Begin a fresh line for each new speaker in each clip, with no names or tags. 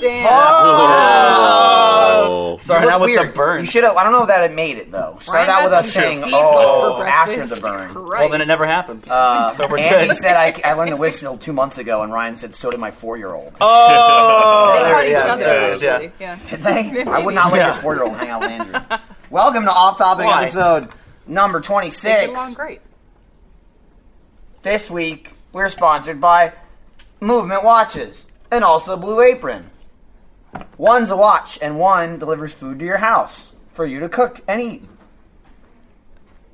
damn.
Oh!
Started
You
out
look
with the
weird.
burn.
You should have. I don't know if that had made it though. Start
Brian
out with
had
us
some
saying,
sea salt
"Oh,
for
after the
breakfast.
burn."
Well, then it
Christ.
never happened.
Uh,
so we're
Andy
good.
said, I, "I learned to whistle two months ago," and Ryan said, "So did my four-year-old."
Oh,
They taught
there,
each
yeah,
other,
there it is,
actually. Yeah.
Did they? I would not let your
Yeah.
four-year-old hang out with Andrew. Welcome to Off Topic
Why?
episode number
They get along
twenty-six.
great.
This week we're sponsored by Movement Watches and also Blue Apron. One's a watch, and one delivers food to your house for you to cook and eat.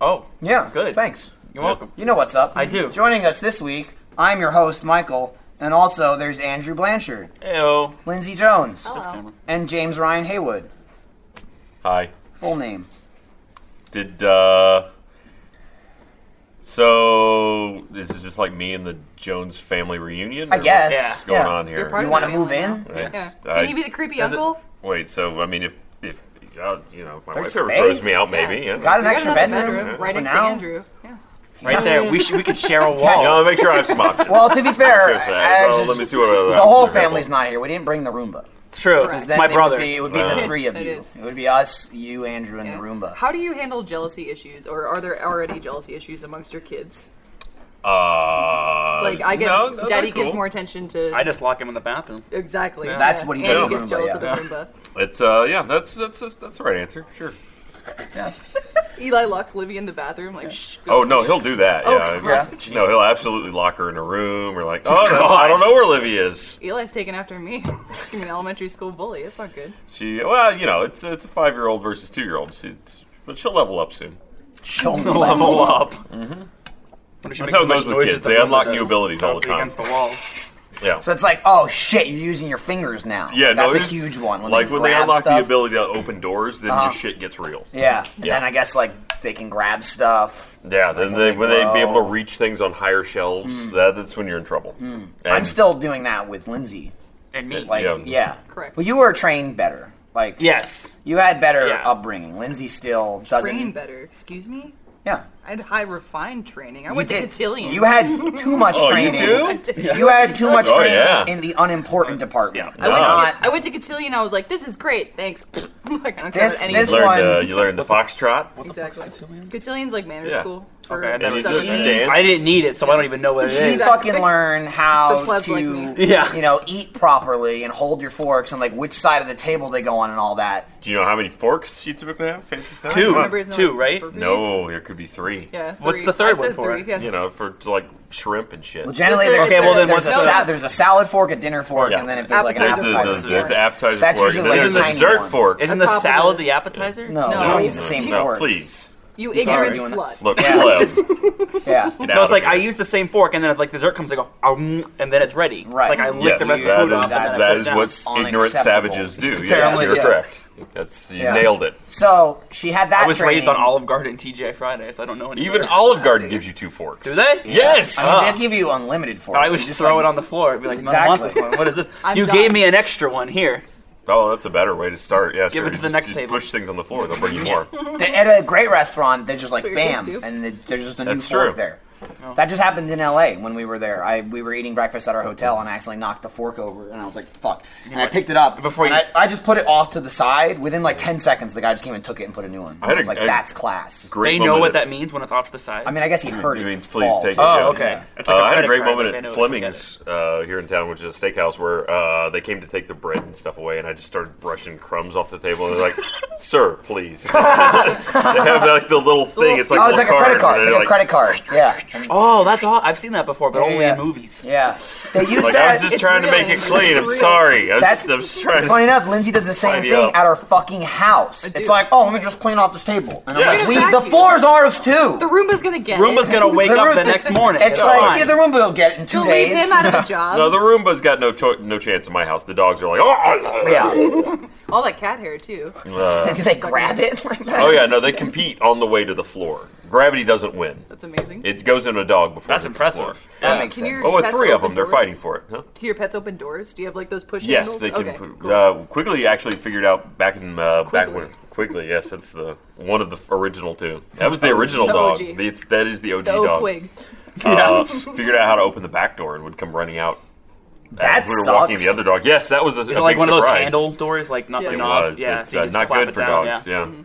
Oh,
Yeah,
Good.
Thanks.
you're welcome.
You know what's up.
I do.
Joining us this week, I'm your host, Michael, and also there's Andrew Blanchard,
Ew.
Lindsey Jones,
Oh.
This camera.
and James Ryan Haywood.
Hi.
Full name.
Did uh so this is just like me and the Jones family reunion?
I
or
guess.
what's
Yeah.
going
Yeah.
on
You're
here?
part
You
of
wanna
the
move
family
in?
now.
Right.
Yeah.
I-
Can you be the creepy
Does it-
uncle?
Wait, so I mean if if uh, you know, my
There's
wife ever
space.
throws me out maybe. Yeah.
Got
You got
an extra
another
bedroom,
right
for
next
now?
to Andrew. Yeah.
Right there. We should. We could share a
You
wall.
know, make sure I have some options.
Well, to be fair,
Just, uh,
as
well,
is-
let me see what other
the whole family's not here. We didn't bring the Roomba.
It's true.
Correct.
It's
Then
my
it would
brother.
be- It would be, the
Wow.
three of
It
you.
is.
It would be us, you, Andrew, and
Yeah.
the Roomba.
How do you handle jealousy issues, or are there already jealousy issues amongst your kids?
Uh,
Like I get,
no, no, they're
daddy gives
cool.
more attention to.
I just lock him in the bathroom.
exactly.
Yeah.
That's what he
Andy
does
gets
with
jealous
Roomba,
of the Roomba.
It's uh yeah, that's that's that's, that's the right answer. Sure.
Eli locks Livy in the bathroom, like shh.
Oh no, he'll do that. yeah.
Oh,
God.
Yeah.
No, he'll absolutely lock her in a room or like, oh, no, I don't know where Livy is.
Eli's taking after me. He's an elementary school bully. It's not good.
She, well, you know, it's it's a five year old versus two year old. She's, but she'll level up soon.
She'll
Level up. Mm-hmm.
That's how it goes with kids. They unlock new abilities all the time.
Against the walls.
Yeah.
So it's like, oh shit, you're using your fingers now.
yeah, no,
that's a
it's-
huge one. When
like
they
when they
grab
unlock
stuff.
the ability to open doors, then
Uh-huh.
your shit gets real.
Yeah, and
Yeah.
then I guess like they can grab stuff.
Yeah,
when
then they,
they
when they be able to
grow.
reach things on higher shelves, that, that's when you're in trouble. And
Hmm. I'm still doing that with Lindsay.
And me.
Like,
Yeah.
yeah,
Correct.
Well, you were trained better. Like,
yes.
you had better
Yeah.
upbringing. Lindsay still doesn't.
Train better. Excuse me.
Yeah,
I had high refined training. I
you
went to
did.
cotillion.
You had too much
Oh, you
training.
do?
I did.
You had too much
Oh,
training
yeah.
in the unimportant department.
Yeah.
I went, to,
Ah.
I went to cotillion. I was like, this is great. Thanks. like, I don't care
This-
about any
this
you learned,
one-
uh, you learned the foxtrot.
Exactly. Cotilion's like manners
Yeah.
school.
Okay, I
For
never
And you
Stuff
just
southern-
like that.
dance.
I didn't need it, so I don't even know what it is.
She
That's
fucking
the-
learned
the
how
plebs like
to,
me.
Yeah.
you know, eat properly and hold your forks and like which side of the table they go on and all that.
Do you know how many forks you typically have? Fancy
Two.
Come on.
Remember his name?
Two, right?
Three?
No, there could be three.
Yeah.
What's
three.
the third
I
one
said
for?
Three. Yes.
You know, for like shrimp and shit.
Well, generally,
Okay,
there's,
well,
there's,
then
there's a
what's the-
sa- there's a salad fork, a dinner fork,
Yeah.
and then if there's like an
There's the,
Appetizer
appetizer
there's,
fork.
there's the appetizer
That's
fork,
usually
and
like
then
a
there's
tiny
dessert
one.
fork.
Isn't
On
the
top of
salad
it.
the
No,
appetizer?
we
No.
don't
Oh,
use the same
no,
fork.
please.
You
Sorry,
ignorant
you wanna-
slut.
Look,
Yeah.
Clem, get
Yeah.
out
No, it's
of
like I
here.
use the same fork, and then if like dessert comes, I go, um, and then it's ready. It's
Right.
Like I lick
Yes,
the rest of the
that
food
is-
off. and
that's-
then
that
sit
is
down.
what ignorant
Unacceptable.
savages do. Yes,
Apparently,
you're
yeah.
correct. That's you
Yeah.
nailed it.
So she had that.
I was
training.
raised on Olive Garden, TGI Fridays. I don't know any.
Even
better.
Olive Garden gives you two forks.
Do they?
Yes.
I mean,
Ah.
they give you unlimited forks.
I would
You
just throw
like-
it on the floor. I'd be like, I don't want this
Exactly.
one. What is this?
I'm
you
done.
gave me an extra one here.
Oh, that's a better way to start. Yeah, sure.
it
You
to the
just-
next
you
table.
Push things on the floor. They'll bring you more.
They- At a great restaurant, they're just like
what your kids
bam,
do. Oh.
and they- there's just a new
That's
fork
true.
there. That just happened in L.A. when we were there. I we were eating breakfast at our hotel, and I accidentally knocked the fork over, and I was like, "Fuck!" And I picked it up
Before
and
you-
I, I just put it off to the side. Within like ten seconds, the guy just came and took it and put a new one. I,
had
was
a-
like,
I-
"That's class."
Great
they know
moment
what
at-
that means when it's off to the side.
I mean, I guess he heard
It
it.
means please
fall,
take it.
too.
Oh,
yeah.
okay. It's like
Uh,
a
I had a
credit
great
card,
moment
they know
at
they
Fleming's uh, here in town, which is a steakhouse where uh, they came to take the bread and stuff away, and I just started brushing crumbs off the table. And they're like, "Sir, please." they have like the little thing. It's like,
Oh, it's like a credit card. It's
and
like a
they're
credit card. Yeah. And-
Oh, that's all. I've seen that before, but
Yeah,
only
yeah.
in movies.
Yeah. They use
Like, I
that.
was just
It's
trying to
real,
make it
Andrew.
clean.
It's
I'm
real.
sorry. I was,
That's
I was trying.
It's funny enough. Lindsay does the same
Tidy
thing
up.
at our fucking house.
do.
It's like, oh, let me just clean off this table. And I'm
Yeah.
like,
Wait
we,
a
the
vacuum.
floor's ours too.
The Roomba's gonna get
Roomba's
it.
gonna wake
The
up
room-
the next morning.
It's like
fine.
yeah, the room will get in two
You'll leave
days.
him out of a job.
No, the Roomba's got no cho- no chance in my house. The dogs are like, oh,
yeah.
All that cat hair too.
Do they grab it like that?
oh yeah, no, they compete on the way to the floor. Gravity doesn't win.
That's amazing.
It goes in a dog before
That's
it hits the floor.
impressive.
That
Yeah.
makes
Can
sense.
your
Oh, with
pets
three of
open
them, they're
doors?
fighting for it. Huh?
Do your pets open doors? Do you have like those push
Yes,
handles?
they can.
Okay,
put-
cool.
uh, Quigley actually figured out back in uh, back
Quigley.
when Quigley. Yes, that's the one of the original two. That was the original
Oh, The
dog.
OG.
The- that is the OG
the old
dog.
Quig.
Oh. Uh, figured out how to open the back door and would come running out
That
we were walking
sucks.
the other dog. Yes, that was a,
Is
a
it like
big
one of
surprise.
those handle doors, like not
Yeah.
the
It
It
knob?
was.
Yeah,
It's,
so you
uh,
just
not
flap
good
it
for
down,
dogs.
Yeah. Mm-hmm.
Yeah.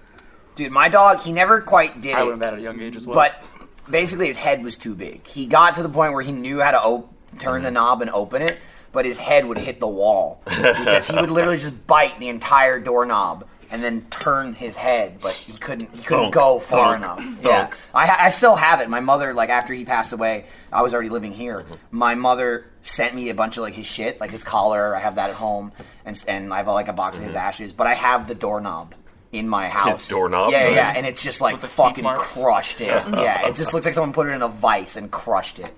Dude, my dog, he never quite did
I
it.
learned that at a young age as well.
but basically his head was too big. He got to the point where he knew how to op- turn
Mm-hmm.
the knob and open it, but his head would hit the wall because he would literally just bite the entire doorknob and then turn his head, but he couldn't he couldn't
Thunk,
go far
thunk,
enough.
thunk.
Yeah. I, ha- I still have it. My mother, like after he passed away, I was already living here.
Mm-hmm.
My mother sent me a bunch of like his shit, like his collar. I have that at home, and s- and I have like a box of his
Mm-hmm.
ashes. But I have the doorknob in my house.
doorknob?
Yeah, yeah, yeah,
Nice.
and it's just like
With the teeth
fucking
marks?
crushed it. yeah, it just looks like someone put it in a vice and crushed it.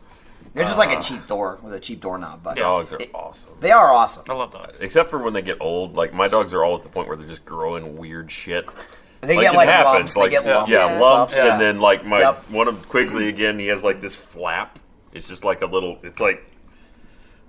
It's just like a cheap door with a cheap doorknob, but
Dogs are
it-
awesome.
they are awesome.
I love dogs.
Except for when they get old. Like my dogs are all at the point where they're just growing weird shit.
They get
it
like
happens,
lumps.
like,
they get
yeah,
lumps.
Yeah,
and
lumps,
stuff, yeah.
and then like my
Yep.
one of Quigley again. He has like this flap. It's just like a little. It's like,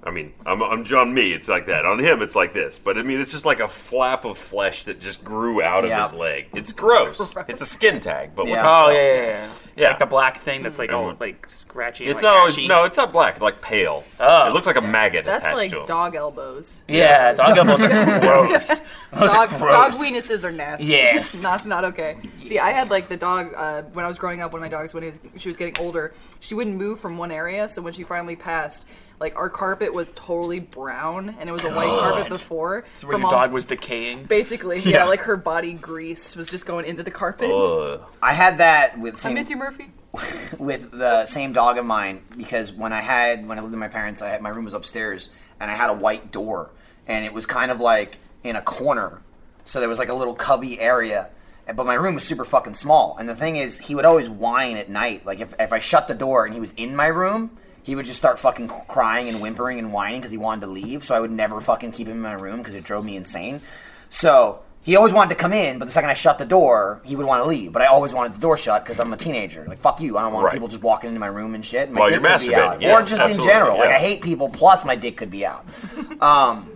I mean, I'm, I'm John me. It's like that on him. It's like this, but I mean, it's just like a flap of flesh that just grew out of
Yeah.
his leg. It's gross. It's a skin tag, but
Yeah.
yeah.
Oh yeah, yeah, yeah.
Yeah.
Like the black thing that's like all
Mhm.
like scratchy. and,
it's
like,
not. always-
ashy.
No, it's not black. Like pale.
Oh.
It looks like a maggot
That's
attached
like
to him.
dog elbows.
Yeah, dog elbows are gross. Those are
Dog,
gross.
dog weenuses are nasty.
Yes.
not not okay. See, I had like the dog uh, when I was growing up. One of my dogs, when he was, she was getting older, she wouldn't move from one area. So when she finally passed, like our carpet was totally brown, and it was a white carpet before.
It's Where
from
your
all-
dog was decaying.
basically, yeah.
Yeah.
like her body grease was just going into the carpet.
Ugh.
I had that with
I
same,
miss you, Murphy.
with the same dog of mine because when I had when I lived with my parents, I had, my room was upstairs and I had a white door and it was kind of like in a corner, so there was like a little cubby area. and- But my room was super fucking small, and the thing is, he would always whine at night. Like if if I shut the door and he was in my room, he would just start fucking crying and whimpering and whining because he wanted to leave. So I would never fucking keep him in my room because it drove me insane. So he always wanted to come in, but the second I shut the door, he would want to leave. But I always wanted the door shut because I'm a teenager. Like fuck you, I don't want
Right.
people just walking into my room and shit. My
While
dick
you're
could be out,
masturbating, yeah,
or just in
absolutely,
general. Like
yeah.
I hate people. Plus, my dick could be out. Um,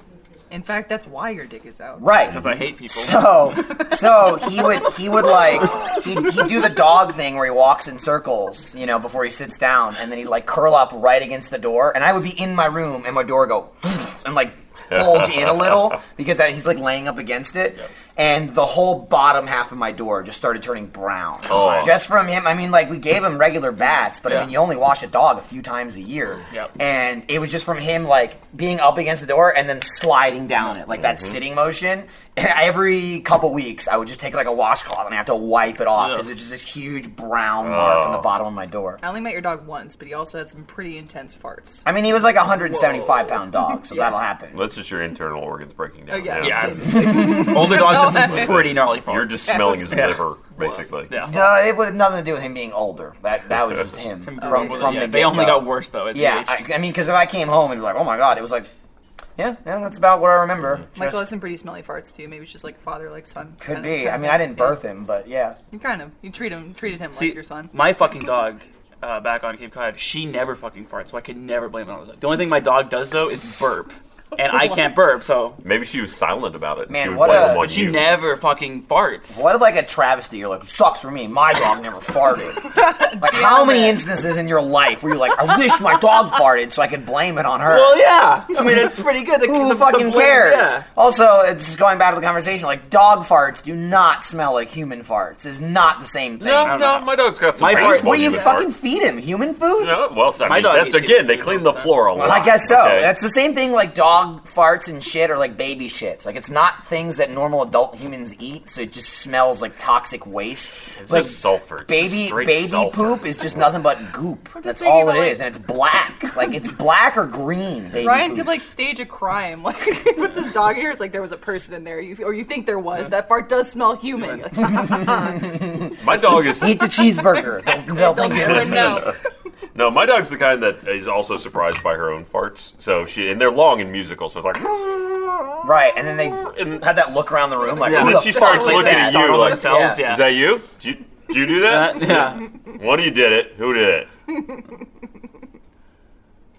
In fact, that's why your dick is out.
right.
Because I hate people.
So, so he would he would like he'd, he'd do the dog thing where he walks in circles, you know, before he sits down, and then he'd like curl up right against the door, and I would be in my room, and my door would go and like bulge in a little because that, he's like laying up against it, and the whole bottom half of my door just started turning brown.
Oh.
Just from him, I mean, like we gave him regular baths, but I
Yeah.
mean, you only wash a dog a few times a year,
Yep.
and it was just from him like being up against the door and then sliding down it, like that
Mm-hmm.
sitting motion. And every couple weeks, I would just take like a washcloth and I have to wipe it off because
Ugh.
it's just this huge brown mark on the
Oh.
bottom of my door.
I only met your dog once, but he also had some pretty intense farts.
I mean, he was like a 175 pound dog, so
Yeah.
that'll happen.
That's just your internal organs breaking down.
Oh, yeah.
Yeah, older dogs have some pretty gnarly farts.
You're just smelling his
Yeah.
liver, basically.
yeah.
No, it was nothing to do with him being older. That that was just him from from
Yeah,
the
they only
get-go.
got worse though. As
Yeah,
they aged.
I, I mean, because if I came home and be like, oh my god, it was like, yeah, yeah, that's about what I remember.
Mm-hmm. Michael has
Just-
some pretty smelly farts too. Maybe it's just like father, like son.
could
kind of-
be.
kind
I
of
mean,
thing.
I didn't birth him, but yeah.
You kind of you treat him treated him
See,
like your son.
my fucking dog uh, back on Cape Cod, she never fucking farts, so I could never blame it on the dog. The only thing my dog does though is burp, and I can't burp, so
Maybe she was silent about it. and
Man,
she would
what
blame
a-
it on
but she
you.
never fucking farts.
What like a travesty? You're like, sucks for me. My dog never farted. Like, how many
it.
instances in your life were you like, I wish my dog farted so I could blame it on her?
Well, yeah, I mean it's pretty good. The-
Who
the- the
fucking
blame-
cares?
yeah.
Also, it's just going back to the conversation. Like, dog farts do not smell like human farts. It's not the same thing.
No,
don't
no,
know.
my dog's got some.
My
pretty
fart-
small
What do you
human
fucking
farts.
feed him? Human food?
No, well, I
My
mean,
dog
that's
eats human
again. They
food
clean
most
the
of the
floor a lot.
Well, I guess so.
okay?
That's the same thing like dog farts and shit are like baby shits. Like it's not things that normal adult humans eat, so it just smells like toxic waste.
It's
like
just sulfur. It's just
baby
straight
baby
sulfur.
poop is just nothing but goop.
just
That's
thinking
all it
about, like-
is, and it's black. Like it's black or green. Baby
Ryan
poop.
could like stage a crime. Like he puts his dog in here, it's like there was a person in there, you, or you think there was. That fart does smell human. You're like,
My dog is
eat the cheeseburger. They'll, they'll think it
never
was me.
know.
no. My dog's the kind that is also surprised by her own farts. So she and they're long and musical. So it's like, "Ah."
Right, and then they have that look around the room like,
Yeah,
who
and
the
then she
fuck
starts
was
looking
that?
at you
Startled
like,
themselves, yeah.
is that you? Do you, do you do
Uh,
that?
yeah.
One of you did it. Who did it?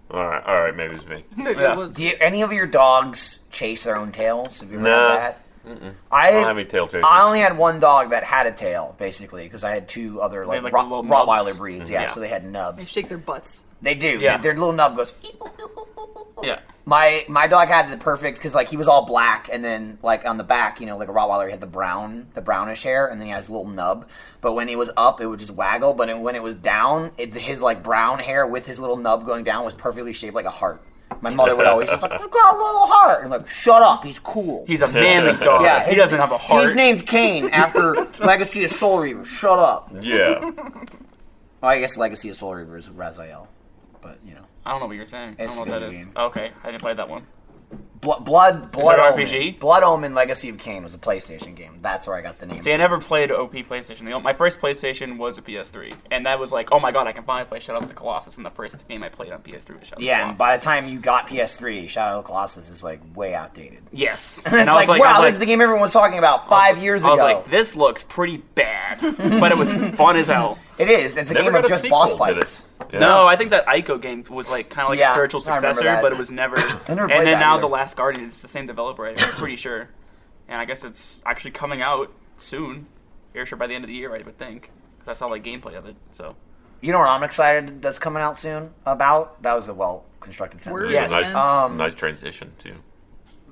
all right, all right. Maybe it's me.
Maybe
Yeah.
it was.
Do you, any of your dogs chase their own tails? Have you ever
Nah.
had that? I,
don't have any tail chasers.
I only had one dog that had a tail, basically, because I had two other like,
like,
Ro-
the little nubs. Mm-hmm,
Rottweiler breeds. Yeah,
Yeah.
so they had
They
nubs.
shake their butts.
They do.
Yeah.
Their little nub goes.
Yeah.
My my dog had the perfect because like he was all black and then like on the back you know like a Rottweiler he had the brown the brownish hair and then he has a little nub but when he was up it would just waggle but it, when it was down it, his like brown hair with his little nub going down was perfectly shaped like a heart. My mother would always just like he's got a little heart and I'm like shut up he's cool
He's a manly dog.
yeah
he
his-
doesn't have a heart.
he's named Kane after Legacy of Soul Reaver shut up
Yeah.
well, I guess Legacy of Soul Reaver is Raziel but you know
I don't know what you're saying. I
It's
don't know what that
video
is.
game.
Okay, I didn't play that one.
Bl- Blood Blood
that
Omen.
RPG?
Blood Omen Legacy of Kain was a PlayStation game. That's where I got the name.
See, I never played OP PlayStation. The- My first PlayStation was a PS3, and that was like, oh my god, I can finally play Shadows of the Colossus. And the first game I played on PS3 was Shadows. of
yeah,
the
and
Colossus.
by the time you got PS3, Shadow of the Colossus is like way outdated.
yes.
And it's
I
like,
was
wow,
I
this
was
is the game everyone was talking about five years
I was
ago.
like, this looks pretty bad, but it was fun as hell.
it is. It's a
Never
game
got
of
a
just
sequel
boss
to
fights.
this. Yeah.
No, I think that Ico game was like kind of like
Yeah,
a spiritual
I remember
successor,
that.
but it was never.
never
and
played
then
that
now
either.
the Last Guardian is the same developer, I'm pretty sure. And I guess it's actually coming out soon. Here, sure, by the end of the year, I would think, because I saw like gameplay of it. So
You know what I'm excited that's coming out soon about? That was a well constructed sentence.
Word.
Yes.
Nice,
Um,
nice transition too.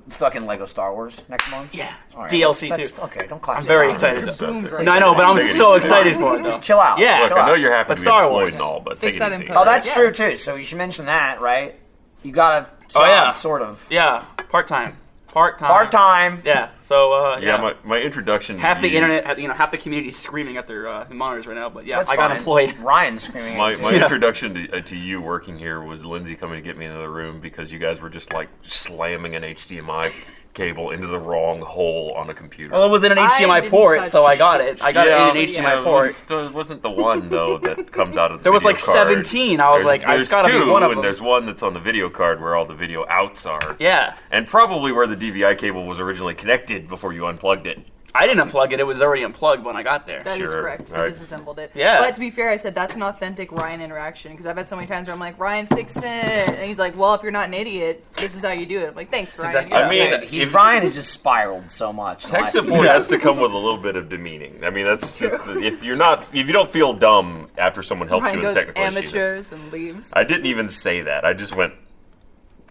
Fucking Lego Star Wars next month.
yeah,
All right,
DLC
that's-
too.
Okay, don't clap.
I'm
yet.
very
All right.
excited.
Just
though.
out
Boom,
there.
great.
No, I know, but I'm
Take it
so
easy.
excited for it though.
Chill out.
Yeah.
Look,
Chill
I know
out.
you're happy
But
to be
Star
employed
Wars.
and all, but
Fix
take
that
it easy.
in
Oh, that's
Yeah.
true too. So you should mention that, right? You got a job,
Oh, yeah.
sort of.
Yeah, part time, part time,
Part time.
Yeah. So uh,
Oh, Yeah,
yeah,
my, my introduction. to
half the
you-
internet, half- you know, half the community is screaming at their uh, monitors right now. But yeah,
That's
I got
fine.
employed.
Ryan's screaming.
My,
at
my
you.
introduction to, uh, to you working here was Lindsay coming to get me into the room because you guys were just like slamming an HDMI cable into the wrong hole on a computer.
Well, it was in an
I
HDMI
didn't
port,
touch
so I got it. Oh, I got
Yeah,
it in an
yeah.
HDMI
it
port.
was- It wasn't the one though that comes out of the.
There was,
video
like,
card.
17. I was
There's-
like, I've
there's
gotta be
two,
one of
and
them.
There's one that's on the video card where all the video outs are.
Yeah,
And probably where the DVI cable was originally connected before you unplugged it.
I didn't unplug it. It was already unplugged when I got there.
That is
Sure.
correct. We
Alright.
disassembled it.
Yeah.
But to be fair, I said that's an authentic Ryan interaction because I've had so many times where I'm like, Ryan, fix it, and he's like, Well, if you're not an idiot, this is how you do it. I'm like, Thanks, Ryan.
exactly-
you
I
know.
mean,
He's,
if-
Ryan has just spiraled so much. the
Tech
last
support
few-
has to come with a little bit of demeaning. I mean, that's just, if you're not if you don't feel dumb after someone helps
Ryan
you
goes
with a technical issue.
amateurs and leaves.
I didn't even say that. I just went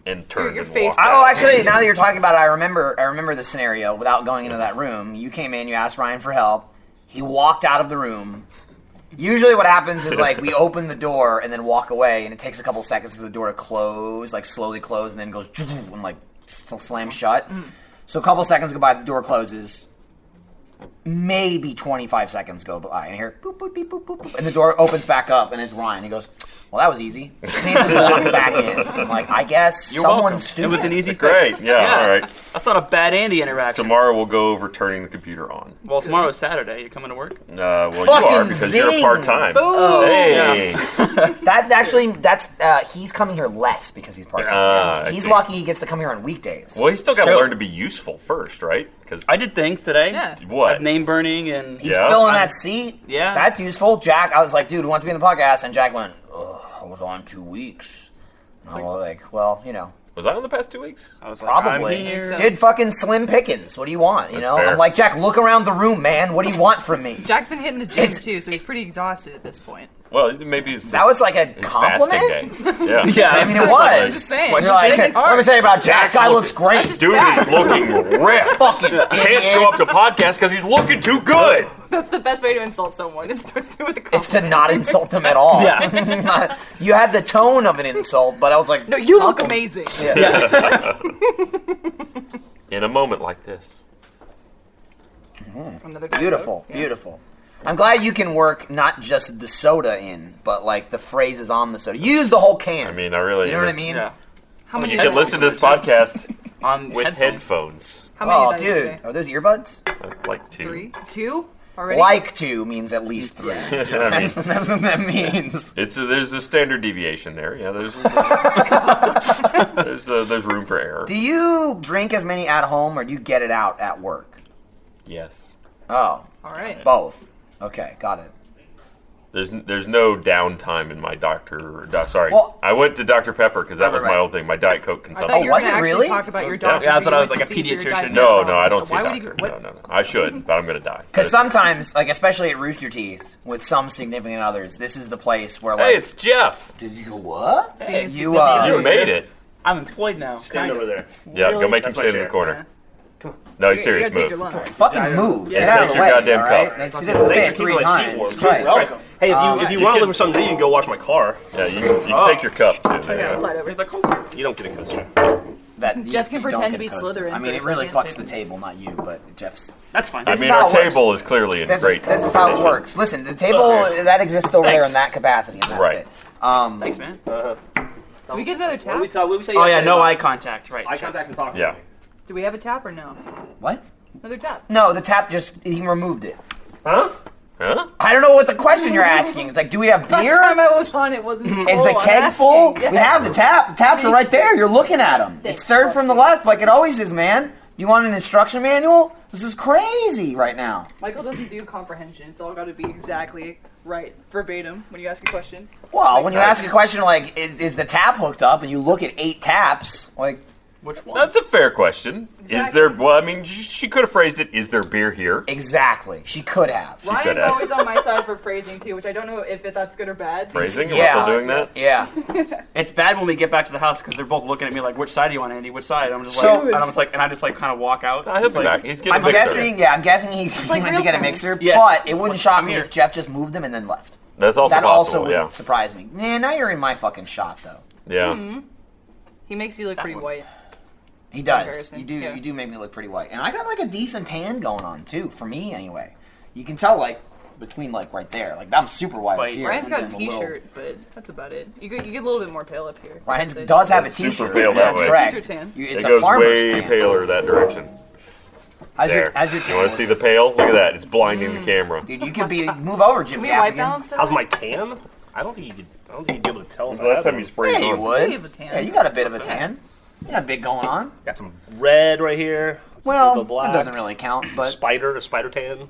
and turned
Your- your
and
face-
walked.
Oh, actually, now that you're talking about it, I remember. I remember the scenario. Without going into that room, you came in. You asked Ryan for help. He walked out of the room. Usually, what happens is like we open the door and then walk away, and it takes a couple seconds for the door to close, like slowly close, and then goes and like sl- slam shut. So a couple seconds go by, the door closes. Maybe 25 seconds go by, and I hear boop boop beep boop boop, boop and the door opens back up, and it's Ryan. He goes, "Well, that was easy." And he just walks back in. I'm like, I guess
You're
someone
welcome.
stupid.
It was an easy fix.
Great. Yeah, all right.
That's not a bad Andy interaction.
Tomorrow we'll go over turning the computer on.
Well, tomorrow's Saturday. You coming to work?
Uh, well, you are
Fucking
because
zing! Oh,
you're part time.
Boom!
Hey,
That's actually that's uh, he's coming here less because he's part time.
Ah, I
he's
see.
lucky he gets to come here on weekdays.
well, he's still got to
Sure.
learn to be useful first, right? Because
I did things today.
Yeah.
what?
I've name burning and
He's
Yeah.
filling
I'm-
that seat.
Yeah.
that's useful. Jack, I was like, dude, who wants to be in the podcast? And Jack went, Ugh, I was on two weeks. And I was like, well, you know,
Was I on the past two weeks?
I was like,
probably.
I'm here.
so.
Did fucking Slim Pickens? What do you want? You
That's
know,
fair.
I'm like, Jack, look around the room, man. What do you want from me?
Jack's been hitting the gym
It's-
too, so he's pretty exhausted at this point.
Well, maybe it's
That was like a
it's
compliment.
fasting day. Yeah.
Yeah,
I mean, it
I'm
was.
just saying.
You're like, let me tell you about Jack. Guy looks great.
just-
Dude is
Fast.
looking ripped.
Fucking
Can't
idiot.
show up to podcast because he's looking too good.
That's the best way to insult someone is to do with a compliment.
It's to not insult them at all. Uh,
Yeah.
you had the tone of an insult, but I was like,
No, you look
compliment-
amazing.
In a moment like this,
Another guy
Beautiful,
wrote, yeah.
beautiful. I'm glad you can work not just the soda in, but like the phrases on the soda. Use the whole can.
I mean, I really.
you know what I mean?
Yeah.
How many?
You can listen to this podcast
On
with headphones.
headphones.
How many?
Oh,
did I use
dude,
today?
are those earbuds?
I'd Like two.
Three, two already.
Like two means at least three.
You know what I mean?
That's, that's what that means.
It's a, there's a standard deviation there. Yeah, there's there's, uh, there's room for error.
Do you drink as many at home, or do you get it out at work?
Yes.
Oh,
all right.
both. Okay, got it.
There's n- there's no downtime in my doctor. Do, sorry,
Well-
I went to Dr Pepper because that was
right.
my old thing. My Diet Coke
I thought
consumption.
you were
was
going
it
to actually
Oh, really?
talk about your doctor.
Yeah, I thought
who
I
you
was
went
like
to
a
see for your
pediatrician.
diet
no,
problems.
no, I don't see
Why
a
would
doctor.
He, what,
No, no, no. I should, but I'm gonna die.
Because sometimes, like especially at Rooster Teeth, with some significant others, this is the place where like
hey, it's Jeff.
Did you what?
Hey,
you uh,
You made it.
I'm employed now.
Stand
kinda.
over there.
Yeah, go
Really?
make him
That's my
stand in the
chair.
corner.
Come on.
No,
Uh-huh. You
he's serious.
gotta take your
Move.
lunch.
Fucking move.
Yeah.
Get out of the
Take your
way.
goddamn
all right?
cup.
That's- you
Fucking-
didn't
Thanks
say
for
it three
keeping my seat
times.
warm. Jesus
Christ.
Christ. Hey, if you if you
Uh, You
want to
could-
live with something, you can go wash my car.
Yeah, you, you can take your cup
Oh.
too. Yeah.
Slide over.
Get the coaster.
You don't get a coaster.
That you-
Jeff can
you don't
pretend
get
to be
coasted.
Slytherin
I mean,
for
it
a
really
second.
fucks the table, not you, but Jeff's.
That's fine.
I
This is
mean,
how
our
it works.
table is clearly in
This
great.
is, this is how it works. Listen, the table
Okay.
that exists over there in
Thanks.
that capacity, and that's
Right.
it. Um,
Thanks, man.
Do we get another
What did
tap?
we talk? What did we say?
Oh yeah,
yesterday
no
about?
eye contact. Right.
Eye
check.
contact and talking.
Yeah.
Do we have a tap or no?
what?
Another tap.
No, the tap just he removed it.
Huh?
Huh?
I don't know what the question you're asking. It's like, do we have
Last time
beer?
I was on, it wasn't. Full.
Is the
I'm
keg
asking.
full?
Yes.
We have the tap. The taps are right there. You're looking at them. It's third from the left, like it always is, man. You want an instruction manual? This is crazy right now.
Michael doesn't do comprehension. It's all got to be exactly right, verbatim, when you ask a question.
Well, when you
Nice.
ask a question like, is, is the tap hooked up? And you look at eight taps, like,
Which one?
That's a fair question. Is
Exactly.
there? Well, I mean, sh- she could have phrased it. Is there beer here?
exactly. She could have.
could
Ryan's
have.
always on my side for phrasing too, which I don't know if it- that's good or bad.
Phrasing?
Yeah.
Am I still doing that?
Yeah.
It's bad when we get back to the house because they're both looking at me like, "Which side do you want, Andy? Which side?" I'm just like,
So-
and I'm just like, and I just like kind of walk out.
Nah, he'll
It's
be
like,
back. He's getting.
I'm
a mixer.
guessing. Yeah, I'm guessing he's, he
like
went to
real
get a
friends.
mixer.
Yes.
But it wouldn't shock me
here.
if Jeff just moved them and then left.
That's also
that also
possible.
wouldn't
yeah.
surprise me. Nah, now you're in my fucking shot though.
Yeah.
Mm-hmm.
He makes you look pretty
one.
white.
He does.
Comparison,
You do.
yeah.
You do make me look pretty white, and I got like a decent tan going on too. For me, anyway, you can tell like between like right there, like I'm super white.
White.
Here.
Ryan's got a
I'm little-
T-shirt, but that's about it. You get, you get a little bit more pale up here.
Ryan's
I'd say.
does have a
It's super
T-shirt.
pale that
That's
way.
correct.
T-shirt tan.
You- It's
it
a
goes
farmer's
way
tan.
paler that direction.
How's
There.
your, how's your tan?
you want to see the pale? Look at that. It's blinding
Mm.
the camera.
Dude, you could be move over, Jim
Can we
Gaffigan.
white balance that?
How's my tan? I don't think you could. I don't think you'd be able to tell. if
The
I
last
had
time you
one.
sprayed
Yeah, you
on.
would.
You have a tan.
Yeah, you got a bit of a tan. You got a bit going on.
got some red right here. some
Well,
purple,
that
black.
doesn't really count. But
Spider, a spider tan.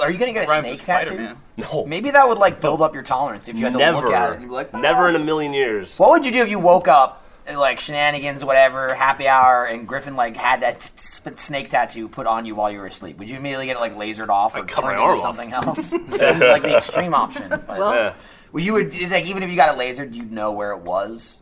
are you gonna get a
Rhymes
snake
with
tattoo?
Spider-Man.
No,
Maybe that would like build up your tolerance if you had to
never.
look at it. You'd be like,
never
"Ah."
in a million years.
What would you do if you woke up, like shenanigans, whatever, happy hour, and Griffin like had that t- sp- snake tattoo put on you while you were asleep? Would you immediately get it like lasered off or
I'd cut my
turned
arm
into
off.
something else? Seems like the extreme option. But, well,
Yeah.
you would. It's like even if you got it lasered, you'd know where it was.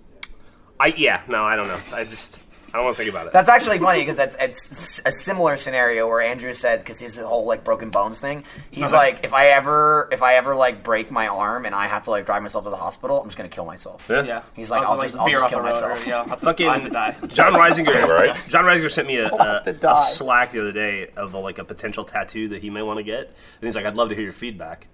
I yeah. No, I don't know. I just I don't want to think about it.
That's actually funny because that's it's a similar scenario where Andrew said because his whole like broken bones thing.
Uh-huh.
He's like, if I ever if I ever like break my arm and I have to like drive myself to the hospital, I'm just gonna kill myself.
Yeah.
He's like,
I was
I'll just- I'll
veer
just
off
kill
the road,
myself.
or, yeah, I'll
Fucking-
I'll have to die.
John Reisinger,
Right?
John Reisinger sent me a, a,
to die.
a Slack the other day of a, like a potential tattoo that he may want to get, and he's like, "I'd love to hear your feedback."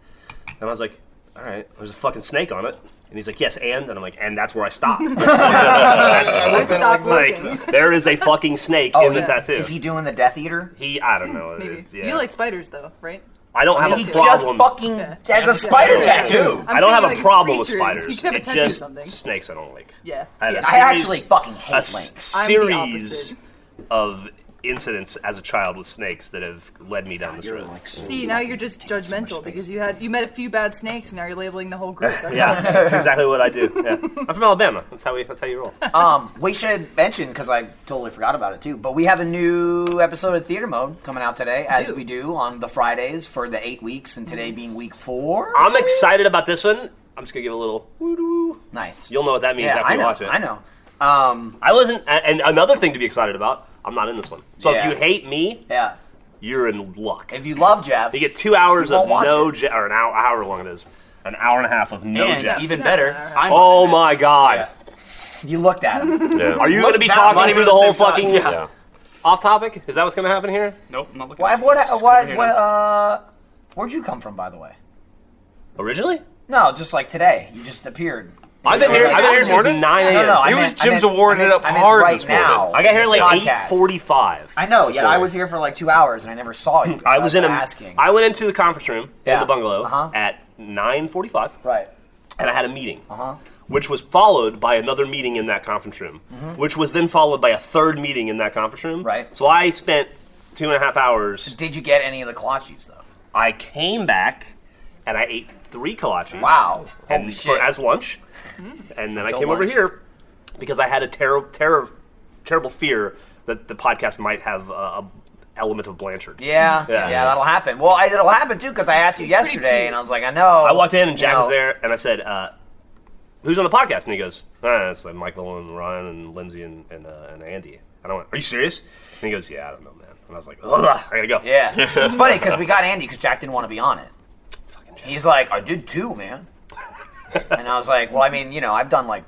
And I was like, "All right." There's a fucking snake on it, and he's like, "Yes, and," and I'm like, "And that's where I stop."
I stopped looking.
like, there is a fucking snake
Oh,
in the
Oh, yeah.
tattoo.
Is he doing the Death Eater?
He- I don't know.
Maybe.
It's- yeah.
You like spiders though, right?
I don't have
he
a
just
problem.
fucking
Yeah.
has a spider
Yeah.
tattoo.
I'm
I don't
saying,
have
like,
a
it's
problem with
creatures.
spiders.
You should have a
It's
tattoo or
just
something.
Snakes I don't like.
Yeah.
I
See,
had a
I-
I actually
Series-
fucking
a
hate
s-
Lynx.
I'm the
series
opposite.
of incidents as a child with snakes that have led me down this road.
See, now you're just judgmental because you had you met a few bad snakes, and now you're labeling the whole group. That's
Yeah,
not-
that's exactly what I do. Yeah. I'm from Alabama. That's how we. That's how you roll.
Um, we should mention because I totally forgot about it too. But we have a new episode of Theater Mode coming out today, as
do.
we do Mm-hmm. on the Fridays for the eight weeks, and today being week four.
I'm excited about this one. I'm just gonna give a little. woo-doo.
nice.
You'll know what that means
yeah,
after
I
you
know.
watch it.
I know. Um,
I wasn't. a- And another thing to be excited about. I'm not in this one. So
Yeah.
if you hate me,
yeah.
you're in luck.
If you love Jeff,
You get two hours
You won't
of
watch
no,
it.
ja- or an hour, however long it is, an hour and a half of no
and
Jeff.
even better, I'm
oh my God!
you looked at him.
Yeah.
Are you
Look
going to be
that
talking
money
through
at
the
the
whole
same time.
fucking
Yeah.
off topic? Is that what's going to happen here?
Nope, I'm not looking.
Why,
at you. Just
what?
over
What?
here.
What? Uh, where'd you come from, by the way?
Originally,
No, just like today, you just appeared.
I've been here.
Like,
I've been here
Morning?
since nine
No,
a.m.
no, no, I
It was
meant- I
Jim's
meant-
award
I meant-
it up
I meant
hard
right
this morning.
now.
I got here
This
like
podcast.
eight forty-five.
I know. Yet I
morning.
was here for like two hours and I never saw you. so
I was
that's
in a.
why I'm asking.
I went into the conference room
Yeah.
in the bungalow
Uh-huh.
at nine forty-five,
right.
and I had a meeting.
Uh huh.
Which was followed by another meeting in that conference room, which was then followed by a third meeting in that conference room.
Mm-hmm. Right.
So I spent two and a half hours
Did you get any of the kolaches though?
I came back and I ate three kolaches.
Wow.
And
Holy
for-
shit.
as lunch. And then I
Until
came over
lunch.
here because I had a terror, terror, terrible fear that the podcast might have uh, a element of Blanchard.
yeah, yeah,
Yeah.
that'll happen. Well, I, it'll happen too because I asked you
It's pretty
yesterday,
cute.
and I was like, I know.
I walked in and Jack
you know,
was there, and I said, uh, who's on the podcast? And he goes, ah, it's like Michael and Ryan and Lindsay and and, uh, and Andy. And I went, are you serious? And he goes, yeah, I don't know, man. And I was like, Ugh, I gotta go.
Yeah, it's funny because we got Andy because Jack didn't want to be on it. He's like, I did two, man. and I was like, well, I mean, you know, I've done like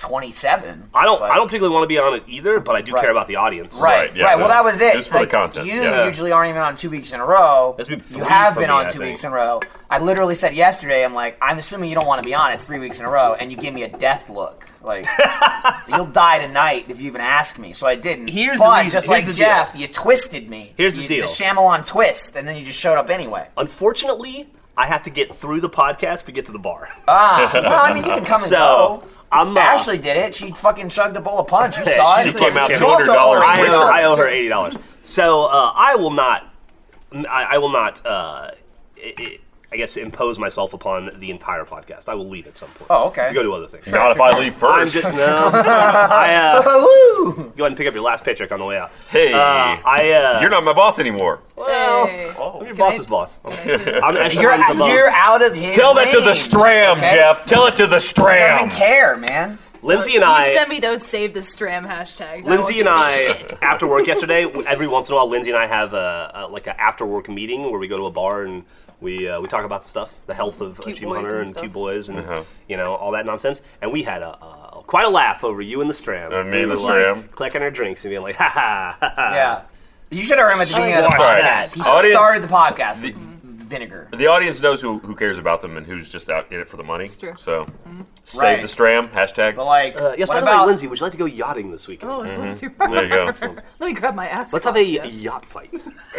twenty-seven.
I don't.
but-
I don't particularly want to be on it either, but I do
Right.
care about the audience.
Right,
Right,
right.
yeah,
well,
yeah.
that was it.
Just for the content,
You
yeah.
usually aren't even on two weeks in a row.
That's been
you
three
have
for
been
me,
on
I
two
think.
weeks in a row. I literally said yesterday, I'm like, I'm assuming you don't want to be on. It's three weeks in a row, and you give me a death look, like you'll die tonight if you even ask me. So I didn't.
Here's the
but
reason-
just
here's
like
the deal.
Jeff, you twisted me.
Here's the
You-
deal.
the Shyamalan twist, and then you just showed up anyway.
Unfortunately, I have to get through the podcast to get to the bar.
Ah, well, I mean, you can come and
So,
go.
I'm, uh,
Ashley did it. She fucking chugged a bowl of punch. You
Yeah,
saw
she
it.
came out
You
$200
also owe her
I
$80.
owe, I owe her eighty dollars. So uh, I will not. I, I will not. Uh, i i I guess impose myself upon the entire podcast. I will leave at some point.
Oh, okay.
To go to other things.
Not if I leave
I'm
first.
just no. I, uh, go
Woo!
ahead and pick up your last paycheck on the way out.
Hey.
uh, I. Uh,
You're not my boss anymore.
Well,
Hey.
I'm your boss's boss. I'm actually uh,
You're,
runs above.
you're out of his
Tell that to the
league,
stram,
okay?
Jeff. Tell it to the
Doesn't
stram.
care, man.
Lindsay and
you
I.
send me those save the stram hashtags. I won't
Lindsay
give
and
a
I,
shit.
after work yesterday, w- every once in a while, Lindsay and I have a, a like an after work meeting where we go to a bar and we uh, we talk about stuff, the health of
Cute
Achievement
boys
Hunter
and
and
stuff.
cute boys and
Uh-huh.
you know all that nonsense. And we had a, a quite a laugh over you and the Stram.
And me and
We
the
were, like,
Stram.
clicking our drinks and being like, ha ha ha ha.
Yeah. You should have heard him at the beginning of the
Watch that.
podcast. He
Audience-
started the podcast with vinegar.
The audience knows who, who cares about them and who's just out in it for the money.
true.
So, save
Right.
the stram hashtag.
But like,
Uh, yes,
what
by the way,
about
Lindsay, would you like to go yachting this weekend?
Oh, I'd love to.
there you go.
Let me grab my ass.
Let's have a
gotcha.
yacht fight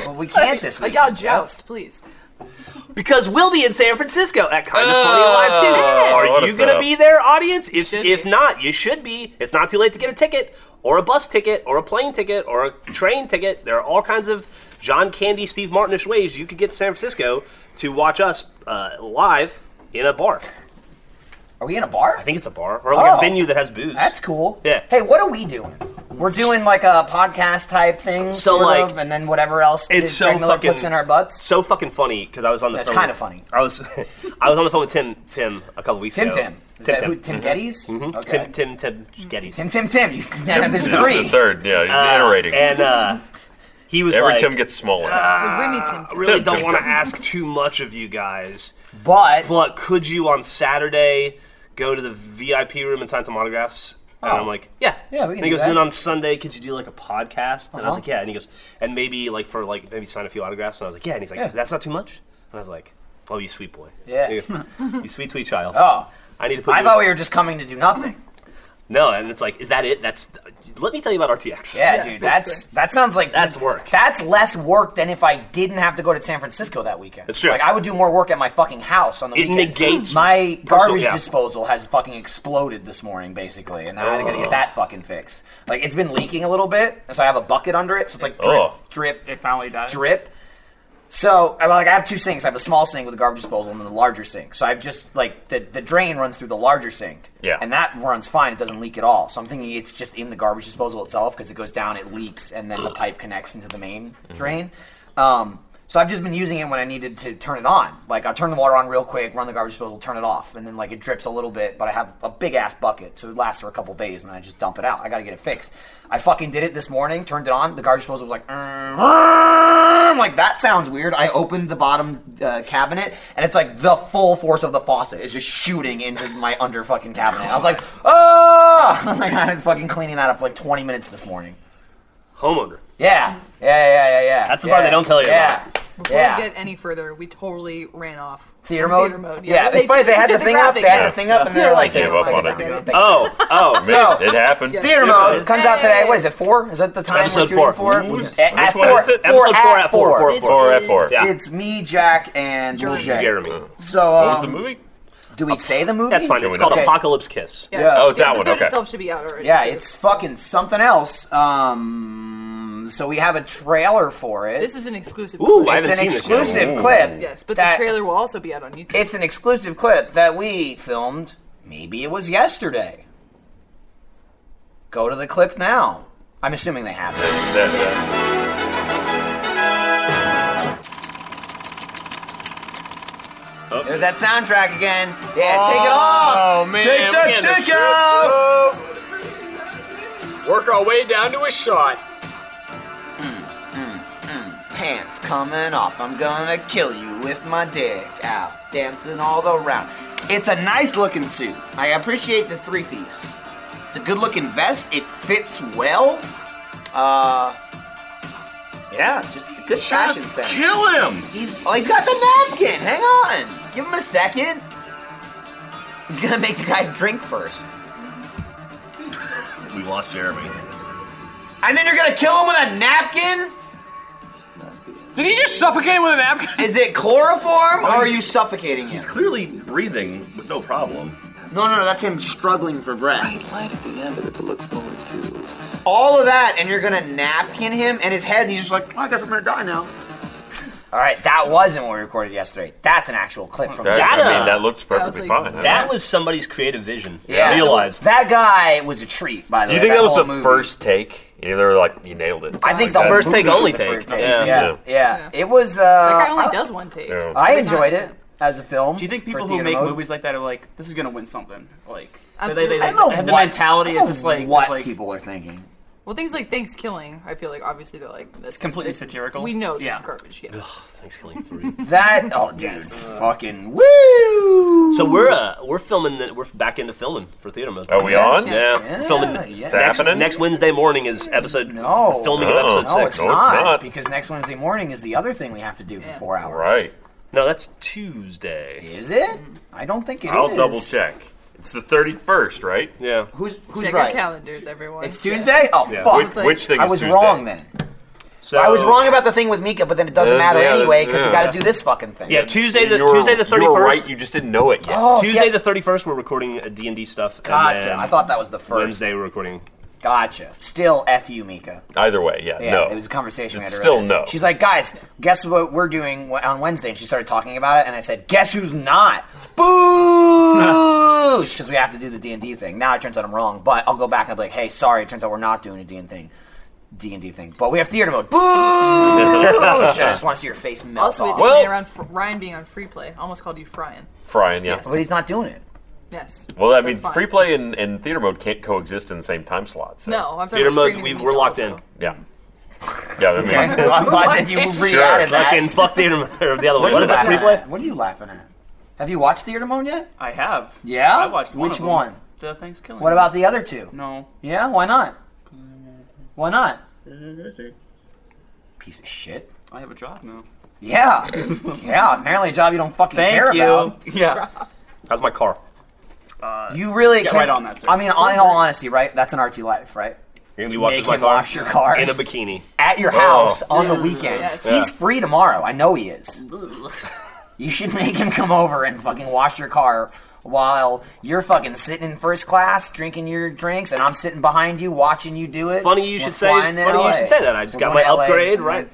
well, we can't this
A
week?
yacht joust, please.
because we'll be in San Francisco at kind of
Oh,
funny live too.
what
Are
a
you gonna
setup.
be there, audience? If
Should
if
be.
not, you should be. It's not too late to get a ticket or a bus ticket or a plane ticket or a train ticket. There are all kinds of John Candy, Steve Martinish ways you could get to San Francisco to watch us uh, live in a bar.
Are we in a bar?
I think it's a bar or like
Oh.
a venue that has booze.
That's cool.
Yeah.
Hey, what are we doing? We're doing like a podcast type thing,
So,
sort
like,
of, and then whatever else
it's
Greg
so
Miller
fucking-
puts in our butts.
so fucking funny because I was on the
That's
phone.
kinda funny.
I was I was on the phone with Tim Tim a couple weeks
Tim
ago.
Tim. Is that who? Tim Geddes? Mm-hmm. Okay.
Tim Tim Tim Getty.
Tim Tim Tim. You there's
This is the
three.
third, yeah, he's iterating.
And uh, he was
Every
like,
Tim gets
It's
smaller.
a Remy Tim.
I
Tam.
really
Tim,
don't
Tim,
want to
Tim.
ask too much of you guys,
But
but could you on Saturday go to the VIP room and sign some autographs? And
Oh.
I'm like, yeah.
Yeah, we can
and he
do
goes,
that.
then on Sunday, could you do like a podcast? And I was
Uh-huh.
like, yeah. And he goes, and maybe like for like maybe sign a few autographs. And I was like, yeah. And he's like,
Yeah.
that's not too much. And I was like, oh, you sweet boy.
Yeah.
He goes, you sweet sweet child.
oh,
I need to put.
I
you-
thought we were just coming to do nothing.
no, and it's like, is that it? That's. Let me tell you about RTX.
Yeah,
Yeah,
dude, that's that sounds like
That's work.
That's less work than if I didn't have to go to San Francisco that weekend.
It's true.
Like I would do more work at my fucking house on the
It
weekend.
negates
my garbage
yeah.
disposal has fucking exploded this morning, basically, and now I gotta get that fucking fixed. Like it's been leaking a little bit, and so I have a bucket under it, so it's like drip,
Ugh.
drip,
It finally died.
drip. So I like I have two sinks. I have a small sink with a garbage disposal and then the larger sink. So I've just like the, the drain runs through the larger sink.
Yeah.
And that runs fine. It doesn't leak at all. So I'm thinking it's just in the garbage disposal itself because it goes down, it leaks, and then the pipe connects into the main drain. Um, so I've just been using it when I needed to turn it on. Like I'll turn the water on real quick, run the garbage disposal, turn it off, and then like it drips a little bit, but I have a big ass bucket, so it lasts for a couple days, and then I just dump it out. I gotta get it fixed. I fucking did it this morning, turned it on, the garbage disposal was like, "Mm, I'm like, that sounds weird. I opened the bottom uh, cabinet, and it's like the full force of the faucet is just shooting into my under fucking cabinet. I was like, oh! I'm like, I'm fucking cleaning that up for like 20 minutes this morning.
Homeowner.
Yeah. Yeah, yeah, yeah, yeah.
That's the part
Yeah.
they don't tell you
Yeah.
Before
Yeah.
we get any further, we totally ran off.
theater mode?
Theater mode.
Yeah. It's funny, they had the thing up, they had the thing up, and they're like,
Gave
"Oh
up
my
on
God,
it.
forget
They-
Oh, oh.
So-
it happened.
Yeah.
Theater
Yeah,
mode
it's-
comes out today.
Hey.
What is it? Four? Is that the time
Episode
we're shooting
four.
for?
Who's-
At, at
which one
four,
is it?
four
Episode four at four, four,
This
Or at four.
is-
Yeah.
It's me, Jack, and
Jeremy.
Jack.
Jeremy.
So,
What was the
um,
movie?
do we say the movie?
That's fine.
Can
It's
we
called
not-
Apocalypse Kiss.
Yeah.
Oh, it's
The
that one,
episode
okay.
itself should be out already.
Yeah,
too.
it's fucking something else. Um, so we have a trailer for it.
This is an exclusive.
Ooh,
clip.
I
it's
haven't
an
seen this yet.
exclusive clip.
Yes, but
that-
the trailer will also be out on YouTube.
It's an exclusive clip that we filmed. Maybe it was yesterday. Go to the clip now. I'm assuming they have it.
That- uh, that-
Oh,
There's that soundtrack again. Yeah, take it off.
Oh man,
Take
we
that
getting the
dick
shirts
out!
up. Work our way down to a shot.
Pants coming off. I'm gonna kill you with my dick out, dancing all around. It's a nice looking suit. I appreciate the three piece. It's a good looking vest. It fits well. Uh, yeah, just good fashion sense.
Kill him!
He's oh, he's got the napkin. Hang on, give him a second. He's gonna make the guy drink first,
We lost Jeremy.
and then you're gonna kill him with a napkin.
Did he just suffocate him with a napkin?
Is it chloroform,
Oh,
or are
he's-
you suffocating him?
He's clearly breathing with no problem.
No, no, no, that's him struggling for breath. All of that, and you're gonna napkin him, and his head, he's just like, I guess I'm gonna die now. All right, that wasn't what we recorded yesterday. That's an actual clip from
That,
That,
I
uh,
mean, that looks perfectly
like-
fine. I
That
don't-
was somebody's creative vision.
Yeah.
Realized.
That guy was a treat, by the
Do you
way.
think that was
whole
the
movie.
first take? And they were like, you nailed it.
I think the
Like,
whole
First take,
movie
only
was a first
take.
take.
Yeah.
Yeah. Yeah.
Yeah.
It was. Uh,
That guy only
I-
does one take.
Yeah.
I enjoyed it as a film.
Do you think
for
people who
theater
make
mode.
movies like that are like, this is gonna win something? Like, do
Absolutely.
I don't know
have
what
the mentality.
I don't
It's just
know
like it's
what
like,
people are thinking.
Well, things like Thanksgiving, I feel like obviously they're like this. It's
completely
this
satirical.
we know this
Yeah.
is garbage. Yeah.
Thanksgiving three.
That oh dude, fucking woo!
So we're uh, we're filming. The, we're back into filming for theater mode.
Are we on?
Yeah.
We're filming
Yeah, yeah.
next,
Oh. happening?
next Wednesday morning is episode.
No.
filming
Oh, No.
of episode
No,
six.
it's,
No, it's
not,
not.
because next Wednesday morning is the other thing we have to do for
Yeah.
four hours.
Right.
No, that's Tuesday.
Is it? I don't think it is.
I'll double check. It's the 31st, right?
Yeah.
Who's who's
Check
right?
your calenders, everyone.
It's Tuesday. Oh fuck!
Which,
like-
which thing
I
is
was
Tuesday? Oh.
wrong then.
So
I was wrong about the thing with Mika, but then it doesn't
Uh,
matter
yeah,
anyway because we
yeah.
got to do this fucking thing.
Yeah, Tuesday the
You were-
Tuesday the
You
thirty
were right.
first.
You just didn't know it yet.
Oh,
Tuesday
see,
the thirty first, we're recording a D and D stuff. and
Gotcha.
then
I thought that was the first.
Wednesday we're recording.
Gotcha. Still, f you, Mika.
Either way, yeah,
Yeah,
no.
it was a conversation we had
It's
earlier.
still no.
She's like, guys, guess what we're doing w- on Wednesday? And she started talking about it, and I said, guess who's not? Boo! Because we have to do the D and D thing. Now it turns out I'm wrong, but I'll go back and be like, hey, sorry, it turns out we're not doing a D and thing, D and D thing. But we have theater mode. Boo! I just want to see your face melt
also we
off.
did well,
Well-
around fr- Ryan being on free play. Almost called you Fryan.
Frying, yeah.
but he's not doing it.
Yes.
Well, that
That's
means
fine.
free play and, and theater mode can't coexist in the same time slot. So.
No, I'm talking
Theater
about
mode.
streaming
We,
and
we're
Mika
locked
also.
in.
Yeah. Yeah, I mean,
I'm glad that you re-added
Fucking
that.
fuck theater mode or the other one. What
What
is
are
that?
you
Free
laughing
play?
at? What are you laughing at? Have you watched theater mode yet?
I have.
Yeah?
I watched one
Which
of them.
one?
The Thanksgiving.
What about the other two?
No.
Yeah, why not? Why not? Piece of shit.
I have a job now.
Yeah, yeah. Apparently, a job you don't fucking care about.
Yeah.
How's my car?
You really
Get
can-
right on that, sir.
I mean, in all honesty, right? That's an artsy life, right?
You're gonna be watching
Make
my
him
car
wash your car
in a bikini.
at your house on the
Yes.
weekend.
Yes.
He's free tomorrow. I know he is. You should make him come over and fucking wash your car while you're fucking sitting in first class drinking your drinks, and I'm sitting behind you watching you do it.
Funny you
We're
should say.
flying to
Funny you
LA.
should say that. I just
We're
got my
going to LA.
upgrade. Right.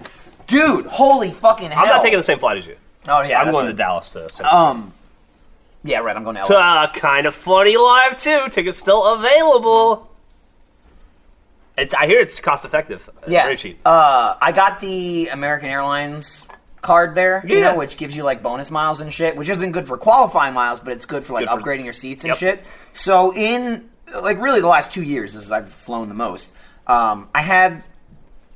dude. Holy fucking hell!
I'm not taking the same flight as you.
Oh yeah,
I'm
that's
going
right.
to Dallas to. so-
Um, yeah, right. I'm going to LA.
Uh, kind of funny live too. Tickets still available. It's, I hear it's cost effective. Uh,
yeah,
very cheap.
Uh, I got the American Airlines card there, you
Yeah.
know, which gives you like bonus miles and shit, which isn't good for qualifying miles, but it's good for like
Good for-
upgrading your seats and
Yep.
shit. So in like really the last two years, as I've flown the most, um, I had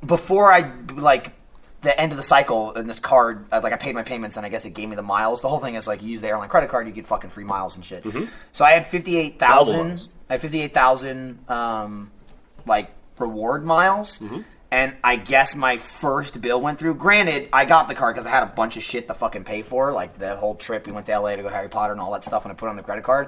before I like the end of the cycle and this card, uh, like I paid my payments and I guess it gave me the miles. The whole thing is like you use the airline credit card, you get fucking free miles and shit. So I had fifty eight
Mm-hmm. Double miles.
thousand. I had fifty eight thousand um, like reward miles.
Mm-hmm.
And I guess my first bill went through. Granted, I got the card because I had a bunch of shit to fucking pay for, like the whole trip. We went to LA to go Harry Potter and all that stuff, and I put it on the credit card.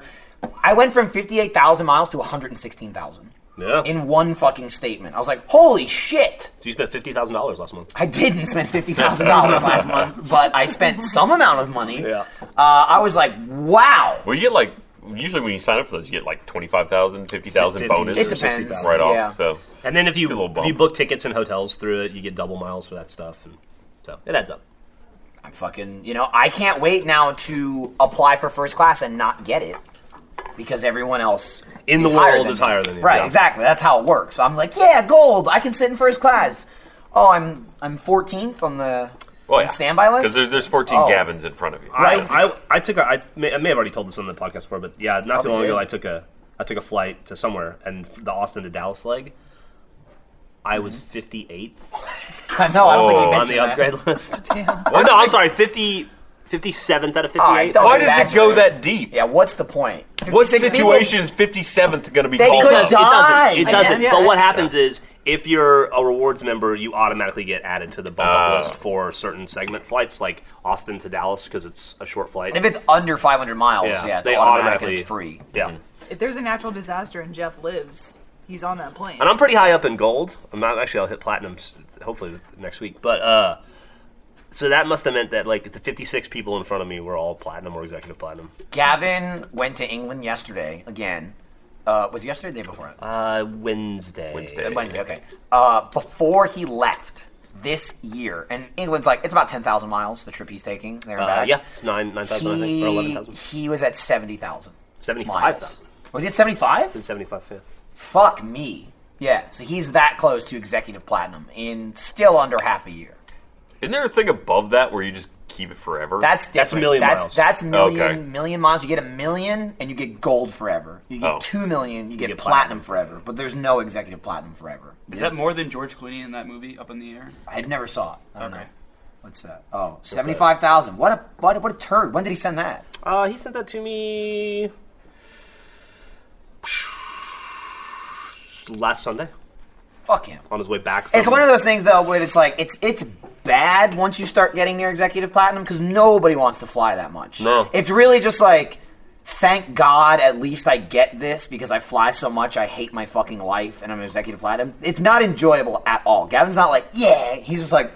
I went from fifty-eight thousand miles to one hundred and sixteen thousand
yeah.
in one fucking statement. I was like, "Holy shit!"
so you spent fifty thousand dollars last month.
I didn't spend fifty thousand dollars last month, but I spent some amount of money.
Yeah.
Uh, I was like, "Wow."
well, you get like, usually when you sign up for those, you get like 25,000, 50,000
Fifty.
bonus
It
depends,
right off.
yeah.
So
And then if you
Good little
if you
bump.
book tickets and hotels through it, you get double miles for that stuff, and so it adds up.
I'm fucking. You know, I can't wait now to apply for first class and not get it because everyone else
In the
is higher
world
than
is
me.
higher than you,
Right.
yeah.
Exactly. That's how it works. I'm like, "Yeah, gold. I can sit in first class." Oh, I'm I'm 14th on the
Oh,
On standby list?
Because there's, there's 14
Oh.
Gavins in front of you.
Right.
I, I, I took a, I, may, I may have already told this on the podcast before, but yeah, not too
Probably
long ago,
did.
I took a I took a flight to somewhere, and f- the Austin to Dallas leg, I was 58th
no, I don't think he
Oh,
on
mentioned
the
that.
upgrade list. Oh, Or no, I'm sorry, 50, 57th out of
All right,
58.
don't-
Why does it go
Exaggerate.
that deep?
Yeah, what's the point?
What
56 people-
situation is 57th going to be
They
called
could
up?
Oh, it doesn't. It
die.
doesn't.
Yeah,
But
yeah.
what happens is, if you're a rewards member, you automatically get added to the bump up
Oh.
list for certain segment flights, like Austin to Dallas, because it's a short flight.
If it's under 500 miles,
Yeah,
yeah, it's
they
automatic
automatically-
and it's free.
yeah.
If there's a natural disaster and Jeff lives, he's on that plane.
and I'm pretty high up in gold. I'm not actually. I'll hit platinum s- hopefully next week. But uh, so that must have meant that like the 56 people in front of me were all platinum or executive platinum.
Gavin went to England yesterday again. Uh, was it yesterday or the day before?
Uh, Wednesday.
Wednesday.
Wednesday, okay. Uh, before he left this year, and England's like, it's about 10,000 miles, the trip he's taking there and
Uh,
back.
yeah, it's nine nine thousand I think or eleven
He,
thousand.
he was at 70,000.
Seventy-five
miles.
thousand.
Was he at 75?
Seventy-five. Yeah.
Fuck me. Yeah, so he's that close to executive platinum in still under half a year.
Isn't there a thing above that where you just keep it forever?
That's different.
That's a million
That's
miles. Oh,
that's million
Okay.
million miles. You get a million and you get gold forever. You get
Oh.
two million, you get,
get
platinum,
platinum.
forever. But there's no executive platinum forever.
Is that more than George Clooney in that movie Up in the Air?
I never saw it. I don't
Okay.
know. What's that? Oh, 75,000. What a what, a- what a turd. When did he send that?
Uh, he sent that to me last Sunday
Fuck him.
on his way back. From
It's one of those things though where it's like it's it's bad once you start getting near executive platinum because nobody wants to fly that much.
No.
It's really just like thank God at least I get this because I fly so much I hate my fucking life and I'm an executive platinum. It's not enjoyable at all. Gavin's not like, yeah. He's just like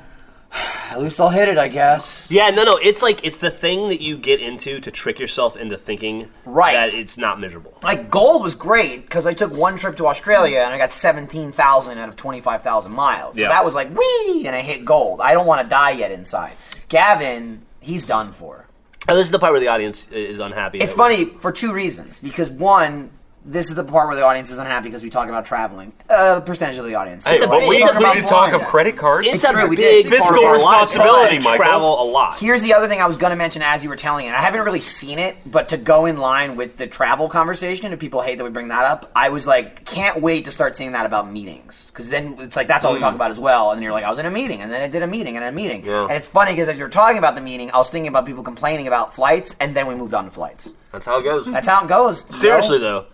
at least I'll hit it, I guess.
Yeah, no, no. It's like it's the thing that you get into to trick yourself into thinking
Right.
that it's not miserable.
Like gold was great because I took one trip to Australia and I got seventeen thousand out of twenty five thousand miles. So
Yeah.
that was like wee, and I hit gold. I don't want to die yet inside. Gavin, he's done for.
Oh, this is the part where the audience i- is unhappy.
It's funny for two reasons. Because one, this is the part where the audience is unhappy because we talk about traveling. A percentage of the audience.
hey,
a
but
big-
we
it's a
included
big
talk of
line.
credit cards.
It's
It's, a
true, we
big
did.
part of
Fiscal
our lives.
responsibility,
But I
Michael.
Travel a lot.
Here's the other thing I was going to mention as you were telling it. I haven't really seen it, but to go in line with the travel conversation, if people hate that we bring that up, I was like, can't wait to start seeing that about meetings. Because then it's like, that's all we
Mm.
talk about as well. And you're like, I was in a meeting, and then I did a meeting, and a meeting. And it's funny because as you were talking about the meeting, I was thinking about people complaining about flights, and then we moved on to flights.
That's how it goes.
That's how it goes. you
Seriously
know?
though,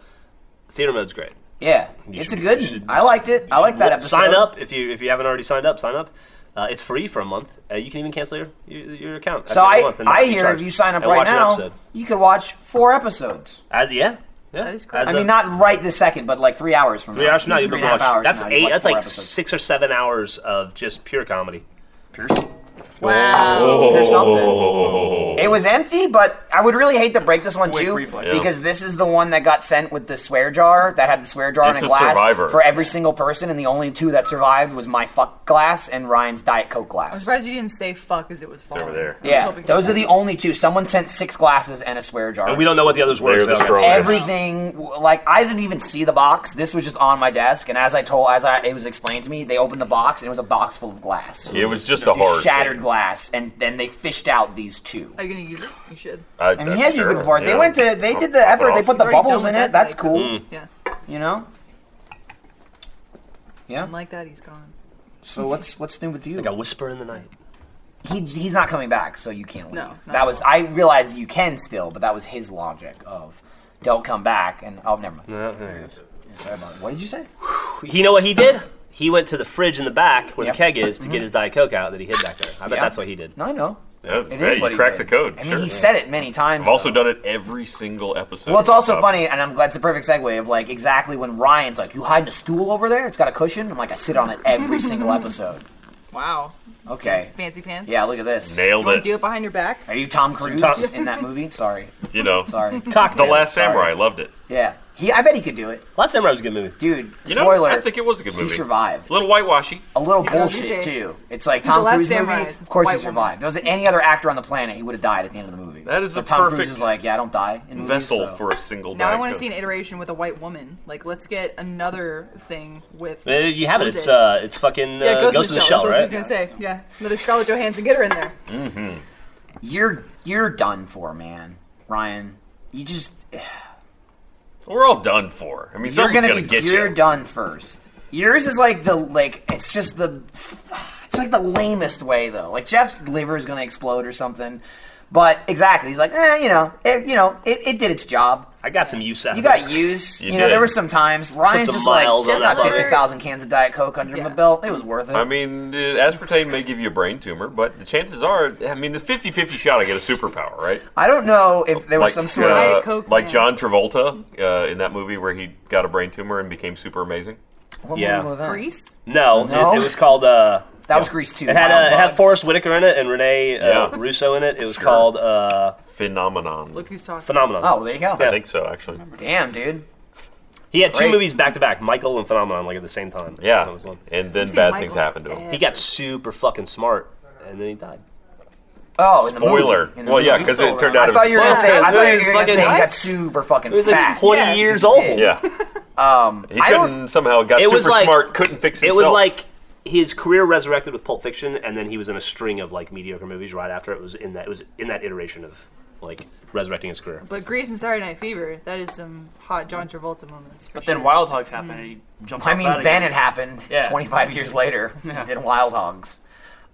theater mode's great.
Yeah. It's
should-
a good
you
one.
should-
I liked it. I like that episode.
Sign up if you if you haven't already signed up. Sign up. Uh, it's free for a month. Uh, you can even cancel your your, your account.
So I, I hear if you sign up right now,
Episode.
you could watch four episodes.
As, yeah, yeah,
That is crazy.
As
I mean,
of-
not right this second, but like three hours from
Three
now.
hours from now, you've
Three
been
and a half
watching.
hours
that's
from now, you
eight.
watch
That's
four
like
episodes.
six or seven hours of just pure comedy.
wow.
or something. It was empty, but I would really hate to break this one
Wait,
too,
reflex.
Yeah.
because this is the one that got sent with the swear jar that had the swear jar
It's
in
a
a glass
survivor.
for every single person, and the only two that survived was my fuck glass and Ryan's diet coke glass.
I'm surprised you didn't say fuck as it was falling.
over there.
I was
Yeah,
hoping for
those
that.
are the only two. Someone sent six glasses and a swear jar.
And we don't know what the others were.
They're
so
the
that's-
strongest.
everything like I didn't even see the box. This was just on my desk, and as I told, as I it was explained to me, they opened the box and it was a box full of glass,
it was just a
Just
hard
shattered
thing.
glass, and then they fished out these two.
Are you gonna use it? You should.
I,
I mean, he has used it before. They went to, they did the
Off
effort.
and
They
off. Mm.
put the
He's already
bubbles
done
in
with that
it. That's
type.
cool.
Yeah.
You know.
And
Yeah.
like that, he's gone.
So what's what's new with you?
Like a whisper in the night.
He he's not coming back, so you can't leave.
No, not
that
at
was I realized you can still, but that was his logic of don't come back and oh never mind. Sorry about it. What did you say?
You know what he did? He went to the fridge in the back where
Yep.
the keg is to get his diet coke out that he hid back there. I bet
Yeah.
that's what he did.
No, I know.
Yeah,
It is
yeah,
what
you
he
cracked the
did.
code.
I mean,
sure.
he said it many times.
I've also
though.
done it every single episode.
Well, it's also
Uh,
funny, and I'm glad it's a perfect segue of like exactly when Ryan's like, "You hiding a stool over there? It's got a cushion." I'm like, I sit on it every single episode.
Wow.
Okay.
Fancy pants.
Yeah, look at this.
Nailed
You want to do
it.
it behind your back?
Are you Tom Cruise
Tom-
in that movie? Sorry,
You know,
sorry.
The Last
Sorry.
Samurai. I loved it.
Yeah, he. I bet he could do it,
Last Samurai was a good movie.
dude.
You know,
spoiler.
I think it was a good movie.
He survived.
A little whitewashy.
A little
he
bullshit
did.
too. It's like Tom
Last
Cruise movie.
Samurai is
Of course, he
white woman.
survived. If there was any other actor on the planet, he would have died at the end of the movie. movie.
That is
so
a
Tom Cruise
perfect
is like, yeah, I don't die in movies,
vessel
so-
for a single.
Now I
die
want to
cook.
see an iteration with a white woman. Like, let's get another thing with.
Uh, You have it.
what is
It's uh, it's fucking uh,
yeah,
Ghost, in the Shell,
That's what I
right?
was gonna say. Yeah, another Scarlett Johansson. Get her in there.
You're you're done for, man, Ryan. You just
We're all done for. I mean,
you're
someone's
gonna,
gonna,
be
get
you're
you.
done first. Yours is like the like it's just the it's like the lamest way though. Like Jeff's liver is gonna explode or something. But exactly, he's like, eh, you know, it, you know, it, it did its job.
I got some use out
You
of it.
got used.
You
You, know,
did.
there were some times Ryan's
some
just like
miles on
got
that
fifty thousand cans of Diet Coke under
Yeah.
my belt. It was worth it.
I mean, uh, aspartame may give you a brain tumor, but the chances are, I mean, the 50-50 shot I get a superpower, right?
I don't know if there was
like,
some sort
Diet
of
uh, Coke
like
man.
John Travolta uh, in that movie where he got a brain tumor and became super amazing.
what
Yeah.
movie was that?
Grease.
No,
No.
It, it was called. Uh,
That was Grease too.
it
Wild
had uh, it had
Dogs.
Forrest Whitaker in it and Renee uh,
Yeah.
Russo in it. It was called uh,
Phenomenon.
Look who's talking.
Phenomenon.
Oh, there you go.
I
Yeah.
think so, actually.
Damn, dude.
He had two
Great.
movies back to back, Michael and Phenomenon, like at the same time. That
Yeah,
was one.
and then
seen
bad
Michael
things happen to him.
He got super fucking smart, and then he died.
Oh, in the movie.
Spoiler.
In the
Well, yeah,
movie.
because it turned out.
I
it
thought
was
you were
a
gonna say. I
Spoiler.
thought you were gonna
Fucking
say he got
nuts.
super fucking
He was like
fat.
20
Yeah,
years
he
old.
did.
Yeah,
Um,
he
I
couldn't
don't.
somehow got
It
super
was like-
smart, couldn't fix
It
himself.
was like his career resurrected with Pulp Fiction, and then he was in a string of like mediocre movies right after. It was in that it was in that iteration of like resurrecting his career.
But Grease and Saturday Night Fever. That is some hot John Travolta moments. For sure.
Then Wild Hogs happened and he jumped
Mm. I
off
mean,
that
then
again.
it happened.
Yeah.
25 years later, he did Wild Hogs.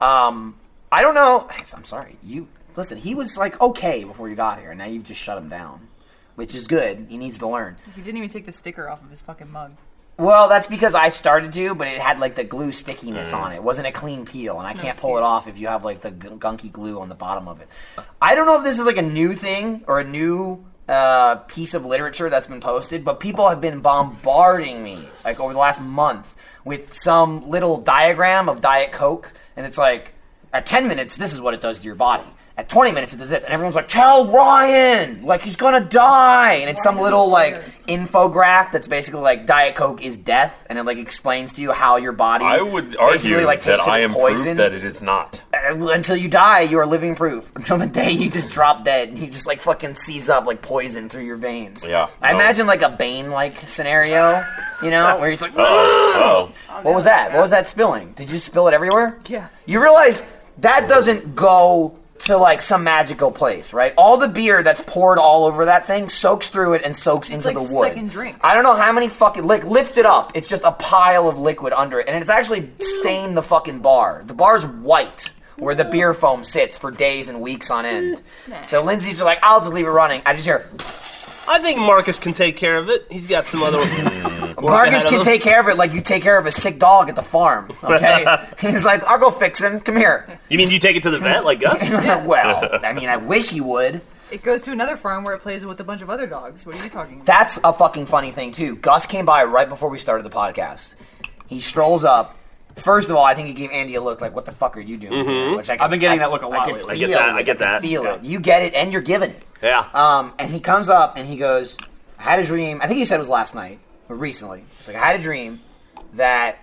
Um, I don't know. I'm sorry. You listen. He was like okay before you got here, and now you've just shut him down, which is good. He needs to learn.
He didn't even take the sticker off of his fucking mug.
Well, that's because I started to, but it had like the glue stickiness
Mm.
on it. It wasn't a clean peel, and I can't pull it
excuse.
off if you have like the gun- gunky glue on the bottom of it. I don't know if this is like a new thing or a new uh, piece of literature that's been posted, but people have been bombarding me like over the last month with some little diagram of Diet Coke, and it's like at 10 minutes, this is what it does to your body. At 20 minutes, it does this. And everyone's like, tell Ryan! Like, he's gonna die! And it's some little, like, infograph that's basically like Diet Coke is death, and it, like, explains to you how your body
I would argue
basically, like,
that
takes
I
its
am proof
poison.
that it is not.
Uh, Until you die, you are living proof. Until the day you just drop dead, and you just, like, fucking seize up, like, poison through your veins.
Yeah,
I
no.
imagine, like, a Bane like scenario, you know, where he's like,
Oh,
what was that? What was that spilling? Did you spill it everywhere?
Yeah.
You realize that doesn't go to like some magical place, right? All the beer that's poured all over that thing soaks through it and soaks into
like
the wood.
second drink.
I don't know how many fucking like lift it up. It's just a pile of liquid under it, and it's actually stained the fucking bar. The bar's white. Where the beer foam sits for days and weeks on end. So Lindsay's just like, I'll just leave it running. I just hear,
I think Marcus can take care of it. He's got some other.
Marcus
ahead of
can
him.
take care of it like you take care of a sick dog at the farm. Okay, he's like, I'll go fix him. Come here.
you mean you take it to the vet like Gus?
well, I mean, I wish he would.
It goes to another farm where it plays with a bunch of other dogs. What are you talking about?
That's a fucking funny thing too. Gus came by right before we started the podcast. He strolls up. First of all, I think he gave Andy a look like, "What the fuck are you doing?" here?" Which I
Mm-hmm. I've been getting that look a
I
lot
could
lately. I get
feel
that, I
it.
get
could
that.
Feel
Yeah.
it. You get it, and you're giving it.
Yeah.
Uh,
Um, and he comes up and he goes, "I had a dream. I think he said it was last night or recently. It's like I had a dream that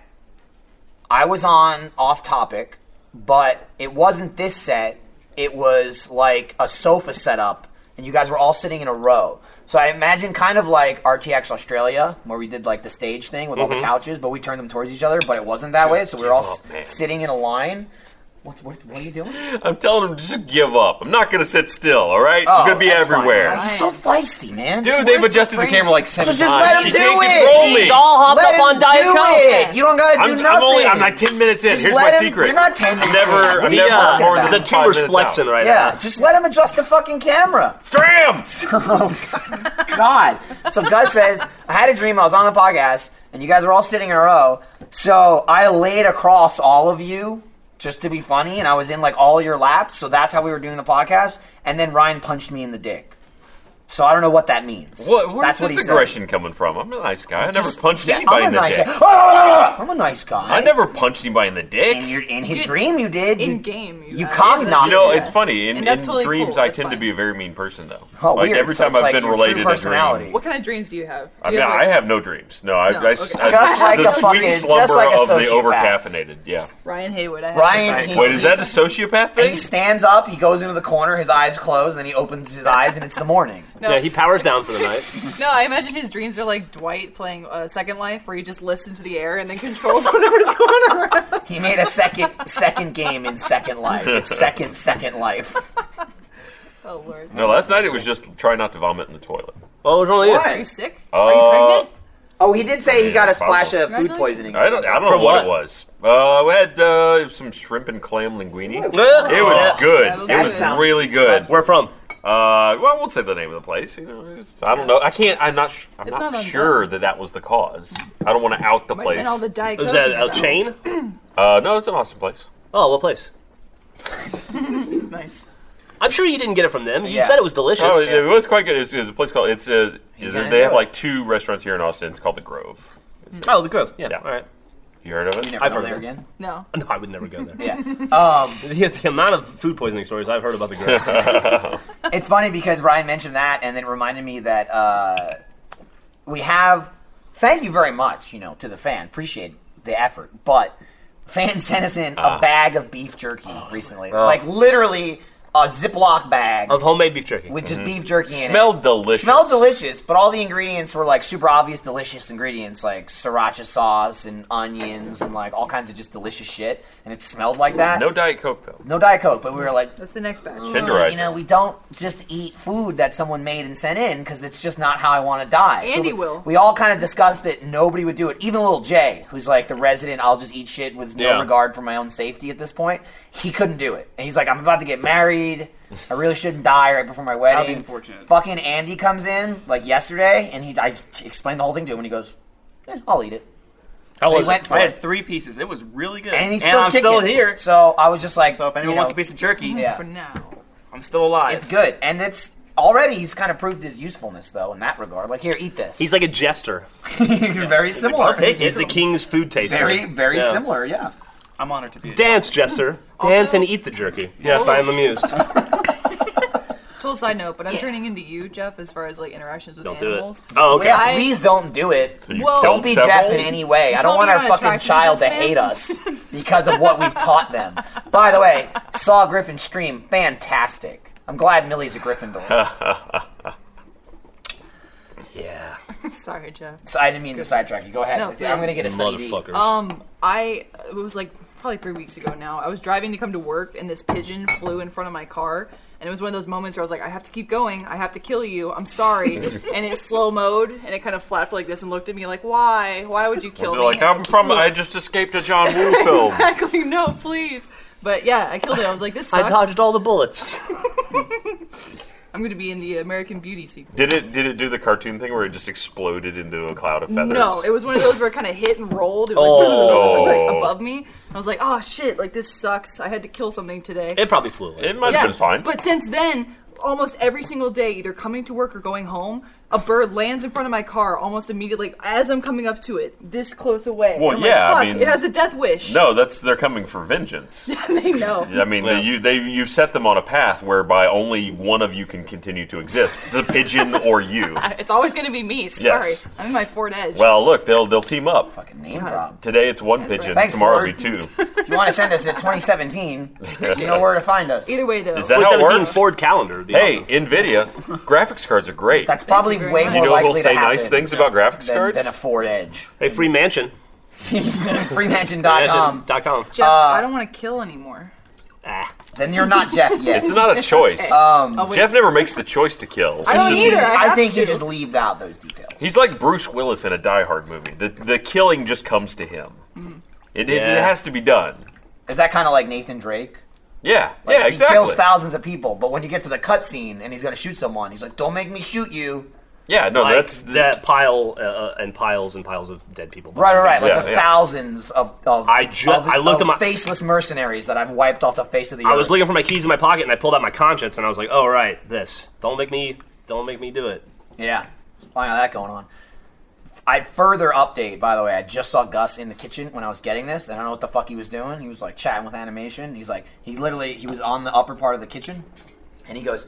I was on off topic, but it wasn't this set. It was like a sofa setup, and you guys were all sitting in a row. So I imagine kind of like RTX Australia, where we did like the stage thing with all the couches, but we turned them towards each other, but it wasn't that way. So we were all s-
Give Mm-hmm. up, man.
sitting in a line. What, what, what are you doing?
I'm telling him just give up. I'm not gonna sit still. All right, I'm gonna
Oh,
be
that's fine.
everywhere.
He's so feisty, man.
Dude,
Where's
they've
the
adjusted the
frame?
camera like seven
So just
times.
let him
He
do
can't
it.
control me.
He's all hopped
Let
up on
him
Diet
do
Coke.
it. You don't gotta do
I'm,
nothing.
I'm only I'm like ten minutes in.
Just
Here's
let
my
him-
secret.
you're not 10
I'm
minutes
never
in. What
I'm
are you
never
talking
more
about?
than
the
five
tumor's
minutes
flexing
out.
right
Yeah, just let him adjust the fucking camera.
Strams.
God. So Gus says, I had a dream. I was on the podcast, and you guys were all sitting in a row. So I laid across all of you just to be funny, and I was in like all your laps. So that's how we were doing the podcast. And then Ryan punched me in the dick. So I don't know what that means.
What, where's
That's
this
what he said.
aggression coming from? I'm a nice guy. I never punched
Yeah,
anybody
I'm a
in the
nice
dick.
guy. I'm a nice guy.
I never punched anybody in the dick.
In your in his
Dude,
dream, you did.
in
You-
game. You,
you
uh,
cock
yeah,
knock
You know,
Yeah.
it's funny. In,
And that's
in
totally
dreams,
cool.
I
That's
tend to
fine.
be a very mean person, though.
Oh,
like
weird.
every
So
time
it's
I've
like
been
your true
related in a
personality.
dream.
What kind of dreams do you have?
I
Do
mean,
you
I have no dreams. No, I,
No,
I s-
okay.
I-
Just like
the
a
sweet
fucking- just
slumber
like a
of the
sociopath.
overcaffeinated. Yeah.
Ryan Haywood. I have
Ryan, he,
Wait, is that a sociopath
and
thing?
he stands up. He goes into the corner. His eyes close, and then he opens his eyes, and it's the morning.
No.
Yeah, he powers down for the night.
No, I imagine his dreams are like Dwight playing uh, Second Life, where he just lifts into the air and then controls whatever's going around.
He made a second second game in Second Life. It's second Second Life.
Oh lord.
No, last night it was just try not to vomit in the toilet.
Well, it was Oh, only
Are
it.
you sick?
Uh,
are you pregnant?
Oh, he did say he got a splash of food
Congratulations.
poisoning.
I don't, I don't know
From
what, it
what?
was. Uh, we had uh, some shrimp and clam linguine. It
Ugh.
was good. It
That
was
sounds
really good.
Where from?
Uh, well, I won't say the name of the place. You know, it's- I don't know. I can't. I'm not. sh- I'm
It's
not,
not on
sure that that was the cause. I don't want to out the
Might have
place.
been all the Diet
Was
Coke
that
in
a
your
chain?
uh, no, it's an awesome place.
Oh, what place?
mouth. Nice.
I'm sure you didn't get it from them. You
Yeah.
said it was delicious.
Oh, it, it was quite good. It's, it's a place called. It's uh,
You
is-
gotta
they
do
have
it.
like two restaurants here in Austin. It's called the Grove.
Oh, the Grove. Yeah.
Yeah.
All right.
You heard of it?
You never
I've
go
heard
there
of it.
again.
No.
No, I would never go there.
Yeah. Um,
the, the amount of food poisoning stories I've heard about the Grove.
it's funny because Ryan mentioned that and then reminded me that uh, we have. Thank you very much, you know, to the fan. Appreciate the effort, but fans sent us in
Ah.
a bag of beef jerky recently, like literally a Ziploc bag
Oh. of homemade beef jerky.
with just beef jerky in it.
Mm-hmm. Smelled delicious.
Smelled delicious, but all the ingredients were like super obvious, delicious ingredients like sriracha sauce and onions and like all kinds of just delicious shit. And it smelled like that.
No diet coke though.
no Diet Coke, but we were like,
That's the next batch.
Tenderizer.
you know, we don't just eat food that someone made and sent in because it's just not how I want to die.
Andy
we,
will.
We all kind of discussed it. Nobody would do it. Even little Jay, who's like the resident, I'll just eat shit with no
Yeah.
regard for my own safety at this point. He couldn't do it, and he's like, I'm about to get married. I really shouldn't die right before my wedding.
unfortunate.
Fucking Andy comes in like yesterday, and he I explained the whole thing to him, and he goes, "Eh, "I'll eat it."
How
So he
was
went
it?
for
I had
it,
three pieces. It was really good.
and he's
And
still
I'm
kicking.
still here. So
So I was just like,
if anyone
you know,
wants a piece of jerky,
Yeah.
For now.
I'm still alive.
It's good, and it's already he's kind of proved his usefulness though in that regard. Like here, eat this.
He's like a jester.
very similar.
He's the king's food taster.
Very, very
Yeah.
similar. Yeah.
I'm honored to be. here.
Dance, jester. Dance and eat the jerky. Yes, I am amused.
Total side note, but I'm turning into you, Jeff, as far as like interactions with
Don't do it.
animals.
Oh, okay.
Yeah.
I-
please don't do it.
So you
Well-
killed
Don't be
several?
Jeff in any way. I
tell
don't
me
want
you're
our
not
fucking
attracted to
child to
this man?
hate us because of what we've taught them. By the way, saw Griffin stream. Fantastic. I'm glad Millie's a Gryffindor.
Yeah.
Sorry, Jeff.
So I didn't mean to sidetrack you. Go ahead.
No,
I'm going to get a sunny D.
Motherfucker.
Um, I it was like probably three weeks ago now. I was driving to come to work, and this pigeon flew in front of my car, and it was one of those moments where I was like, I have to keep going. I have to kill you. I'm sorry. and it slow mode, and it kind of flapped like this and looked at me like, Why? Why would you kill
So
me?
like I'm from. I just escaped a John Woo film.
exactly. No, please. But yeah, I killed it. I was like, This
I dodged
sucks.
all the bullets.
I'm going to be in the American Beauty sequel.
Did it? Did it do the cartoon thing where it just exploded into a cloud of feathers?
No, it was one of those where it kind of hit and rolled. It was
Oh.
like, like, above me. I was like, oh shit, like this sucks. I had to kill something today.
It probably flew away.
It might have been fine.
But since then, almost every single day, either coming to work or going home, a bird lands in front of my car almost immediately, like as I'm coming up to it, this close away.
Well,
I'm
yeah, I
like, Fuck,
mean-
it has a death wish.
no, that's they're coming for vengeance.
they know.
I mean,
Yeah.
they, you they you set them on a path whereby only one of you can continue to exist: the pigeon or you.
It's always going to be me. Sorry,
Yes.
I'm in my Ford Edge.
Well, look, they'll they'll team up.
Fucking name drop.
Today it's one
right.
pigeon.
Thanks,
tomorrow
Lord.
it'll be two.
If you want to send us to 2017, you know where to find us.
either way, though,
Is that how it
2017
works?
Ford calendar. would be
Hey,
awesome.
Nvidia graphics cards are great.
That's probably
very
way
much.
you
more
know
likely
who'll
to
say
happen
nice things about graphics
than,
cards?
than a Ford Edge.
Hey, free mansion.
Freemansion.com.
Dot com.
Jeff,
uh,
I don't want to kill anymore.
Ah.
then you're not Jeff yet.
it's not a choice.
um,
Oh, wait.
Jeff never makes the choice to kill.
I don't
He-
either. I,
I,
have
think
to.
he just leaves out those details.
He's like Bruce Willis in a Die Hard movie. The the killing just comes to him.
Mm.
It, it,
Yeah.
it has to be done.
Is that kind of like Nathan Drake?
Yeah,
Like,
yeah,
he
exactly.
kills thousands of people, but when you get to the cutscene and he's going to shoot someone, he's like, "Don't make me shoot you."
Yeah, no,
Like
that's the,
that pile uh, uh, and piles and piles of dead people.
Right, right, right. Like
Yeah,
the
yeah.
thousands of, of
I ju-
of-
I looked
of
at my-
faceless mercenaries that I've wiped off the face of the earth.
I was looking for my keys in my pocket and I pulled out my conscience and I was like, "Oh right, this. Don't make me Don't make me do it.
Yeah, I got that going on. I'd further update, by the way. I just saw Gus in the kitchen when I was getting this, and I don't know what the fuck he was doing. He was like chatting with animation. He's like, he literally, he was on the upper part of the kitchen, and he goes,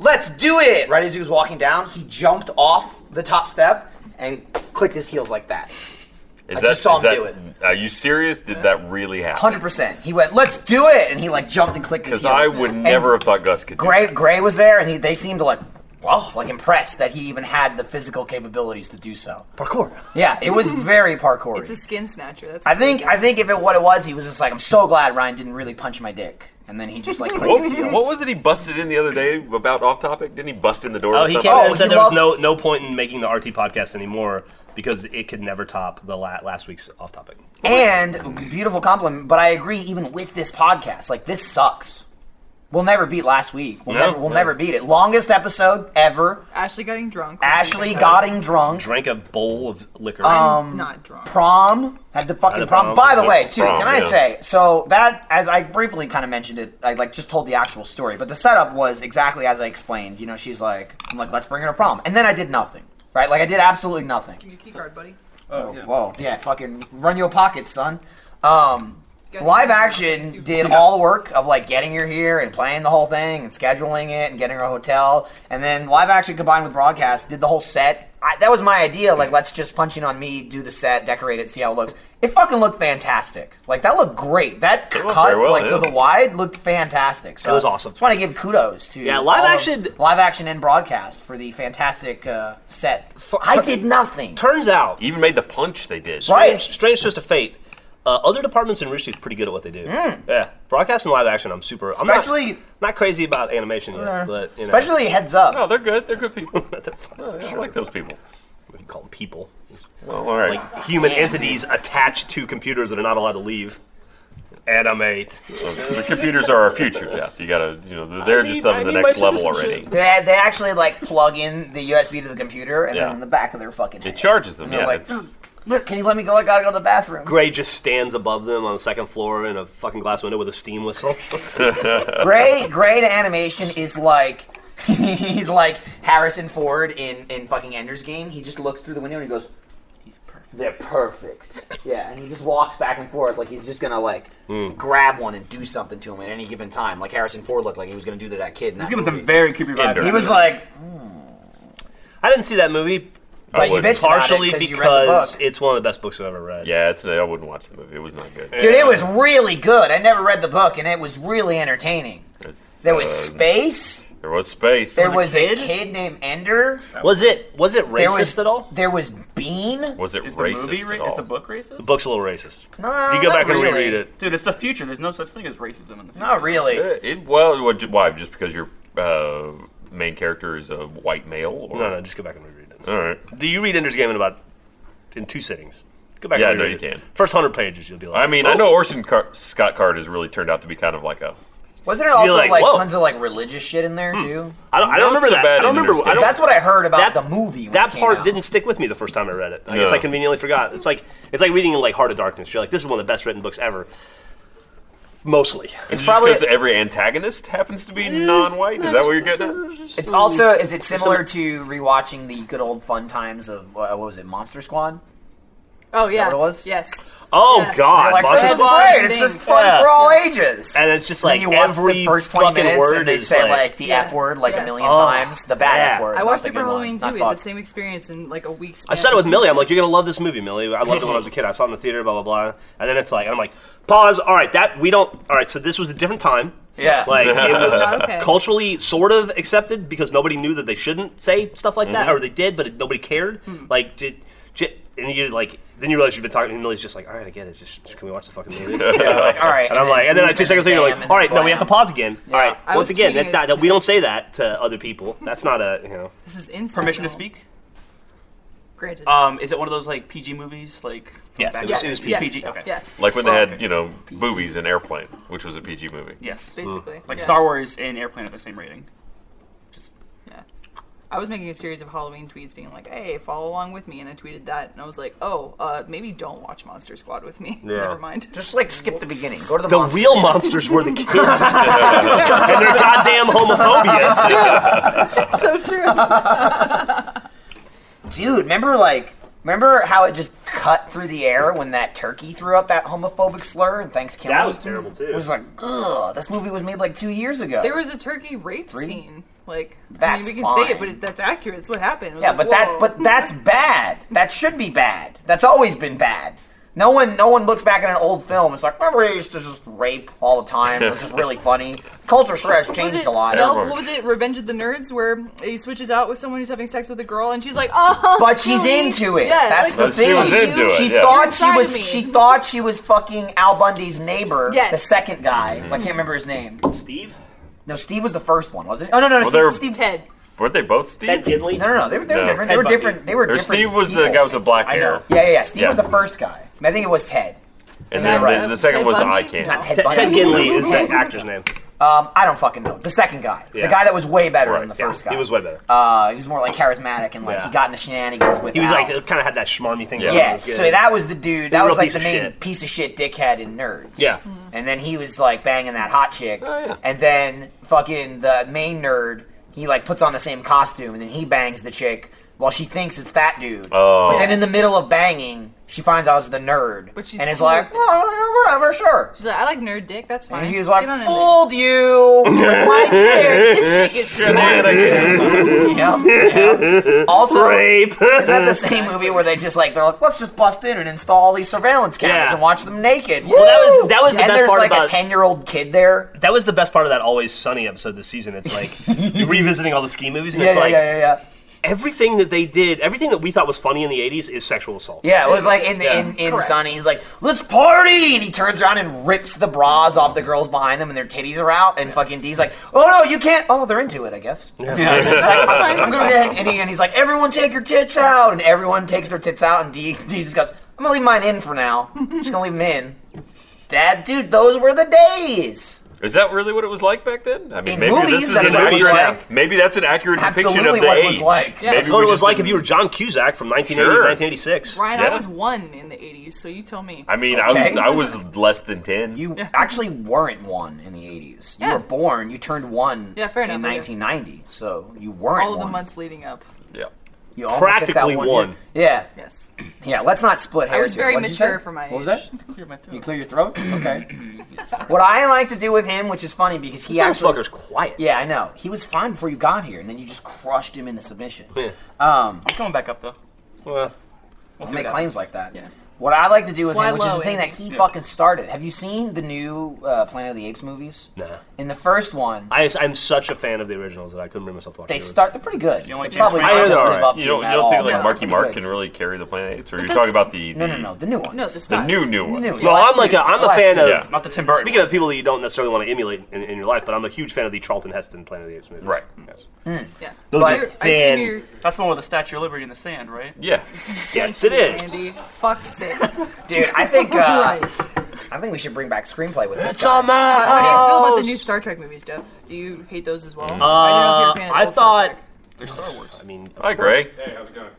"Let's do it!" Right as he was walking down, he jumped off the top step and clicked his heels like that.
Is
I just saw
is
him do
Are you serious? Did that really happen?
Hundred percent. He went, "Let's do it!" and he like jumped and clicked his
Because
heels.
I would
And
never have thought Gus could. do
Gray
that.
Gray was there, and he, they seemed like, well, like impressed that he even had the physical capabilities to do so. Parkour. Yeah, it was very parkour.
It's a skin snatcher. That's
I think I think if it what it was, he was just like, I'm so glad Ryan didn't really punch my dick, and then he just like clicked
What,
his heels.
what was it he busted in the other day about off topic? Didn't he bust in the door?
Oh,
with
he came
something?
in and
he
said there was
loved-
no no point in making the RT podcast anymore because it could never top the la- last week's off topic.
And beautiful compliment, but I agree. Even with this podcast, like this sucks. We'll never beat last week. We'll,
No,
never, we'll
no.
never beat it. Longest episode ever.
Ashley getting drunk.
Ashley Godding drunk.
Drank a bowl of liquor.
um, not drunk.
prom had the fucking
Had a
prom.
prom.
By the
Yeah,
way, too,
prom,
can I
yeah.
say so that as I briefly kind of mentioned it, I like just told the actual story, but the setup was exactly as I explained. You know, she's like, I'm like, let's bring her to prom, and then I did nothing. Right, like I did absolutely nothing.
Your key card, buddy.
Oh, Whoa, yeah, fucking run your pockets, son. Um,
Get
live
it.
action did all the work of like getting her here and planning the whole thing and scheduling it and getting her a hotel, and then live action combined with broadcast did the whole set. I, that was my idea. Like, let's just punch in on me, do the set, decorate it, see how it looks. It fucking looked fantastic. Like that looked great. That
looked
cut
very well,
like to
yeah.
the wide looked fantastic. So
It was awesome.
Just want to give kudos to
Yeah, live
all of-
action-
live action and broadcast for the fantastic uh, set. I did nothing.
Turns out,
Even made the punch they did.
Right.
strange, strange twist of fate. Uh, other departments in Rooster's pretty good at what they do. Yeah, broadcast and live action. I'm super. I'm not-
Especially-
not, crazy about animation yet, but you know,
Especially heads up.
No, Oh, they're good. They're good people.
They're fucking-
Oh, yeah, I like those people.
we call them people,
Well, all right.
like human entities attached to computers that are not allowed to leave. Animate.
the computers are our future, Jeff. You gotta, you know, they're
need-
just up
I
in the
need
next
my
level
citizenship.
already.
They, they actually like plug in the USB to the computer and
Yeah.
then in the back of their fucking head.
It charges them.
And they're
Yeah,
like,
it's,
Look, can you let me go? I gotta go to the bathroom.
Gray just stands above them on the second floor in a fucking glass window with a steam whistle.
Gray, gray to animation is like he's like Harrison Ford in in fucking Ender's Game. He just looks through the window and he goes, "He's perfect. They're perfect." Yeah, and he just walks back and forth like he's just gonna like grab one and do something to him at any given time. Like Harrison Ford looked like he was gonna do to that kid. in
He's
that
giving
movie.
some very creepy vibes.
Ender.
He was like,
I didn't see that movie
I
"But you
wouldn't.
bitched
partially
about it you read the book."
because it's one of the best books I've ever read.
yeah, it's. I wouldn't watch the movie. It was not good.
Dude, it was really good. I never read the book, and it was really entertaining.
It's,
There was
uh,
space.
There was space.
There
was,
was a kid, named Ender.
Was it was it
There
racist
was
at all?
There was Bean.
it
Is the
racist
movie?
at
Ra-
all?
is the book racist?
The book's a little racist.
No,
you go
Uh, not
back and
really.
reread it.
Dude, it's the future. There's no such thing as racism in the future.
Not really.
Uh, It, well, what, why? Just because your uh, main character is a white male? Or?
No, no, just go back and reread it.
All right.
Do you read Ender's Game in about in two sittings? Go back.
Yeah,
and
no,
reread
you
it.
can.
First hundred pages, you'll be like. "Oh."
I mean, I know Orson Car- Scott Card has really turned out to be kind of like a.
Wasn't there also
like,
like,
whoa.
tons of like religious shit in there too?
I don't, I don't
Not
remember
so
that.
bad
I don't
in
remember.
Ender's
I
Game.
don't,
That's what I heard about
that-
the movie. When
that
it came
part
out.
didn't stick with me the first time I read it. I guess
No.
I conveniently forgot. It's like it's like reading like Heart of Darkness. You're like, this is one of the best written books ever. Mostly.
It's
probably-
because every antagonist happens to be non-white. Is that what you're getting at?
It's also is it similar to rewatching the good old fun times of uh, what was it, Monster Squad?
Oh yeah.
what it was?
Yes.
Oh
Yeah.
God,
Like
Monster
this is
Squad.
great. It's just fun
Yeah.
for all ages.
And it's just like
then you watch
every
the first 20
fucking
minutes
word
and they
is
say
like-
like, the f word like
Yes.
a million
Oh,
times the bad
yeah.
f word
I
not
watched
the
it for
good one,
Halloween too.
not
We had
fuck.
the same experience in like a week.
I
Span.
said it with Millie. I'm like, you're gonna love this movie, Millie. I loved it when I was a kid. I saw it in the theater. Blah blah blah. And then it's like, I'm like, pause. All right, that we don't. All right, so this was a different time.
yeah
Like it was
Okay.
culturally sort of accepted because nobody knew that they shouldn't say stuff like that, or they did, but it, nobody cared. Like did, j and you like then you realize you've been talking, and Millie's just like, all right, I get it. Just, just can we watch the fucking movie?
like, all right
And I'm like, and then like, two
Demon
seconds later,
Dam,
you're
and
like,
then
all right, no, we
Blam.
have to pause again. All right,
I
once
was
again, that's
tweeting
not
it.
we don't say that to other people. That's not a you know.
This is insane.
Permission to speak?
Granted.
Um, is it one of those like PG movies? Like from
Yes,
back
it
yes.
it
was
yes.
PG, okay.
Yes.
Like when they
Oh,
had,
okay.
you know, boobies in Airplane, which was a PG movie.
yes,
Basically.
like
yeah.
Star Wars and Airplane are the same rating.
Yeah. I was making a series of Halloween tweets being like, hey, follow along with me. And I tweeted that. And I was like, oh, uh, maybe don't watch Monster Squad with me.
Yeah.
Never mind.
Just like skip the beginning. Go to the,
The
monster.
real monsters were the kids and their goddamn homophobia.
so true.
dude. Remember like remember how it just cut through the air when that turkey threw out that homophobic slur in Thanksgiving.
That was terrible too.
It was like, ugh. This movie was made like two years ago.
There was a turkey rape scene. Like, I
That's
mean, we can say it,
fine.
but it, that's accurate. It's what happened. It was
yeah,
like,
but that
whoa.
but that's bad. That should be bad. That's always been bad. No one no one looks back at an old film. It's like remember they used to just rape all the time. It was just really funny. Culture sure has
was
changed
it,
a lot.
No,
Everyone-
what was it? Revenge of the Nerds, where he switches out with someone who's having sex with a girl, and she's like, "Oh,
But she's
silly."
into it.
Yeah,
That's
like,
the thing.
She was into it.
She
yeah.
thought she
Inside of me.
was. She thought she was fucking Al Bundy's neighbor,
Yes.
the second guy.
Mm-hmm.
I can't remember his name.
Steve?
No, Steve was the first one, wasn't it? Oh no, no, no
Well, they were-
Steve, Steve.
Ted.
Weren't they both Steve?
Ted Gidley?
No, no, no. They were, they were
No.
different. They
Ted
were
Bundy.
different. They were
Or
different.
Steve was the
people.
guy with the black
I know.
hair.
Yeah, yeah, yeah. Steve
Yeah.
was the first guy. I think it was Ted.
And then
Right.
the, the second
Ted
was
Bundy?
I can't.
No.
Not Ted
Ted,
Bundy.
Ted Gidley is the actor's name.
Um, I don't fucking know. The second guy,
Yeah.
the guy that was way better than the
Right,
first
Yeah,
guy.
he was way better.
Uh, he was more like charismatic and like
Yeah.
he got into shenanigans with.
he was
Al.
like, kind of had that schmarmy thing.
Yeah.
going on. It
Yeah,
was Oh, good.
so that was the dude. That
real
was like
piece
the
of
main
shit.
piece of shit dickhead in Nerds.
Yeah.
Hmm.
And then he was like banging that hot chick.
Oh, yeah.
And then fucking the main nerd, he like puts on the same costume and then he bangs the chick while she thinks it's that dude.
Oh.
But then in the middle of banging, she finds out it's the nerd.
But she's
and is
cool
like,
with it.
"Oh, yeah, whatever, sure.
She's like, "I like nerd dick. That's fine."
And she was like,
Get on in there."
fooled you with my dick.
This dick is
Yep, yep. Also,
Rape.
Is
Uh,
that the same movie where they just like they're like, let's just bust in and install all these surveillance cameras
Yeah.
and watch them naked?
Well, that was-
Woo!
that was the
and
best
there's
part
like
about-
a ten year old kid there.
that was the best part of that Always Sunny episode this season. It's like you're revisiting all the ski movies, and
Yeah,
it's
yeah,
like
yeah, yeah, yeah.
everything that they did, everything that we thought was funny in the '80s, is sexual assault.
Yeah, it was like in in, in
Correct.
Sonny, he's like, let's party, and he turns around and rips the bras off the girls behind them, and their titties are out, and fucking D's like, oh no, you can't. Oh, they're into it, I guess. Yeah, he's like, I'm, I'm gonna get, and, he, and he's like, everyone take your tits out, and everyone takes their tits out, and D D just goes, I'm gonna leave mine in for now. just gonna leave them in. Dad, dude, those were the days.
Is that really what it was like back then? I mean,
In
maybe
movies,
this is
that's
an
what it was
accurate.
like.
Maybe that's an accurate depiction
Absolutely
of the
what it was
age.
like.
Yeah,
Maybe
that's
That's what
we
it was
just
like if
didn't-
you were John Cusack from 1980
Sure.
to 1986.
Ryan,
Yeah.
I was one in the '80s, so you tell me.
I mean,
Okay.
I was I was less than ten.
You actually weren't one in the 80s. You
Yeah.
were born, you turned one
Yeah, fair
in
enough, I guess.
1990, so you weren't
All of the
one.
months leading up.
yeah.
You almost hit that
Practically
year.
one.
Yeah,
Yes,
yeah. Let's not split hairs.
I was
here.
very
What'd you say?
mature for my age.
What was that?
Clear my throat.
You clear your throat? Okay. what I like to do with him, which is funny because he
This
actually.
motherfucker's quiet.
Yeah, I know. He was fine before you got here, and then you just crushed him into submission.
Yeah.
Um,
He's coming back up though.
Well,
don't make claims like that.
Yeah.
What I like to do with
Fly
him, which is
low,
the thing that
Andy.
he fucking started. Have you seen the new uh, Planet of the Apes movies?
Nah.
In the first one,
I, I'm such a fan of the originals that I couldn't bring myself to watch.
they
the
start. They're pretty good.
only
They
James
probably don't
Cameron-
I heard they're
live
alright.
up to
You don't,
him
you
at
don't think
all.
like
No.
Marky Mark
Good.
can really carry the Planet Apes, or you're
that's-
talking about the
No, no, no. The new one.
No, the,
the new new one?
New.
originals. Well, I'm like a, I'm a fan of.
Yeah.
Not the Tim Burton.
Speaking of people that you don't necessarily want to emulate in, in your life, but I'm a huge fan of the Charlton Heston Planet of the Apes movies.
Right.
Yes.
Yeah.
But-
Those are
I've seen
thin.
your
that's the one with the Statue of Liberty in the sand, right?
Yeah.
Yes, it is.
Andy. Fuck's sake.
Dude, I think uh,
Christ.
I think we should bring back screenplay with this
How
guy.
do
Summer.
you feel about the new Star Trek movies, Jeff? Do you hate those as well? I don't know if you're a fan of
Uh,
Uh,
I
old Star
thought-
Trek.
They're Star Wars.
I mean,
Hi, Greg.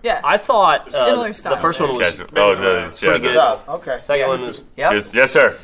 Yeah.
I thought uh,
Similar
the
style.
first one was
Yes, oh, no, it's- yeah,
pretty good.
no.
Okay.
Second one was.
Yep.
Yes, yes, sir.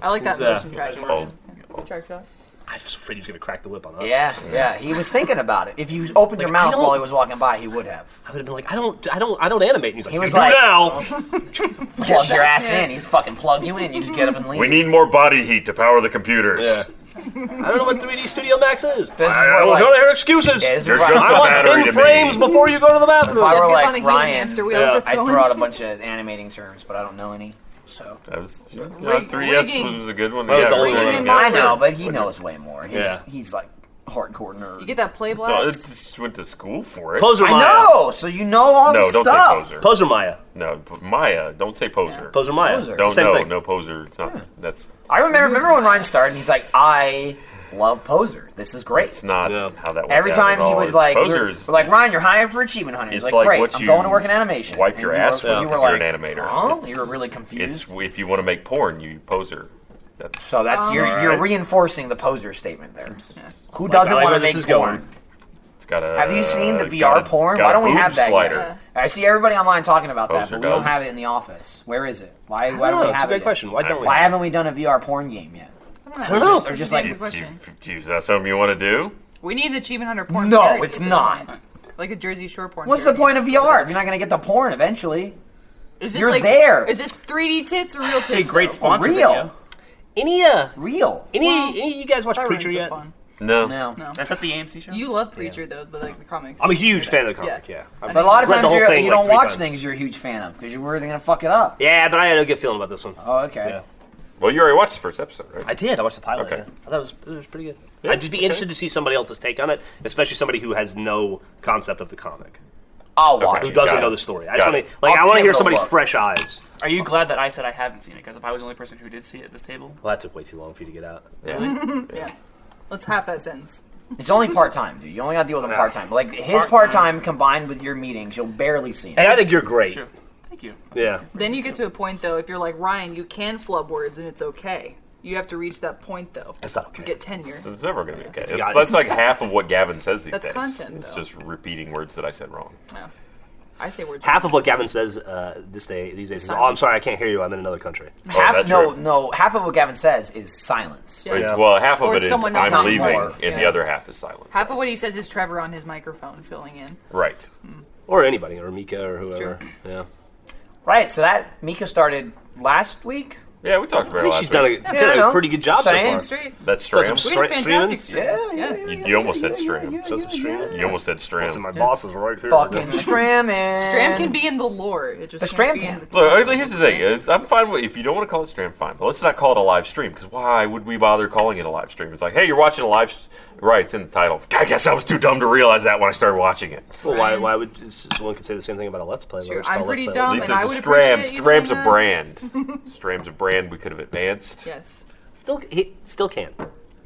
I like that
He's, uh,
motion tracking.
Oh,
Track shot.
I'm afraid he's gonna crack the whip on us.
Yeah, yeah. He was thinking about it. If you opened your mouth
don't-
while he was walking by, he would have
I would have been like, I don't, I don't, I don't animate. And he's like,
He was
you do
like- "Oh."
now.
plugged your ass in. He's fucking plugged you in. You just get up and leave.
We need more body heat to power the computers.
Yeah. I don't know what 3D Studio Max is.
This is
I
what,
don't
like-
hear excuses.
Yeah, this is
You're
what
just
I
a
I
want
battery
ten
to me.
frames before you go to the bathroom.
I
Jeff
were
gets
like
on a human
Ryan,
hamster wheel and
yeah,
starts
I
going.
throw out a bunch of animating terms, but I don't know any. So
That was you know,
Rig-
3S
rigging.
was, was a good one.
That was
yeah,
the only
rigging
one.
and
Yeah.
I
monitoring.
know, but he knows way more. He's
Yeah.
he's like hardcore nerd.
You get that play blast?
Well, it just went to school for it.
Poser
I
Maya.
know. So you know all
no,
this
don't
stuff.
say poser.
Poser Maya.
no, p- Maya. Don't say poser.
Poser Maya.
Poser.
Don't
Same
no,
thing.
no poser. It's not. That's
I remember remember when Ryan started. and He's like, I love Poser. This is great.
it's not
No.
how that. Worked
Every
out
time
at
he
all.
would
It's
like, we were,
posers.
we're like Ryan, you're hired for achievement hunter. He's like,
It's like
great.
what
I'm
you
going to work in animation.
wipe
And
your
you
ass
were,
with
you
if
were
you're
like,
an animator.
Huh?
It's-
You were really
It's
confused.
if you want to make porn, you poser. That's
so that's you're, you're
Alright.
reinforcing the Poser statement there. Who
I
doesn't
like
want
where
to
this
make
is
porn?
going.
it's uh, got a.
Have you seen the VR
got a-
porn?
got
Why
a
don't we
boob
have that?
Slider.
Yeah.
I see everybody online talking about that,
Poser
but we don't
does.
have it in the office. Where is it? Why? Why
I don't
don't
know.
we
It's a
have it?
good
yet?
question. Why don't we?
Why haven't we done a VR porn game yet?
I
I
don't
don't know.
know.
Or
That's
just
a
like-
good
Do you,
question.
do you- is that something you want to do?
We need an achievement hunter porn.
No,
parody.
it's not.
Like a Jersey Shore porn.
What's the
parody.
point of VR if you're not going to get the porn eventually?
Is
You're there.
Is this 3D tits or real tits?
Hey, great
though?
sponsor.
Real,
Any uh,
real.
any
Well,
any of you guys watch
That ruins
Preacher
the
yet?
fun.
No.
No.
No.
That's at the AMC show.
You love Preacher though, but like the comics.
I'm a huge fan of the comic. Yeah,
Yeah.
I'm-
But a lot of
read the
times
whole
you're,
thing,
you
like,
don't
three
watch
times.
things you're a huge fan of because you're worried they're going to fuck it up.
Yeah, but I had a good feeling about this one.
Oh, okay.
Yeah.
Well, you already watched the first episode, right?
I did. I watched the pilot.
Okay.
Yeah. I thought it was, it was pretty good.
Yeah,
I'd just be
okay.
interested to see somebody else's take on it, especially somebody who has no concept of the comic,
I'll watch
who
it.
Got
doesn't
it.
know the story. I
Got
just want
it.
to like
I'll
I want to
give
hear
it a
somebody's
look.
fresh eyes.
Are you glad that I said I haven't seen it? Because if I was the only person who did see it at this table,
Well, that took way too long for you to get out.
Yeah.
Let's half that sentence.
It's only part time, dude. You only got to deal with him part time. Like his part time combined with your meetings, you'll barely see him.
Hey, I think you're great.
sure. Thank you.
Yeah.
Then you get to a point though, if you're like Ryan, you can flub words and it's okay. You have to reach that point though.
That's not okay.
You get tenure.
So It's never going to be okay. It's,
got it.
that's like half of what Gavin says these
That's
days.
content,
it's
though.
just repeating words that I said wrong. Oh,
I say words.
Half of what Gavin says uh, this day these days is, "Oh, I'm
Silence.
sorry, I can't hear you. I'm in another country."
Half,
that's
no,
right.
no. Half of what Gavin says is silence.
Yeah.
It's- Well, half of
Or
it is
someone
I'm
else's
leaving,
homework.
and the
Yeah.
other half is silence.
Half of what he says is Trevor on his microphone filling in.
Right.
Or anybody, or Mika, or whoever.
Sure.
Yeah.
Right. So that Mika started last week.
Yeah, we talked about
I
it
think
last
she's done a,
week.
done
Yeah, I
a
know.
pretty good job
Same.
so far.
Straight.
That's
Done
Stram.
some
We had a
Stra-
fantastic stream.
you, you almost said Stram.
So some stream.
You almost said
Listen, my
Stram.
boss is right here.
Fucking stramming.
Stram can be in the lore. It just
The
can't
Stram
be in
can.
the
Look, I think here's the thing. is I'm fine with if you don't want to call it Stram, fine. But let's not call it a live stream because why would we bother calling it a live stream? It's like, hey, you're watching a live. s right, it's in the title. I guess I was too dumb to realize that when I started watching it.
Well, why, why would just- one could say the same thing about a Let's Play? whether
Sure,
it's called
I'm pretty
Let's
dumb.
Oh,
Um,
At least
Play.
and I
it's
would
a
appreciate
Stram.
you
Stram's a
saying that.
brand. Stram's a brand we could have advanced.
uh,
Yes.
Still, he still can.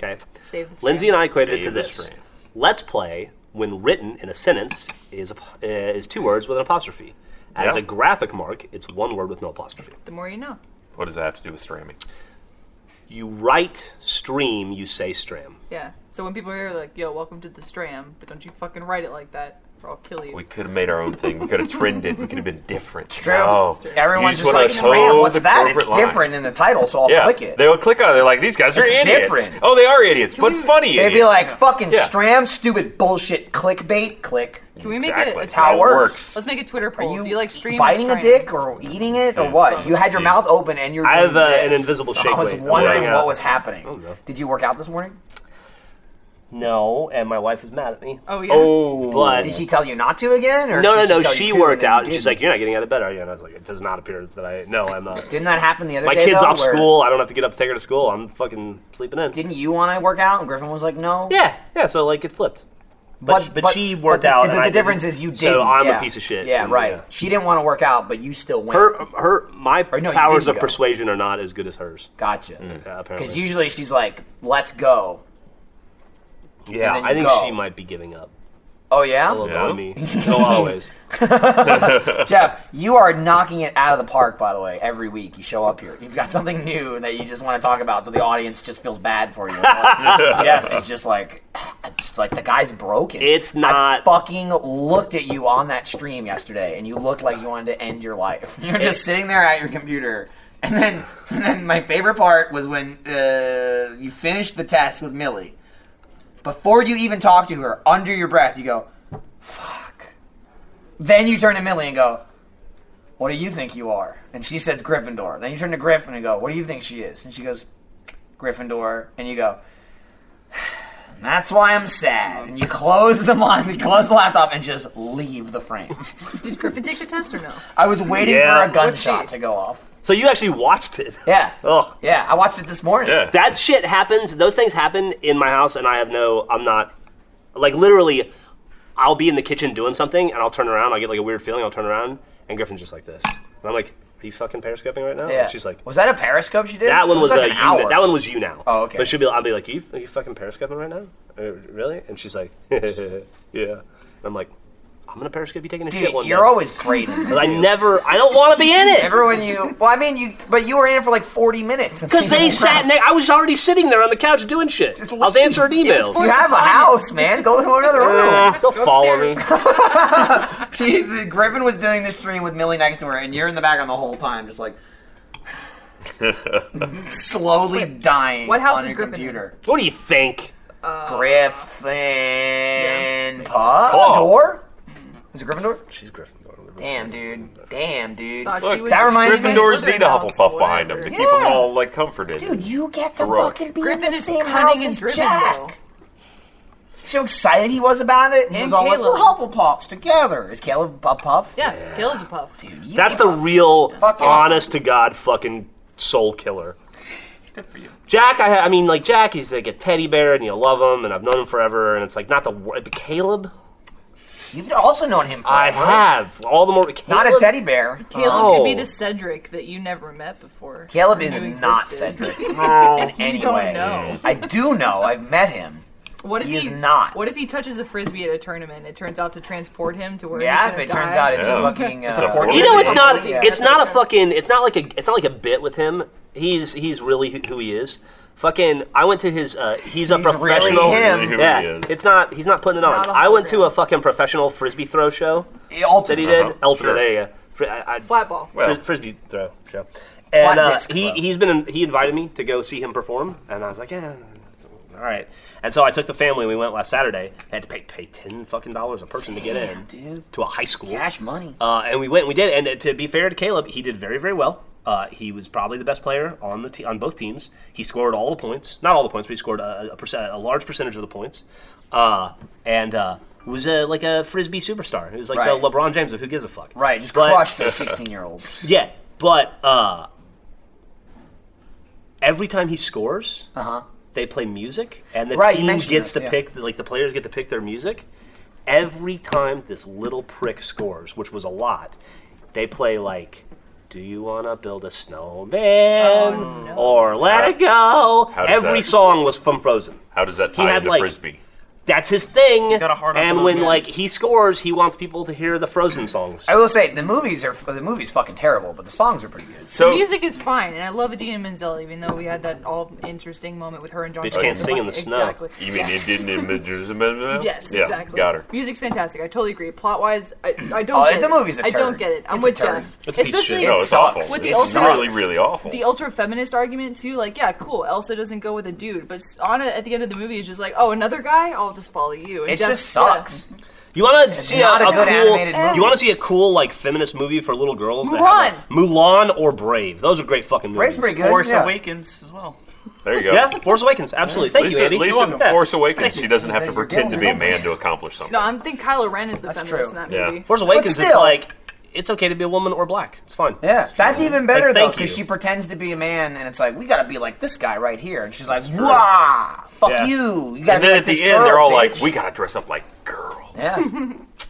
Okay.
Save the Stram.
Lindsay and I equated it to
Save the
this.
Stram.
Let's Play, when written in a sentence, is a, uh, is two words with an apostrophe. As
Yeah.
a graphic mark, it's one word with no apostrophe.
The more you know.
What does that have to do with stramming?
You write stream, you say stram.
Yeah. So when people hear like, "Yo, welcome to the Stram," but don't you fucking write it like that, or I'll kill you.
We could have made our own thing. We could have trended. We could have been different.
True.
Oh.
No.
Everyone's
You
just
wanna
like,
toe
Stram, what's
the
that? It's
corporate line."
different in the title, so I'll
Yeah,
click it.
they would click on it. They're like, these guys are
It's
idiots.
different.
Oh, they are idiots, but funny idiots.
They'd be like, fucking
Yeah.
Stram, stupid bullshit, clickbait, click.
Can we make
exactly.
it a
That's how it
tower?
works.
Let's make a Twitter poll. Do you like stream
biting
or
a
Stram?
dick or eating it or what? You had your
Jeez.
mouth open and you're.
I have,
doing
uh, an
this.
invisible
So
shake Oh,
I was
weight. I'm
wondering
working out.
what was happening.
know.
Did you work out this morning?
No, and my wife is mad at me.
Oh yeah.
Oh,
But
Did she tell you not to again? Or
no, no,
did
no.
tell you
She
to and
worked
then you
out, and she's
didn't?
like, "You're not getting out of bed, are you?" And I was like, "It does not appear that I. No, I'm not.
Didn't that happen the other
My
day?
kid's
though,
off
where
school. I don't have to get up to take her to school. I'm fucking sleeping in."
Didn't you want to work out? And Griffin was like, no.
Yeah, yeah. So like it flipped. But, but, she worked
but the,
out. and
But
I
the difference
didn't.
is you did.
So I'm a piece of shit.
Yeah,
and,
right.
yeah.
She didn't want to work out, but you still went.
Her her my
Or no, you
powers
didn't
of
go.
persuasion are not as good as hers.
gotcha.
Mm, Yeah, apparently.
Because usually she's like, let's go.
yeah,
and then
I
you
think
go.
she might be giving up.
Oh
A little
yeah,
bit
Yeah?
on me. In a lot of ways.
Jeff, you are knocking it out of the park. By the way, every week you show up here. You've got something new that you just want to talk about, so the audience just feels bad for you. Jeff is just like, it's like the guy's broken.
It's
I
not.
fucking looked at you on that stream yesterday, and you looked like you wanted to end your life. You're just sitting there at your computer, and then, and then my favorite part was when uh, you finished the test with Millie. Before you even talk to her, under your breath, you go, "Fuck." Then you turn to Millie and go, "What do you think you are?" And she says, "Gryffindor." Then you turn to Griffin and go, "What do you think she is?" And she goes, "Gryffindor." And you go, and That's why I'm sad. And you close the mon- you close the laptop, and just leave the frame.
Did Griffin take the test or no?
I was waiting
Yeah.
for a gunshot
What'd she-
to go off.
So you actually watched it.
Yeah.
Ugh.
Yeah, I watched it this morning.
yeah.
That shit happens. Those things happen in my house, and I have no. I'm not. Like literally, I'll be in the kitchen doing something, and I'll turn around. I'll get like a weird feeling. I'll turn around, and Griffin's just like this, and I'm like, "Are you fucking periscoping right now?"
Yeah.
And she's like,
"Was that a periscope she did?"
That one
It
was,
like
uh,
an
you,
hour.
that one was you now.
Oh, okay.
But she'll be, I'll be like, are you, are you fucking periscoping right now? Uh, really? And she's like, yeah. And I'm like, I'm gonna periscope you taking a
Dude,
shit one
you're
day.
always great. in it.
I never. I don't want to be in it.
Remember when you? Well, I mean, you, but you were in it for like 40 minutes.
Because they sat next. I was already sitting there on the couch doing shit. I was
leave.
answering
was
emails.
You have a house, man. Go to another room.
Eh, They'll follow me.
She, the Griffin was doing this stream with Millie next to her, and you're in the background the whole time, just like slowly dying.
what house
on
is
your
Griffin in?
computer?
What do you think?
Griffin
makes
Paw? Gryffindor? Is it Gryffindor?
She's Gryffindor.
Damn, dude. Damn, dude.
Thought she
Look,
was
that reminds me-
Gryffindors
Slytherin
need a
house,
Hufflepuff behind them to
whatever.
keep them
Yeah.
all like comforted.
Dude, you get to
Heroic.
fucking be
Griffin
in the
is
same
cunning
house
and
as
driven,
Jack.
though.
See how excited he was about it? And he
And
was all like,
Caleb.
we're Hufflepuffs together. Is Caleb a puff?
Yeah, Gail is a puff.
Dude, you
That's
get
the
puffs.
real,
Fuck yeah.
honest to god fucking soul killer.
Good for you.
Jack, I, ha- I mean, like Jack, he's like a teddy bear, and you love him, and I've known him forever, and it's like not the wor- but Caleb.
You've also known him for
I
a while.
have all the more. Caleb,
Not a teddy bear.
Caleb
Oh.
could be the Cedric that you never met before.
Caleb
or
is
knew
not
existed.
Cedric.
No.
You don't know.
I do know. I've met him.
What if
He
he,
is not.
What if he touches a frisbee at a tournament? and It turns out to transport him to where
Yeah,
he's
if
gonna
it
die?
turns out it's
Yeah.
a fucking. Uh,
a portal.
You know, it's not.
Yeah.
It's not a fucking. It's not like a. It's not like a bit with him. He's he's really who- who he is. Fucking, I went to his. Uh, he's a
He's really
professional.
him.
Really who he
Yeah,
is.
it's not. He's not putting it on.
Not a
I went to
hologram.
a fucking professional frisbee throw show that he
ultimate.
did.
Uh-huh,
Ultimate.
sure.
There you go. Fr- I, I,
flat ball.
Fri-
Well.
frisbee throw show. And uh,
disc
he
club.
he's been in, he invited me to go see him perform, and I was like, yeah, all right. And so I took the family. and We went last Saturday. I had to pay pay ten fucking dollars a person to get in
dude.
to a high school.
Cash money.
Uh, and we went and we did. And to be fair to Caleb, he did very, very well. Uh, he was probably the best player on the te- on both teams. He scored all the points, not all the points, but he scored a, a, percent, a large percentage of the points. Uh, and uh, was a, like a frisbee superstar. He was like
Right.
the LeBron James of who gives a fuck.
right, just
But-
crush those 16 year olds.
Yeah, but uh, every time he scores, uh-huh. they play music, and the
Right, you
team
mentioned
gets
this,
to
yeah.
pick. Like the players get to pick their music. Every time this little prick scores, which was a lot, they play like. Do you want to build a snowman
Oh, no.
or let it go?
How does
Every
that-
song was from Frozen.
How does that tie
had,
into
like-
frisbee?
That's his thing.
got a hard on for
and
those
when
movies.
like he scores, he wants people to hear the Frozen songs.
I will say, the movies are the movies fucking terrible, but the songs are pretty good.
So
Oh. Music is fine, and I love Adina Menzel, even though we had that all interesting moment with her and John.
Bitch
Travolta.
can't sing in the snow.
Exactly.
you mean it didn't image
Yes,
yeah,
exactly.
Got her.
Music's fantastic. I totally agree. Plot wise, I, I don't.
Oh,
get
the
it.
movie's a
I
turd.
don't get it. I'm
It's a
with
turd.
Jeff.
It's a piece of
Especially
shit.
No,
it's-
it's
sucks.
awful.
With the
It's
ultimate-
really, really awful.
the ultra feminist argument too. Like, yeah, cool. Elsa doesn't go with a dude, but Anna at the end of the movie is just like, oh, another guy. I'll just follow you. And
It
Jeff-
just sucks.
You want to see a,
not a
a
good
cool,
animated movie.
You want to see a cool like feminist movie for little girls? that
Mulan!
have, like, Mulan or Brave. Those are great fucking movies.
Brave's pretty good.
Force
yeah.
Awakens as well.
There you go.
Yeah, Force Awakens. Absolutely. Thank
At least, at
you, Andy.
least
You're
in
welcome.
Force Awakens, she doesn't have to
Thank you.
pretend to be a
Yeah.
man to accomplish something.
No, I'm think Kylo Ren is the
That's
feminist
true.
in that
Yeah.
movie.
Force Awakens. It's
still-
like it's okay to be a woman or black. It's fine.
Yeah, that's even better
Like,
though,
thank
because
you.
she pretends to be a man, and it's like we gotta be like this guy right here, and she's like, "Wah, fuck
Yeah.
you!" You gotta
and
be like
then at the
this
end,
girl,
they're all like,
bitch."
"We gotta dress up like girls."
Yeah,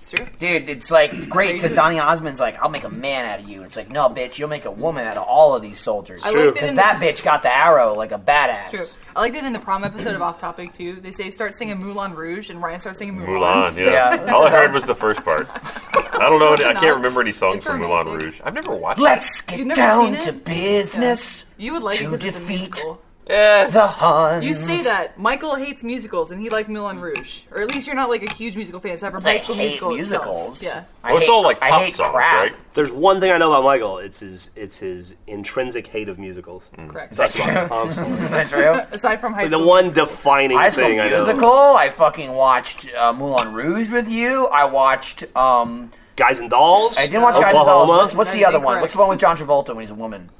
It's true.
dude, it's like it's great because Donny Osmond's like, "I'll make a man out of you." It's like, no, bitch, you'll make a woman out of all of these soldiers.
I like that
Because
in
that
the-
bitch got the arrow like a
True.
badass.
I like that in the prom episode of Off Topic too. They say start singing Moulin Rouge, and Ryan starts singing Mulan.
Mulan, yeah.
Yeah.
All I heard was the first part. I don't know.
It's
I
not.
can't remember any songs
It's
from Moulin
romantic.
Rouge. I've never watched.
Let's get
You've never seen
down
it?
to business.
You would like it
To
because it's a
defeat
musical.
The Huns.
You say that Michael hates musicals, and he liked Moulin Rouge, or at least you're not like a huge musical fan except for
I
High School
hate
Musical. itself.
musicals.
Yeah.
I
Well, it's
hate-
all like
I
pop
hate
songs,
crap.
right?
There's one thing I know about Michael. It's his it's his intrinsic hate of musicals.
Correct.
That's true. Is that true?
Aside from High
The
School,
one
Musical.
defining
High School
thing I know.
Musical. I fucking watched uh, Moulin Rouge with you. I watched. um
Guys and Dolls.
I didn't watch Guys and Dolls.
Oklahoma.
What's, what's the
That's
other one? What's the one with John Travolta when he's a woman?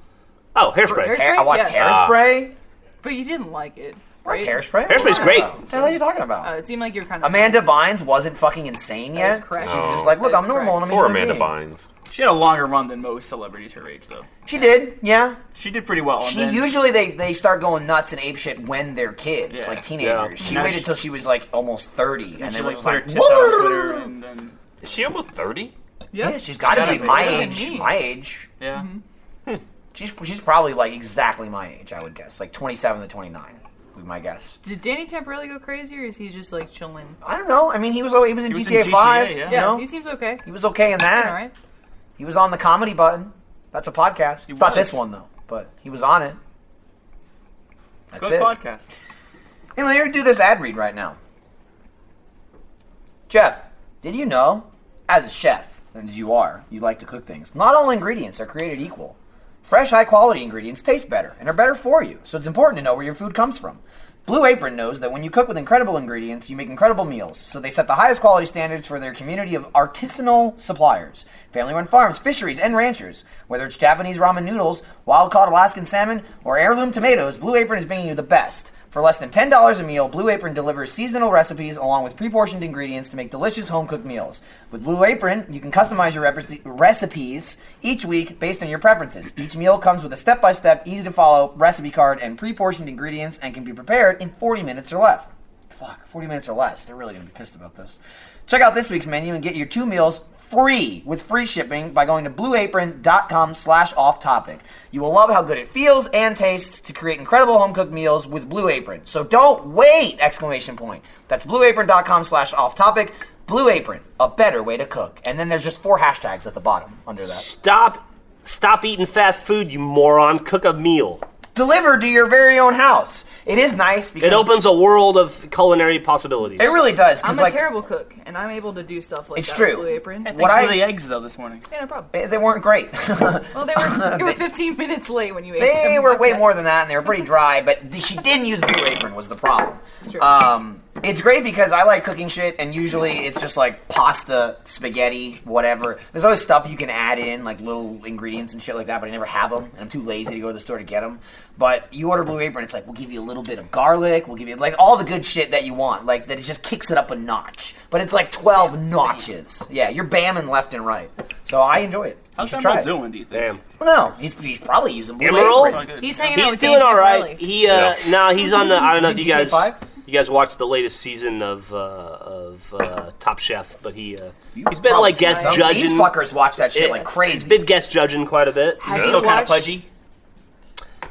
Eh,
Oh, Hairspray.
Hairspray?
I watched
Yeah. Ah.
Hairspray.
but you didn't like it,
Like
right?
Hairspray.
Hairspray's
What
great.
the hell are you talking about?
Uh, it seemed like you're kind of
Amanda Bynes wasn't fucking insane
That is
yet.
correct.
She's just like, look,
That
I'm
is
normal and I'm a
Or
human
Amanda
being.
Bynes.
She had a longer run than most celebrities her age, though.
She did, yeah.
She did pretty well. and
She
then-
usually they, they start going nuts and apeshit when they're kids,
Yeah.
like teenagers. She
Now
waited
she-
till she was like almost thirty, and,
she
then
like
was
put her
like,
tits out on Twitter, and then
Is she almost thirty?
Yeah.
yeah, she's got to
gotta
be
be
my
older than
age.
me.
My age.
yeah,
She's she's probably like exactly my age, I would guess, like twenty seven to twenty nine. would be my guess.
Did Danny temporarily go crazy, or is he just like chilling?
I don't know. I mean, he was al- he was in
He was in
GTA
GTA,
Five.
yeah.
you
Yeah,
know?
he seems okay.
he was okay in that.
All right.
He was on the comedy button. That's a podcast. it's not
was.
this one though, but he was on it. That's
Good
it.
podcast.
And let me do this ad read right now. Jeff, did you know, as a chef, and as you are, you like to cook things, not all ingredients are created equal. Fresh, high quality ingredients taste better and are better for you, so it's important to know where your food comes from. Blue Apron knows that when you cook with incredible ingredients, you make incredible meals, so they set the highest quality standards for their community of artisanal suppliers family run farms, fisheries, and ranchers. Whether it's Japanese ramen noodles, wild caught Alaskan salmon, or heirloom tomatoes, Blue Apron is bringing you the best. For less than $10 a meal, Blue Apron delivers seasonal recipes along with pre portioned ingredients to make delicious home cooked meals. With Blue Apron, you can customize your rep- recipes each week based on your preferences. Each meal comes with a step by step, easy to follow recipe card and pre portioned ingredients and can be prepared in 40 minutes or less. Fuck, 40 minutes or less. They're really going to be pissed about this. Check out this week's menu and get your two meals free with free shipping by going to blueapron.com slash off topic. You will love how good it feels and tastes to create incredible home cooked meals with Blue Apron. So don't wait! Exclamation point. That's blueapron.com slash off topic. Blue Apron, a better way to cook. And then there's just four hashtags at the bottom under that.
Stop, stop eating fast food, you moron. Cook a meal.
Delivered to your very own house. It is nice because
It opens a world of culinary possibilities.
It really does. 'cause,
I'm a
like,
terrible cook, and I'm able to do stuff like
It's
that.
true.
With Blue Apron.
What
Thanks
I-
for the eggs though this morning.
Yeah, no problem.
They weren't great.
Well, they were, they were 15 minutes late when you ate.
They
them.
were
Fuck
way
that.
more than that, and they were pretty dry. But th- she didn't use Blue Apron was the problem. It's
true.
Um, it's great because I like cooking shit, and usually it's just like pasta, spaghetti, whatever. There's always stuff you can add in, like little ingredients and shit like that, but I never have them, and I'm too lazy to go to the store to get them. But you order Blue Apron, it's like we'll give you a little bit of garlic, we'll give you like all the good shit that you want, like that. It just kicks it up a notch, but it's like 12 notches. Yeah, you're bamming left and right. So I enjoy it.
How's
you should try
Emerald
it.
doing? Do you think?
Damn.
No, he's, he's probably using Blue
Emerald?
Apron.
Probably good.
He's hanging out
He's
with
doing
Dan
all right.
Tamborelli.
He uh,
Yeah.
no, he's on the. I don't know if
Is
you
it
guys
GTA five?
you guys watched the latest season of uh, of uh, Top Chef, but he uh, he's been
Probably
like guest
some-
judging.
These fuckers watch that shit
Yeah,
like
He's
crazy.
been guest judging quite a bit.
Have you
Still kind of
watched-
pudgy.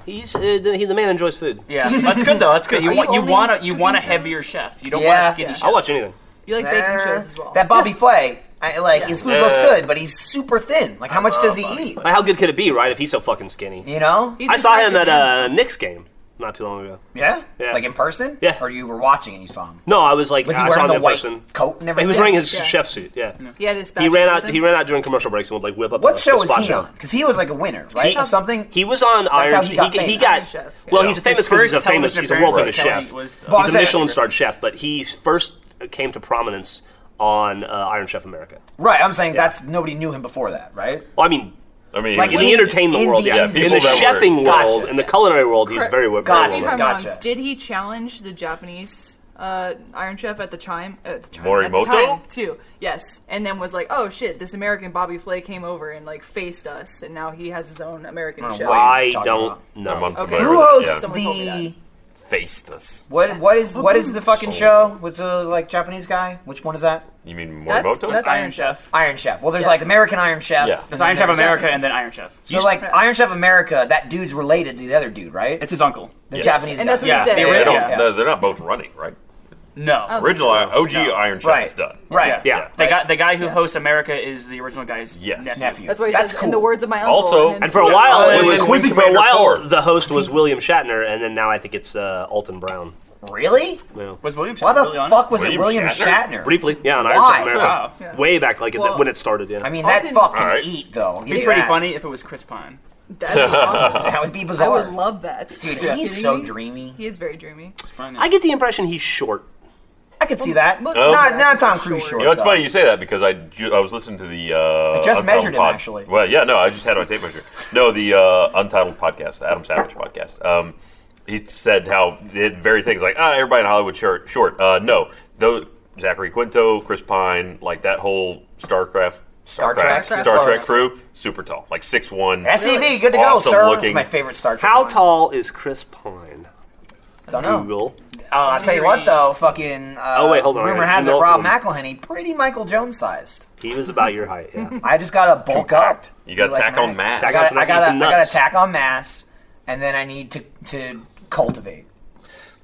He's uh, the, he, the man enjoys food.
Yeah, that's good though. That's good. You
Are
want
you
you
only
want a you
cooking
want a
shows?
heavier chef. You don't
Yeah.
want a skinny chef.
I'll watch anything.
You like
Uh,
baking shows as well.
That Bobby Flay, I, like his food
Yeah.
looks good, but he's super thin. Like, how much does he eat?
Like, how good could it be, right? If he's so fucking skinny.
You know?
He's
I saw him at
attractive,
uh,
man.
a Knicks game not too long ago.
Yeah?
Yeah.
Like in person?
Yeah.
Or you were watching and you saw him?
No, I was like,
Was he
I saw
wearing
him
the
in
white
person.
coat and everything?
He was wearing his
Yeah.
chef suit. Yeah.
He had his
He
spatula
ran out.
with
He
him.
ran out during commercial breaks and would like whip up.
What
a-
show
a
was
spot
he
show.
on? Because he was like a winner, right?
He-
Of something?
He was on Iron.
how he
he
got
got. He
famous.
got
Iron Chef, yeah.
well,
Yeah.
he's famous
His
because he's a
first
famous.
television
He's a world famous
appearance was
chef.
Kelly was, uh,
Boss
he's a
Ed.
Michelin starred chef, but he first came to prominence on uh, Iron Chef America.
right, I'm saying that's nobody knew him before that, right?
Well, I mean,
I mean,
Like,
in
Wait,
the entertainment
in
world,
the
yeah, in
industry.
the
People that
chefing
were-
world,
Gotcha.
in the culinary world, he's very well. very
Gotcha.
If
well known.
I'm
Gotcha.
wrong, did he challenge the Japanese uh, Iron Chef at the chime? At the chime at the
Morimoto?
time, too. Yes, and then was like, "Oh shit, this American Bobby Flay came over and like faced us, and now he has his own American
Oh,
show."
wow.
I
Talking
don't
about-
I'm
know.
unfamiliar
Who
with
hosts
it.
Someone told me
the.
Yeah. Faced us.
What what is what is the fucking
Soul.
show with the like Japanese guy? Which one is that?
You mean
That's,
Morimoto?
that's Iron
Iron
Chef.
Chef.
Iron Chef. Well, there's like American Iron Chef.
Yeah.
There's Iron Chef
there's-
America and then Iron Chef.
So like Iron Chef America, that dude's related to the other dude, right?
It's his uncle.
the
Yes.
Japanese
And
guy.
that's what
Yeah,
he said.
they
They don't,
Yeah.
they're, they're not both running, right?
Oh,
No.
Original OG
No.
Iron Chef
Right.
is done.
Right.
Yeah.
Yeah.
The guy the guy who hosts America is the original guy's
Yes.
nephew.
Nephew.
That's what he
That's
says
cool.
in the words of my uncle.
Also-
then-
And for a
Oh,
while,
Yeah.
it was,
Yeah. Wing
for a
Commander
while,
four.
the host was William Shatner, and then now I think it's uh, Alton Brown.
Really?
No.
Was William Shatner
Why
really
the
on?
fuck was it
William
William
Shatner?
Shatner?
Briefly, yeah, on Iron
Why?
Chef America,
Yeah.
way back like at the-
Well-
when it started. Yeah,
I mean, that
Alton-
fuck can
Alright.
eat though. It'd
It'd be pretty funny if it was Chris Pine.
That'd be awesome.
That would be
I
bizarre.
would love that.
Dude,
Are you
he's
kidding
so
me?
dreamy.
He is very dreamy.
Chris Pine, yeah.
I get the impression he's short.
I could see that.
Most
Oh.
Not
actors
not
are
Tom Cruise
short.
short.
You know, it's
though.
funny you say that because I, ju- I was listening to the. Uh,
I just
Untitled
measured him,
pod-
actually.
Well, yeah, no, I just had it on tape measure. No, the uh, Untitled podcast, the Adam Savage podcast. Um, he said how it very things like ah, everybody in Hollywood short. short. Uh, no, though Zachary Quinto, Chris Pine, like that whole StarCraft,
Star Trek?
Star Trek,
Star Trek.
crew, super tall, like six one.
SCV, good to go,
Awesome
sir. It's
looking.
my favorite Star Trek.
How
line.
tall is Chris Pine?
Don't know.
Google.
Uh, I'll tell you what though, fucking. Uh,
Oh, wait, hold on, I
Rumor
gotta
has it,
email
Rob
someone.
McElhenney, pretty Michael Jones sized.
He was about your height. Yeah.
I just gotta bulk up.
You gotta
Be like
tack on
Mike.
mass.
I
Tack
gotta,
on
I
some-
gotta,
some
I gotta
nuts.
tack on mass, and then I need to to cultivate.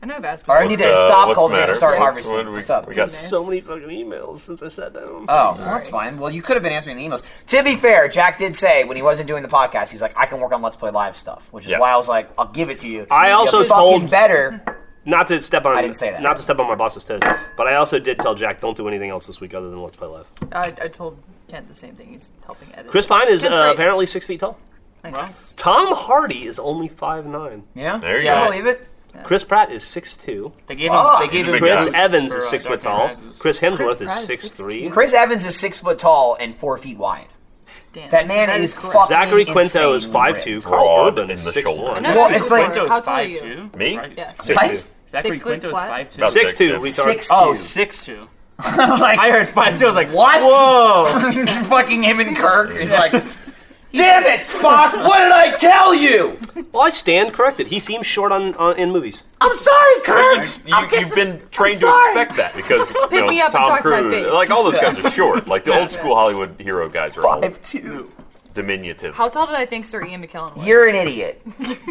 I know I've asked
Or
before.
I need to
What's, uh,
stop
what's
cultivating
matter?
and start
What-
harvesting.
what do we-
What's up?
We got
Goodness.
So many fucking emails since I sat down.
Oh, well, that's fine. Well, you could have been answering the emails. To be fair, Jack did say when he wasn't doing the podcast, he's like, "I can work on Let's Play Live stuff," which is
Yes.
why I was like, "I'll give it to you."
I
You're
also
fucking
told-
better.
Not to step on.
I didn't say that.
Not to step on my boss's toes, but I also did tell Jack don't do anything else this week other than let's play live.
I, I told Kent the same thing. He's helping edit.
Chris Pine is
That's
uh,
great.
apparently six feet tall.
Thanks.
Tom Hardy is only five nine.
Yeah,
There you
yeah,
go.
I believe it.
Chris Pratt is six two.
They gave
Fuck.
him. They gave
He's a
him.
big
Chris
guy.
Evans is
For, uh,
six foot
Dr.
tall.
Rises.
Chris Hemsworth
Chris
is
Pratt is
six three.
16.
Chris Evans is six foot tall and four feet wide.
Damn,
That man is
correct.
fucking-
Zachary
Insanely
Quinto is five two.
ripped.
Carl
Broad
Urban
in
is
the
six
shoulder.
one.
I know
Well,
that's
it's
before.
like-
How
Quinto's
tall are
five
you?
two.
Me?
Christ.
Six
What?
two.
Zachary
Six foot
Quinto's
flat?
five two.
About
Six two.
six, yeah.
retard.
Six
Oh,
two.
six two.
I was like,
I heard five two. I was like,
What?
Whoa.
fucking him and Kirk. He's like, "Damn it, Spock! What did I tell you?
Well, I stand corrected. He seems short on, on in movies.
I'm sorry, Kirk."
You, you've been trained to
sorry.
expect that because you know,
me up and
Tom
talk to my
Cruise,
face.
like all those guys are short. Like the old school Hollywood hero guys are all
Five two.
diminutive.
How tall did I think Sir Ian McKellen was?
You're an idiot.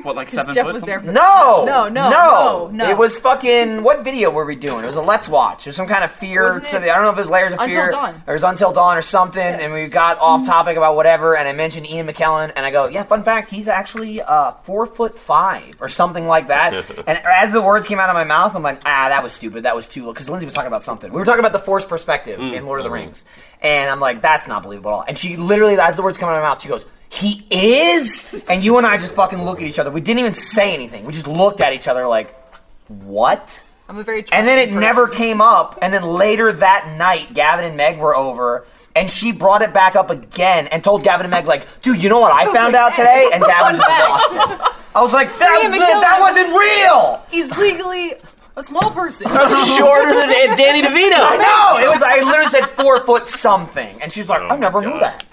What, like seven
Jeff
foot?
was there for
No,
No, no,
no,
no, no.
It was fucking. What video were we doing? It was a Let's Watch. It was some kind of fear.
Wasn't it
Something, I don't know if it was Layers of
Until
Fear.
Dawn?
Or it was Until Dawn or something. And we got off topic about whatever. And I mentioned Ian McKellen. And I go, yeah, fun fact, he's actually uh, four foot five or something like that. and as the words came out of my mouth, I'm like, ah, that was stupid. That was too low. Because Lindsay was talking about something. We were talking about the Force perspective in Lord of the Rings. And I'm like, that's not believable at all. And she literally, as the words come out of my mouth, she goes, he is? And you and I just fucking look at each other. We didn't even say anything. We just looked at each other like, what?
I'm a very
And then it
trusting
never
person.
came up. And then later that night, Gavin and Meg were over. And she brought it back up again and told Gavin and Meg, like, dude, you know what I found out today? And Gavin just lost it. I was like, that,
Ian
that,
McKellen.
wasn't real.
He's legally a small person.
Shorter than Danny DeVito.
No, it was, I literally said four foot something. And she's like, I never knew
God.
that.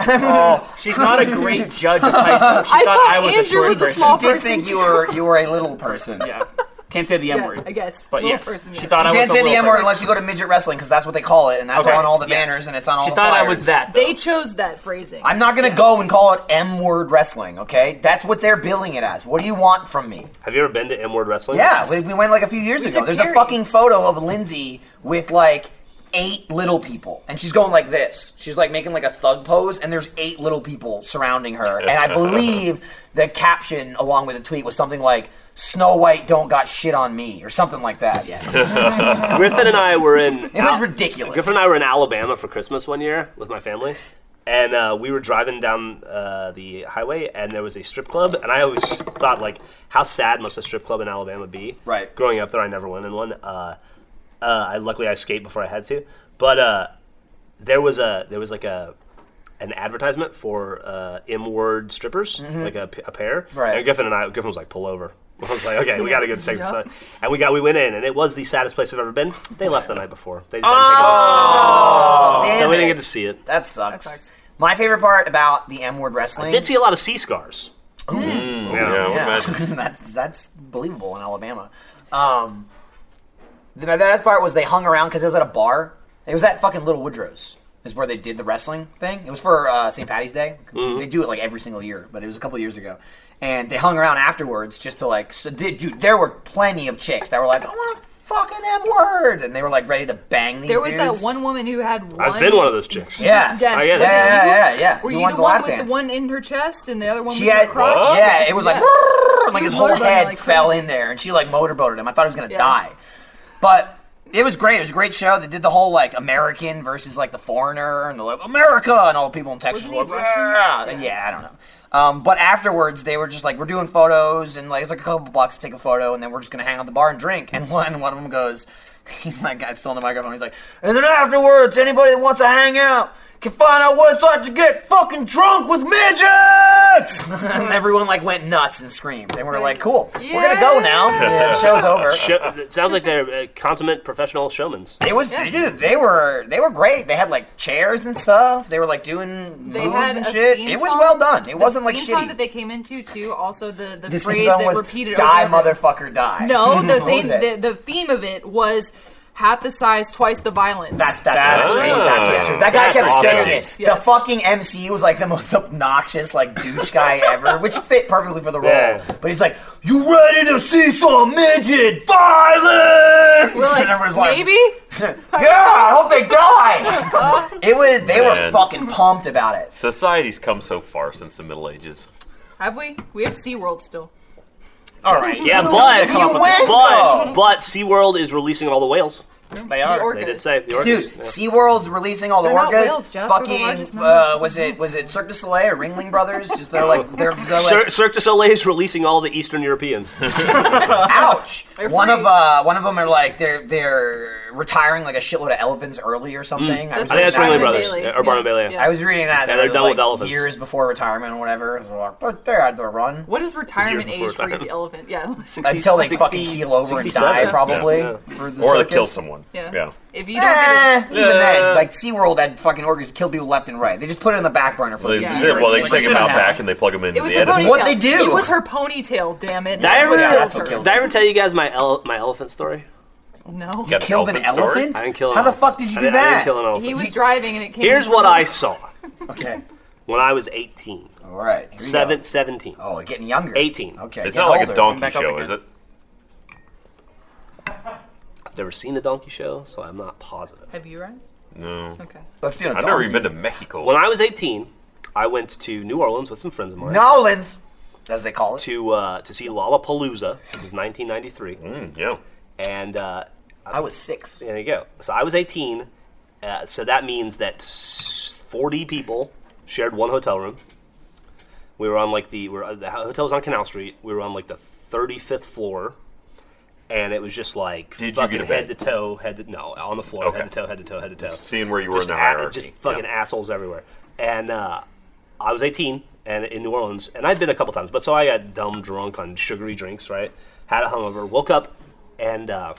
Oh, she's not a great judge of height. though. She
I
thought,
thought
I was
Andrew
a short
was a
person.
small-
She did think you were, you were a little person.
Yeah. Can't say the M
Yeah,
word.
I guess.
But
Little
yes,
person,
she
yes.
thought I
You
was.
can't
a
say the
little
M word
person.
unless you go to midget wrestling because that's what they call it, and that's
Okay.
on all the
Yes.
banners and it's on all
She
the
thought I
flyers.
was that. Though.
they chose that phrasing.
I'm not gonna go and call it M word wrestling, okay? That's what they're billing it as. What do you want from me?
Have you ever been to M Word Wrestling?
Yeah, we, we went like a few years ago.
took
There's a
Carrie.
fucking photo of Lindsay with like eight little people, and she's going like this. She's like making like a thug pose, and there's eight little people surrounding her. And I believe the caption along with the tweet was something like "Snow White don't got shit on me" or something like that. Yeah,
Griffin and I were in.
it was ridiculous.
Griffin and I were in Alabama for Christmas one year with my family, and uh, we were driving down uh, the highway, and there was a strip club, and I always thought like, how sad must a strip club in Alabama be?
Right.
Growing up there, I never went in one. Uh, uh, I luckily I escaped before I had to, but uh, there was a there was like a an advertisement for uh, M word strippers, like a, p- a pair.
Mm-hmm. Right.
And Griffin and I, Griffin was like, pull over. I was like, okay, we got a good second
Yeah.
sign. And we got, we went in, and it was the saddest place I've ever been. They left the night before.
Oh,
They decided to take us.
Damn
So we didn't
it.
get to see it.
That sucks.
That sucks.
My favorite part about the M word wrestling.
Did see a lot of sea scars. Mm,
yeah,
Yeah.
imagine.
that's that's believable in Alabama. Um, the, the best part was they hung around because it was at a bar. It was at fucking Little Woodrow's. Is where they did the wrestling thing. It was for uh, St. Patty's Day. They do it like every single year, but it was a couple years ago. And they hung around afterwards just to like, so, dude, dude, there were plenty of chicks that were like, I want a fucking M word, and they were like ready to bang these.
there was
dudes.
that one woman who had one.
I've been one of those chicks.
Yeah.
Yeah,
Oh,
was
yeah,
it
that's-
Yeah,
you?
yeah, yeah, yeah.
Were
You
you,
want
the,
the
one
lap
with
dance.
the one in her chest and the other one
She
was in
had,
her crotch?
yeah, it was like,
Yeah.
"Brrr," like
He
his
was
whole
motorboating
head
like
fell
crazy.
in there, and she like motorboated him. I thought he was gonna
Yeah.
die, but it was great. It was a great show. They did the whole like American versus like the foreigner, and they're like America, and all the people in Texas were
Wasn't
like,
he Russian?
"Brrr." Uh, yeah, I don't know. Um, but afterwards, they were just like, we're doing photos, and like it's like a couple blocks to take a photo, and then we're just gonna hang out at the bar and drink. And one one of them goes, he's like, guy's still on the microphone. He's like, and then afterwards, anybody that wants to hang out can find out what it's like to get fucking drunk with midgets. and everyone like went nuts and screamed, and we are like, cool, we're gonna go now. Yeah, the show's over.
Show, it sounds like they're uh, consummate professional showmans.
It was dude. They were they were great. They had like chairs and stuff. They were like doing
They
moves
had
and
a
shit.
theme
It was
song.
well done. It
The
wasn't like
theme
shitty.
song that they came into too. Also, the the
This
phrase
song
that
was
repeated
die
over and over-
motherfucker die.
No, the,
What was
thing,
it?
the the theme of it was half the size, twice the violence.
That's that's,
That's
true.
true.
That's
That's
true. That guy
Oh. That's
kept
awesome.
saying
Yes,
it. The
yes.
fucking MCU was like the most obnoxious, like douche guy ever, which fit perfectly for the role.
Yeah.
But he's like, "You ready to see some midget violence?"
We're like,
And everyone's
maybe?
yeah, I hope they die. it was. They were
Man.
fucking pumped about it.
Society's come so far since the Middle Ages.
Have we? We have SeaWorld still.
All right.
Yeah, but,
You win,
but,
though.
but SeaWorld is releasing all the whales.
They are.
orc-
They
Orcas.
did say the orcas.
Dude,
yeah.
SeaWorld's releasing all the
They're not
orcas.
whales, Jeff. They're the largest
fucking
mammals
uh,
in
was
the
it was it Cirque du Soleil or Ringling Brothers? Just they're like they're, they're like
Cir- Cirque du Soleil is releasing all the Eastern Europeans.
Ouch!
They're
One
free.
of uh, one of them are like they're they're retiring like a shitload of elephants early or
Mm.
something. I, was
I think that's
reading that.
Ringling Brothers
Bailey.
yeah, or Barnum
Yeah.
Bailey.
Yeah.
I was reading that.
Yeah,
that
they're
it was,
done with
like,
elephants.
Years before retirement or whatever, It was like, but they had their run
What is retirement
Years before
age for
retirement.
the elephant? Yeah.
until they
60
fucking keel over and
67.
die, probably
Yeah.
for the
Or they
circus.
kill someone.
Yeah.
yeah.
If you don't
Eh,
get it,
even then, like SeaWorld had fucking orcas killed people left and right. They just put it in the back burner for
They,
a
Yeah.
year.
well, they
Like,
take
shit
them out
happened.
back and they plug them into
it was
the
her
edit.
ponytail.
What they do.
It was her ponytail, damn it.
Did I
That's what
ever-
killed
That's what
her.
killed
Did I ever tell you guys my ele- my elephant story?
No.
Got
Killed an
elephant story?
elephant?
I didn't kill. an
How the
elephant.
fuck did you
I
do
didn't- I didn't
that?
kill an elephant.
He was driving and it came.
Here's what I saw
Okay,
when I was 18,
all right. Here we go.
seven, 17.
Oh, getting younger.
18.
Okay. getting
It's not like a
older.
donkey
Back up
show,
again.
is it?
I've never seen a donkey show, so I'm not positive.
Have you, Ryan?
No.
Okay.
I've seen a
I've never
donkey.
even been to Mexico.
When I was 18, I went to New Orleans with some friends of mine
Nolans, as they call it.
to uh, to see Lollapalooza. It was 1993,
Mm, yeah.
and uh,
I was six.
There you go. So I was 18. Uh, so that means that s- 40 people shared one hotel room. We were on like the we were, the ho- hotel was on Canal Street. We were on like the 35th floor, and it was just like
Did you
fucking
get a
head
bed?
to toe, head to no on the floor,
Okay.
head to toe, head to toe, head to toe.
Seeing where you were
just
in the
a-
hierarchy.
just fucking
Yeah.
assholes everywhere. And uh, I was 18 and in New Orleans, and I'd been a couple times, but so I got dumb drunk on sugary drinks, right? Had a hungover, woke up, and uh,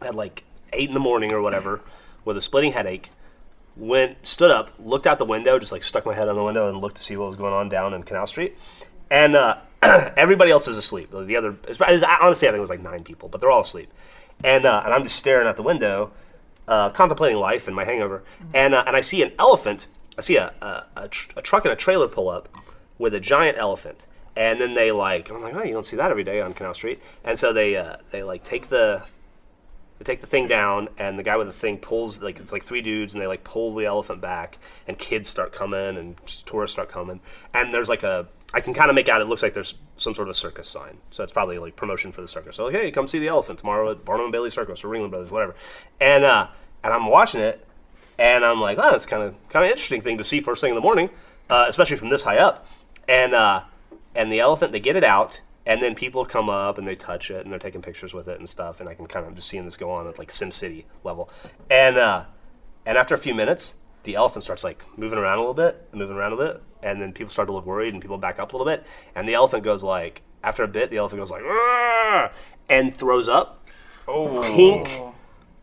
at like eight in the morning or whatever, with a splitting headache. Went, stood up, looked out the window, just like stuck my head on the window and looked to see what was going on down in Canal Street, and uh, everybody else is asleep. The other, it's probably- it's- honestly, I think it was like nine people, but they're all asleep, and uh, and I'm just staring out the window, uh, contemplating life and my hangover, and uh, and I see an elephant. I see a a, a, tr- a truck and a trailer pull up with a giant elephant, and then they like I'm like, oh, you don't see that every day on Canal Street, and so they uh, they like take the they take the thing down, and the guy with the thing pulls like it's like three dudes, and they like pull the elephant back, and kids start coming, and just tourists start coming, and there's like a I can kind of make out it looks like there's some sort of circus sign, so it's probably like promotion for the circus. So like, hey, come see the elephant tomorrow at Barnum and Bailey Circus or Ringling Brothers, whatever, and uh, and I'm watching it, and I'm like, oh, that's kind of kind of interesting thing to see first thing in the morning, uh, especially from this high up, and uh, and the elephant they get it out and then people come up and they touch it and they're taking pictures with it and stuff and i can kind of just seeing this go on at like sim city level and uh and after a few minutes the elephant starts like moving around a little bit moving around a bit and then people start to look worried and people back up a little bit and the elephant goes like after a bit the elephant goes like "Arr!" and throws up oh pink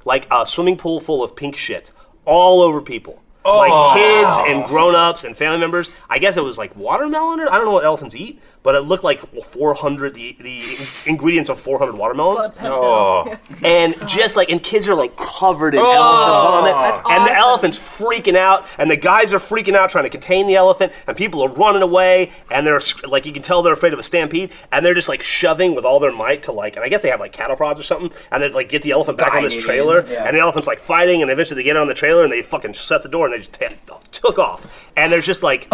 like a swimming pool full of pink shit all over people. Like kids and grown ups and family members. I guess it was like watermelon or I don't know what elephants eat, but it looked like 400, the, the ingredients of 400 watermelons.
Oh,
And just like, and kids are like covered in elephant vomit. and the
awesome.
elephant's freaking out, and the guys are freaking out trying to contain the elephant, and people are running away, and they're sc- like, you can tell they're afraid of a stampede, and they're just like shoving with all their might to like, and I guess they have like cattle prods or something, and they like get the elephant back on this
Guided in,
trailer,
yeah.
and the elephant's like fighting, and eventually they get on the trailer, and they fucking shut the door, and they just t- took off. And there's just like.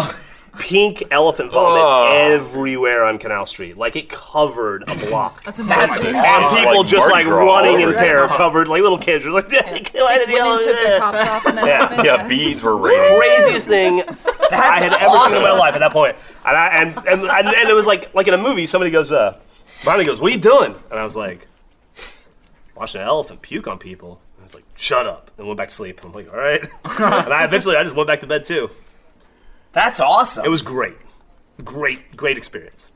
Pink elephant vomit everywhere on Canal Street. Like it covered a block.
That's amazing.
That's
And
awesome.
people
like
just
Mardi
like
Gras
running
over
in
town.
terror, covered like little kids. Are like,
Six women took their tops off and then
Yeah,
yeah, beads were raining.
Craziest thing I had ever seen in my
awesome.
life at that point. And, I, and, and, and, and it was like like in a movie, somebody goes, uh, Ronnie goes, What are you doing? And I was like, Watching an elephant puke on people. And I was like, Shut up. And went back to sleep. And I'm like, All right. and I eventually, I just went back to bed too.
That's awesome.
It was great. Great, great experience.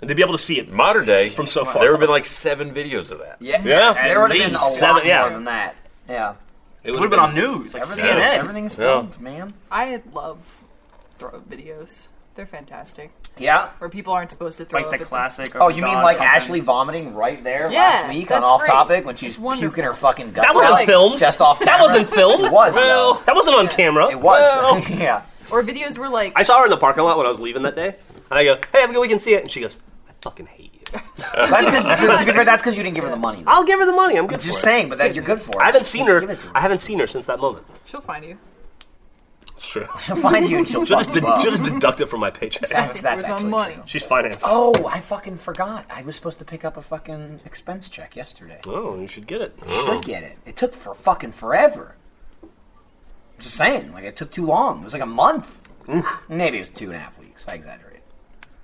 And to be able to see it
Modern day,
from so far.
there have been like seven videos of that.
yeah.
Yeah.
There would have been a lot
Seven, yeah.
more than that. Yeah.
It
It
would've
would have been on news, like
Everything's,
CNN.
everything's filmed, man.
I love throw videos. They're fantastic.
Yeah.
Where people aren't supposed to throw
Like
up
the
at them.
classic.
Oh, you mean like Ashley
actually?
vomiting right there
Yeah,
last week on
that's
Off
great.
Topic when she was
It's wonderful.
puking her fucking guts
That wasn't
out
filmed.
just off camera?
That wasn't filmed.
It was.
Well,
though.
that wasn't on camera.
It was. though. yeah.
Or videos were like,
I saw her in the parking lot when I was leaving that day, and I go, "Hey, have a good weekend. See it." And she goes, "I fucking hate you."
That's because that's because you didn't give her the money. Though.
I'll give her the money. I'm good.
Just
for it.
saying, but that you're good for. it.
I haven't seen
Just
her.
Give it to her.
I haven't seen her since that moment.
she'll find you.
It's true.
She'll find you and she'll
She'll
fuck
just,
you up.
she'll just deduct it from my paycheck.
That's, that's
Where's my
actually
money?
true.
She's financed.
Oh, I fucking forgot. I was supposed to pick up a fucking expense check yesterday.
Oh, you should get it.
Should get it. It took for fucking forever. I'm just saying, like it took too long. It was like a month. Maybe it was two and a half weeks. I exaggerate.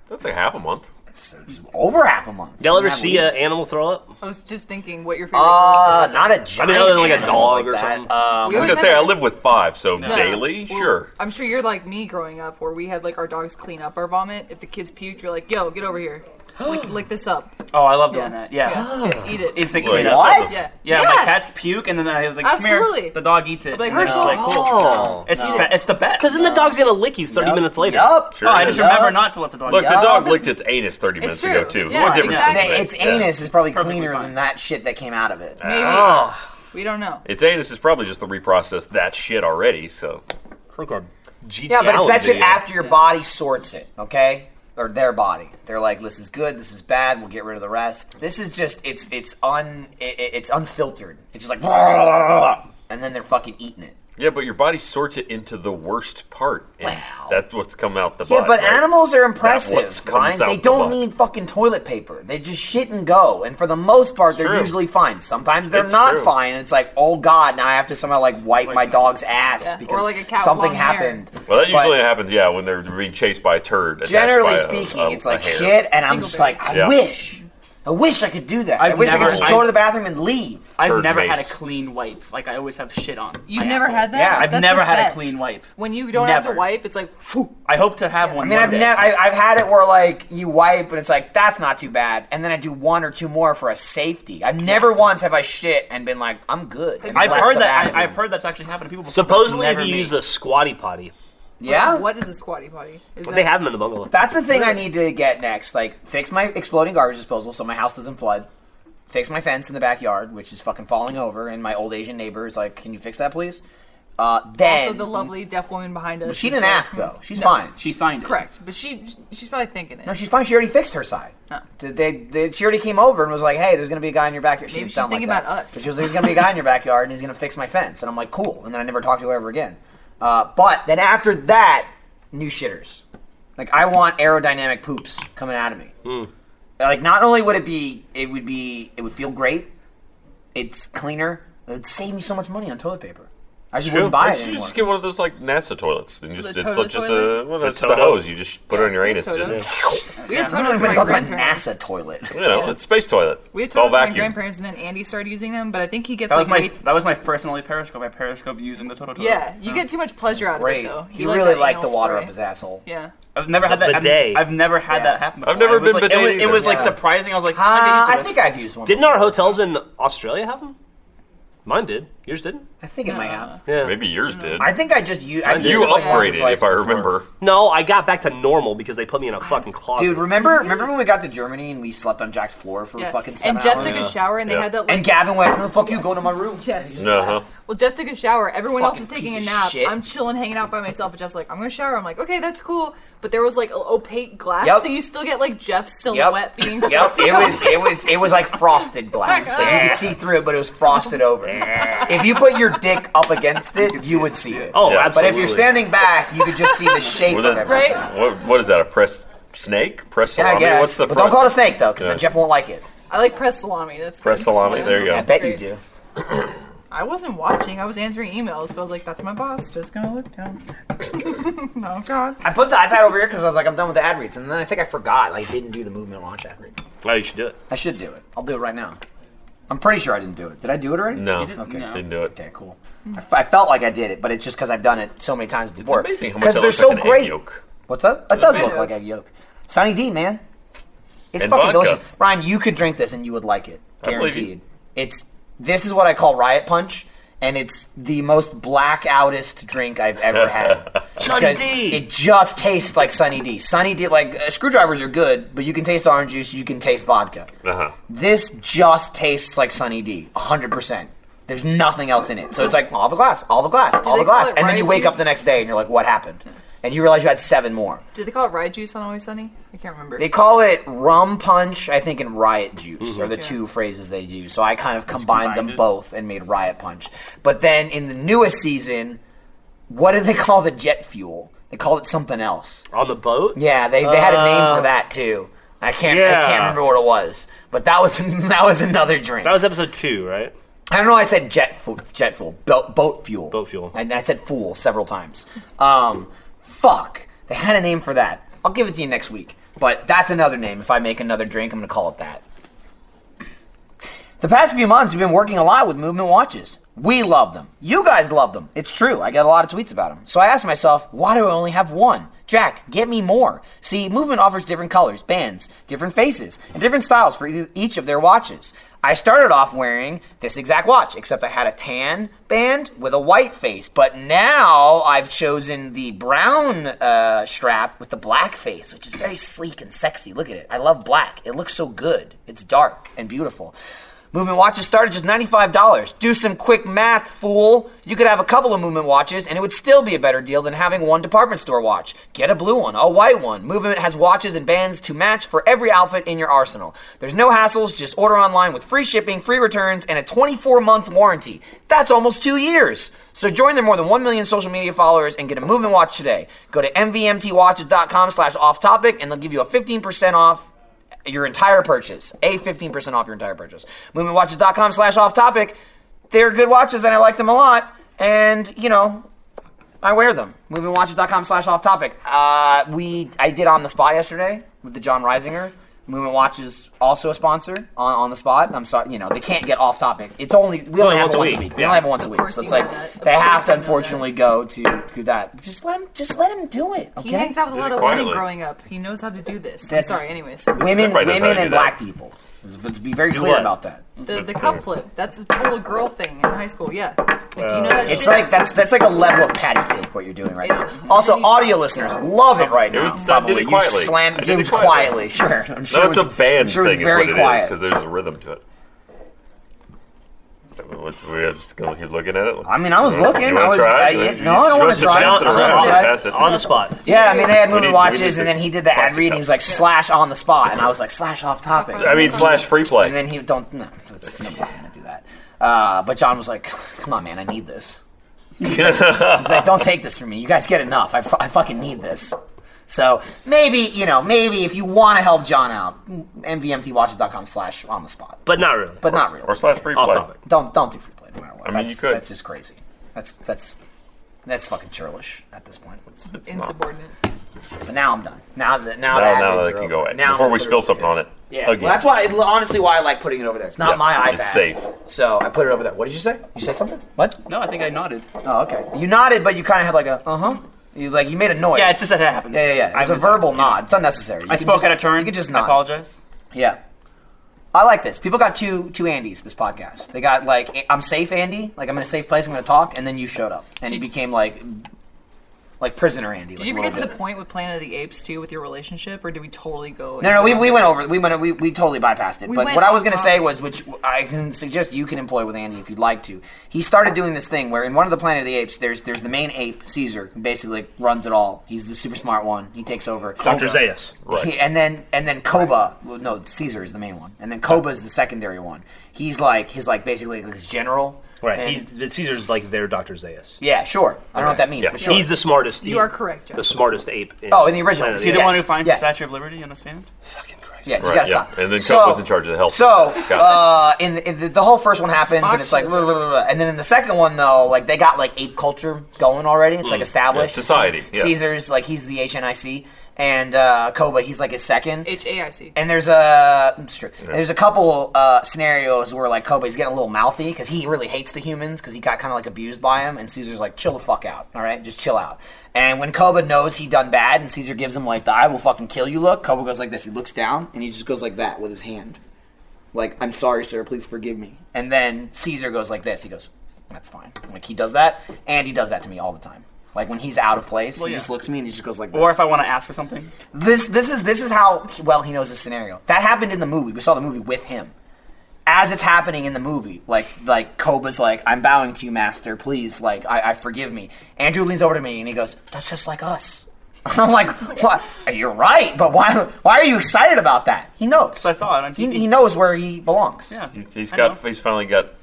That's like half a month.
It's, it's over half a month.
Y'all ever
Half
see an
weeks.
animal throw up?
I was just thinking what your favorite.
Uh,
cartoons are.
not a giant.
other than, like, a
animal
dog or
that.
something.
Um,
We
I'm
always
gonna
had
say
a-
I live with five, so daily,
Well,
sure.
I'm sure you're like me growing up, where we had like our dogs clean up our vomit. If the kids puked, you're like, "Yo, get over here, lick, lick this up,
Oh, I love doing that. Yeah.
Oh.
yeah, eat it."
It's the
Wait,
clean up.
What?
yeah,
Yeah, my cat's puke, and then I was like, "Come
Absolutely.
here." The dog eats it.
Like,
and then it's
Herschel.
like, cool.
Oh.
It's, the be- it's the best.
Because then the dog's gonna lick you 30 minutes later.
Yup.
Sure.
oh, I just
Yeah.
remember not to let the dog.
Look,
eat.
the
Yeah.
dog licked its anus 30 minutes
It's
ago,
true.
too.
Yeah,
what difference
exactly.
does it make?
Its anus is probably
Perfectly
cleaner
fine.
than that shit that came out of it.
maybe
Oh.
we don't know.
Its anus is probably just the reprocessed that shit already, so.
Yeah, but it's that shit
video.
after your body sorts it, okay? Or their body. They're like, this is good, this is bad. We'll get rid of the rest. This is just it's it's un it, it- it's unfiltered. It's just like, and then they're fucking eating it.
Yeah, but your body sorts it into the worst part. And
Wow.
That's what's come out the
Yeah,
butt,
but
right?
animals are impressive.
That's what comes
Ryan. They
out the
don't
butt.
need fucking toilet paper. They just shit and go. And for the most part, they're
true.
usually fine. Sometimes they're
It's
not
true.
fine. It's like, oh god, now I have to somehow like wipe my dog's ass
Yeah. Or
because
like a cat with
something
long hair.
happened.
Well, that
But-
usually happens, yeah, when they're being chased by a turd. attached by
generally
a-
speaking,
a-
it's
a
like
uh, hair.
shit, and I'm just like, I
Yeah.
wish, I wish I could do that. i
I've
wish I
never-
could just
I-
go to the bathroom and leave.
I've
Turd
never had a
mace.
clean wipe. Like I always have shit on.
You've
my
never
asshole.
had that.
Yeah.
I've
That's
never
the
had a
best.
clean wipe.
When you don't have to
Never.
wipe, it's like, phew.
I hope to have one.
I mean, I've
one
never,
day.
I've had it where like you wipe, and it's like that's not too bad, and then I do one or two more for a safety. I've never once have I shit and been like, I'm good. and
I've
left
heard
the
that. I,
bathroom.
I've heard that's actually happened to people. Before, but it's
Supposedly, if
never
you
me.
use a squatty potty,
yeah.
What is a squatty potty? Is
they have them in the bungalow.
That's the thing I need to get next. Like, fix my exploding garbage disposal so my house doesn't flood. Fix my fence in the backyard, which is fucking falling over, and my old Asian neighbor is like, "Can you fix that, please?" Uh, then
also the lovely deaf woman behind us.
She
is
didn't
like,
ask though. She's fine.
She signed it.
Correct, but she she's probably thinking it.
No, she's fine. She already fixed her side.
Huh.
Did They, they, she already came over and was like, "Hey, there's gonna be a guy in your backyard." She
Maybe
didn't sound
she's thinking
like that.
about us.
But she was like, "There's gonna be a guy in your backyard, and he's gonna fix my fence." And I'm like, "Cool." And then I never talked to her ever again. Uh, but then after that, new shitters. Like I want aerodynamic poops coming out of me. Like not only would it be, it would be, it would feel great. It's cleaner. It would save me so much money on toilet paper. I just wouldn't buy
Why
it
don't you
anymore.
just get one of those like NASA toilets and just
The
it's
Toto
like, just a uh,
toilet?
well, it's just
Toto?
a hose. You just put it on your
Yeah,
anus.
Toto.
Just,
we had toilets
I don't
for
know
my
if it's a
grandparents.
NASA toilet.
you know, it's space toilet.
We
Oh,
had
it's all
toilets for my
vacuum.
grandparents, and then Andy started using them. But I think he gets
That was
like
my
way-
that was my first and only periscope. I periscope using the Toto. Toto.
yeah. You get too much pleasure out
uh,
of
Great.
it though.
He
liked
really
that
liked the
anal
water
spray.
up his asshole.
Yeah.
I've never had
The
that. I've-
bidet.
I've, never had
Yeah.
that happen. Before.
I've never
It was
been
like, it was,
bidet
it was, like
either.
surprising. I was like,
Uh,
I,
I think I've used one.
Didn't
before.
our hotels in Australia have them? Mine did. Yours didn't.
I think it might have.
Yeah.
Maybe yours did.
I think I just u- I used.
did.
you
it like once or
upgraded,
twice
if I
before.
remember.
No, I got back to normal because they put me in a fucking closet.
Dude, remember remember when we got to Germany and we slept on Jack's floor for
Yeah.
fucking seven
And Jeff
hours?
took a shower, and they
Yeah.
had that. Like,
and Gavin went, "No, fuck you, go to my room."
Yes.
No, huh?
Well, Jeff took a shower. Everyone else
Fucking
is taking a
piece of
nap.
shit.
I'm chilling, hanging out by myself. But Jeff's like, I'm gonna shower. I'm like, okay, that's cool. But there was like opaque glass,
Yep.
so you still get like Jeff's
Yep.
silhouette being.
Yep,
sexy.
it was it was it was like frosted
Oh
glass. Like you could see through it, but it was frosted over. if you put your dick up against it, you would see it.
Oh,
Yeah.
but
absolutely.
if you're standing back, you could just see the shape
Well,
of
then-
everything.
Right?
What, what is that? A pressed snake? Pressed
Yeah, I
salami?
guess.
What's the
but
front?
don't call it a snake though, because
Yeah.
then Jeff won't like it.
I like press salami. That's
Press
good.
salami, there you go.
I bet you
Great.
do.
I wasn't watching. I was answering emails, but I was like, that's my boss. Just gonna look down. oh God.
I put the iPad over here because I was like, I'm done with the ad reads, and then I think I forgot. Like, didn't do the movement launch ad read.
Oh, you should do it.
I should do it. I'll do it right now. I'm pretty sure I didn't do it. Did I do it already?
No,
didn't-
okay.
no.
didn't do it.
Okay, cool. I, f- I felt like I did it, but it's just because I've done it so many times
It's
before.
amazing how much
Because
that
they're
looks
so
like an egg
great.
yolk.
What's up? It does
Kind
look
of.
like egg yolk. Sunny D, man. It's
And
fucking
vodka.
delicious. Ryan, you could drink this and you would like it.
I believe you.
Guaranteed. It's this is what I call riot punch. and it's the most blackoutest drink I've ever had.
Sunny
Because
D.
It just tastes like Sunny D. Sunny D, like uh, screwdrivers are good, but you can taste orange juice, you can taste vodka.
Uh-huh.
This just tastes like Sunny D, 100%. There's nothing else in it. So it's like, all the glass, all the glass, all
they
the glass.
call it
And then you
riot
wake up the
juice?
next day and you're like, what happened? And you realize you had seven more.
Did they call it rye juice on Always Sunny? I can't remember.
They call it rum punch, I think, and riot juice are the
Yeah.
two phrases they use. So I kind of combined them
Mm-hmm. combined it.
both and made riot punch. But then in the newest season, what did they call the jet fuel? They called it something else.
on the boat.
Yeah, they, they had a name for that too. I can't I
Uh, yeah.
can't remember what it was. But that was that was another drink.
That was episode two, right?
I don't know. why I said jet fu- jet fuel, boat, boat fuel,
Boat fuel.
and I said fool several times. Um, fuck, they had a name for that. I'll give it to you next week. But that's another name. If I make another drink, I'm gonna call it that. The past few months, we've been working a lot with movement watches. We love them. You guys love them. It's true. I get a lot of tweets about them. So I asked myself, why do I only have one? Jack, get me more. See, Movement offers different colors, bands, different faces, and different styles for e- each of their watches. I started off wearing this exact watch, except I had a tan band with a white face. But now I've chosen the brown uh, strap with the black face, which is very sleek and sexy. Look at it. I love black. It looks so good. It's dark and beautiful. Movement watches start at just $95. Do some quick math, fool. You could have a couple of movement watches, and it would still be a better deal than having one department store watch. Get a blue one, a white one. Movement has watches and bands to match for every outfit in your arsenal. There's no hassles, just order online with free shipping, free returns, and a 24 month warranty. That's almost two years. So join their more than 1 million social media followers and get a movement watch today. Go to mvmtwatches.com slash off topic, and they'll give you a 15% off your entire purchase. A 15% off your entire purchase. Movementwatches.com slash off topic. They're good watches and I like them a lot. And, you know, I wear them. Movementwatches.com slash off topic. Uh, we I did on the spot yesterday with the John Reisinger. Movement Watch is also a sponsor on, on the spot. I'm sorry, you know, they can't get off topic. It's only we only, have it once a week. We only have it once a week.
course
So it's
you
like
know that. Of
they
course
have to
I know that.
unfortunately go to, to that. Just let him just let him do it. Okay.
He hangs out with a lot
it
of women
quietly.
growing up. He knows how to do this. I'm
That's-
sorry, anyways.
Women
Everybody knows how
women
to
and
do that.
black people. Let's- Let's be very clear
what?
about that.
The, the cup flip. That's a total girl thing in high school, yeah. Like, do you know that
It's
shit?
like that's that's like a level of patty cake what you're doing right now.
Yes.
Also, audio listeners love it right
It
now.
was- I did
Probably
it
you
quietly. I
slammed
did
it
it
was quietly.
quietly.
Sure, I'm sure.
No,
it
it's a
was-
band
I'm sure
thing.
It
Is
was very
what it is
quiet.
because there's a rhythm to it. What's- We're just gonna keep looking at it.
I mean, I was
You wanna
looking. I
try?
was- I-
You-
yeah,
you
no, I don't
just
wanna
supposed
try it.
Pass it
I don't
around.
wanna try it.
Pass it.
On the spot.
yeah, I mean, they had movie
need- we need
watches,
to
and then he did the ad
plastic
read, and he was like
cups.
slash on the spot, and I was like slash off topic.
I mean, slash free
and
play.
then he don't no, that's- nobody's gonna do that. Uh, but John was like, "Come on, man, I need this." He's like, he's like, "Don't take this from me. You guys get enough. I, fu- I fucking need this." So maybe you know, maybe if you want to help John out, mvmtwatchup.com slash on the spot,
But not really.
but not really.
Or slash free
Off
play.
topic.
Don't don't do free play no matter what.
I mean,
that's,
you could.
That's just crazy. That's that's that's fucking churlish at this point.
It's not-
insubordinate.
But now I'm done. Now that now,
Now,
that
now
ad reads are
that can
over.
go away.
Now I'm
Before
gonna
we
put
spill
over
something
there.
on it.
Yeah,
Again.
well, that's why. Honestly, why I like putting it over there. It's not
Yeah,
my iPad.
it's safe.
So I put it over there. What did you say? You say something? What?
No, I think I nodded.
Oh, okay. You nodded, but you kind of had like a uh huh. You like you made a noise.
Uh-huh. Yeah, it's just that it happens.
yeah, yeah. yeah. It was
I
a verbal nod. It's unnecessary. You
I
can
spoke
just-
out of turn.
You could just
I
nod.
apologize.
Yeah. I like this. People got two two Andys this podcast. They got like I'm safe Andy, like I'm in a safe place, I'm going to talk, and then you showed up, and he became like like prisoner Andy.
Did you ever get to the point with Planet of the Apes too with your relationship, or did we totally go?
No, no, we, we went over. We went. We, we totally bypassed it.
We
but
went
what I was
off
going to say
topic.
was, which I can suggest you can employ with Andy if you'd like to. He started doing this thing where in one of the Planet of the Apes, there's there's the main ape Caesar, who basically runs it all. He's the super smart one. He takes over.
Dr.
Koba.
Zayas.
Right.
He- and then and then Koba, well, no, Caesar is the main one, and then Koba is the secondary one. He's like he's like basically like his general.
Right.
And-
He's, but Caesar's like their Dr. Zayas.
yeah, sure. I don't know what that means,
Yeah.
but sure.
He's the smartest.
You
he's
are correct, Jeff.
The smartest ape. In
Oh, in the original.
Planet of
See
the
The
Yes,
one who finds
yes.
the Statue of Liberty in the sand.
Fucking Christ.
Yeah, you
Right,
gotta
yeah.
stop.
And then
so,
Coke was in charge of the health.
So, uh, in, the, in the, the whole first one happens, and it's like,
Spock shows up.
blah, blah, blah, blah. and then in the second one though, like they got like ape culture going already. It's like established
Mm. yeah, society,
It's like
yeah.
Caesar's like he's the HNIC, and uh, Koba he's like his second.
H A I C.
And there's a mm, it's true. there's a couple uh, scenarios where like Kobe's getting a little mouthy because he really hates the humans because he got kind of like abused by him, and Caesar's like, "Chill the fuck out, all right, just chill out." And when Koba knows he done bad, and Caesar gives him like the "I will fucking kill you" look, Koba goes like this. He looks down and he just goes like that with his hand, like "I'm sorry, sir, please forgive me." And then Caesar goes like this. He goes, that's fine. Like he does that, and he does that to me all the time. Like when he's out of place, he
yeah.
just looks at me and he just goes like, this.
Or if I want to ask for something.
this this is this is how well he knows the scenario. That happened in the movie. We saw the movie with him. As it's happening in the movie, like like Koba's like, I'm bowing to you, master. Please, like I, I forgive me. Andrew leans over to me and he goes, That's just like us. I'm like, what? You're right, but why? Why are you excited about that? He knows.
I saw it on TV.
He, he knows where he belongs.
Yeah.
He's, he's
I
got.
know.
He's finally got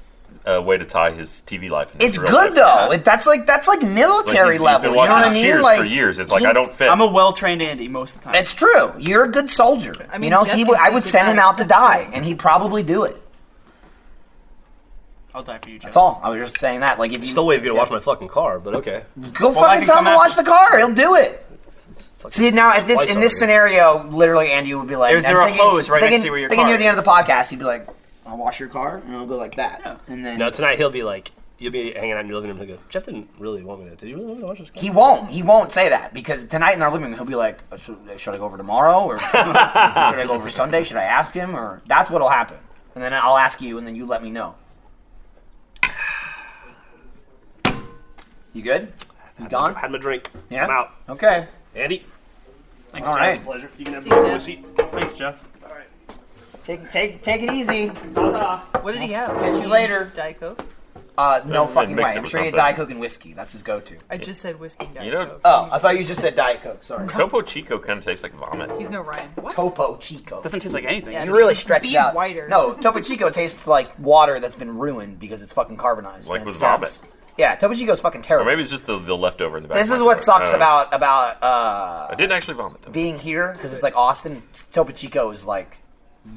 a way to tie his TV life. in his
It's
real
good
life.
though. It, that's like that's like military
he's- he's
level.
Been
You know
watching
what I mean?
Cheers
like
for years, it's like
he-
I don't fit.
I'm a well trained Andy most of the time.
It's true. You're a good soldier. I
I mean,
mean, you know,
Jeff
he.
can
would- I
say
would
he
send him
died.
out to
That's
die,
it.
and he'd probably do it.
I'll die for you, Jeff.
That's all. I was just saying that. Like, if you
Still waiting for you to watch my fucking car, but okay.
go
Well, I
fucking
can
tell him
come
to
after-
watch the car, he'll do it. See now at this
Twice
in this
already.
scenario, literally, Andy would be like,
There's-
I'm
there are
thinking-
hose right next
thinking-
to where your
thinking
car
near the end of
is.
the podcast, he'd be like, "I'll wash your car," and it'll go like that,
Yeah.
and then
No, tonight he'll be like, you'll be hanging out in your living room. He'll go, Jeff didn't really want me to. Did you really want me to watch this? Car?
he won't. He won't say that because tonight in our living room, he'll be like, "Should, should I go over tomorrow, or should I go over Sunday? Should I ask him?" Or that's what'll happen, and then I'll ask you, and then you let me know. You good? You
I
gone?
had my drink.
Yeah.
I'm out.
Okay.
Andy,
All right.
pleasure. You can have
See you,
a
Jeff.
seat.
Thanks, Jeff.
Take take take it easy.
What did he have?
Catch you later.
Diet Coke?
Uh, no
Then
fucking way.
mix it
I'm
with
sure you
something.
Diet Coke and whiskey. That's his go-to.
I just said whiskey and Diet
You know-
Coke.
Oh, I thought you just said Diet Coke. Sorry.
Topo Chico kind of tastes like vomit.
He's no Ryan. What?
Topo Chico.
Doesn't taste like anything.
Yeah.
You really stretched
Be
it out.
whiter.
No, Topo Chico tastes like water that's been ruined because it's fucking carbonized.
Like
and it
with
sucks.
vomit.
Yeah, Topo Chico's fucking
Or
terrible.
maybe it's uh, just the, the leftover in the back.
this
of
is
my
what
throat. I
sucks
don't know.
about about uh,
I didn't actually vomit though.
being here because it's like Austin. Topo Chico is like.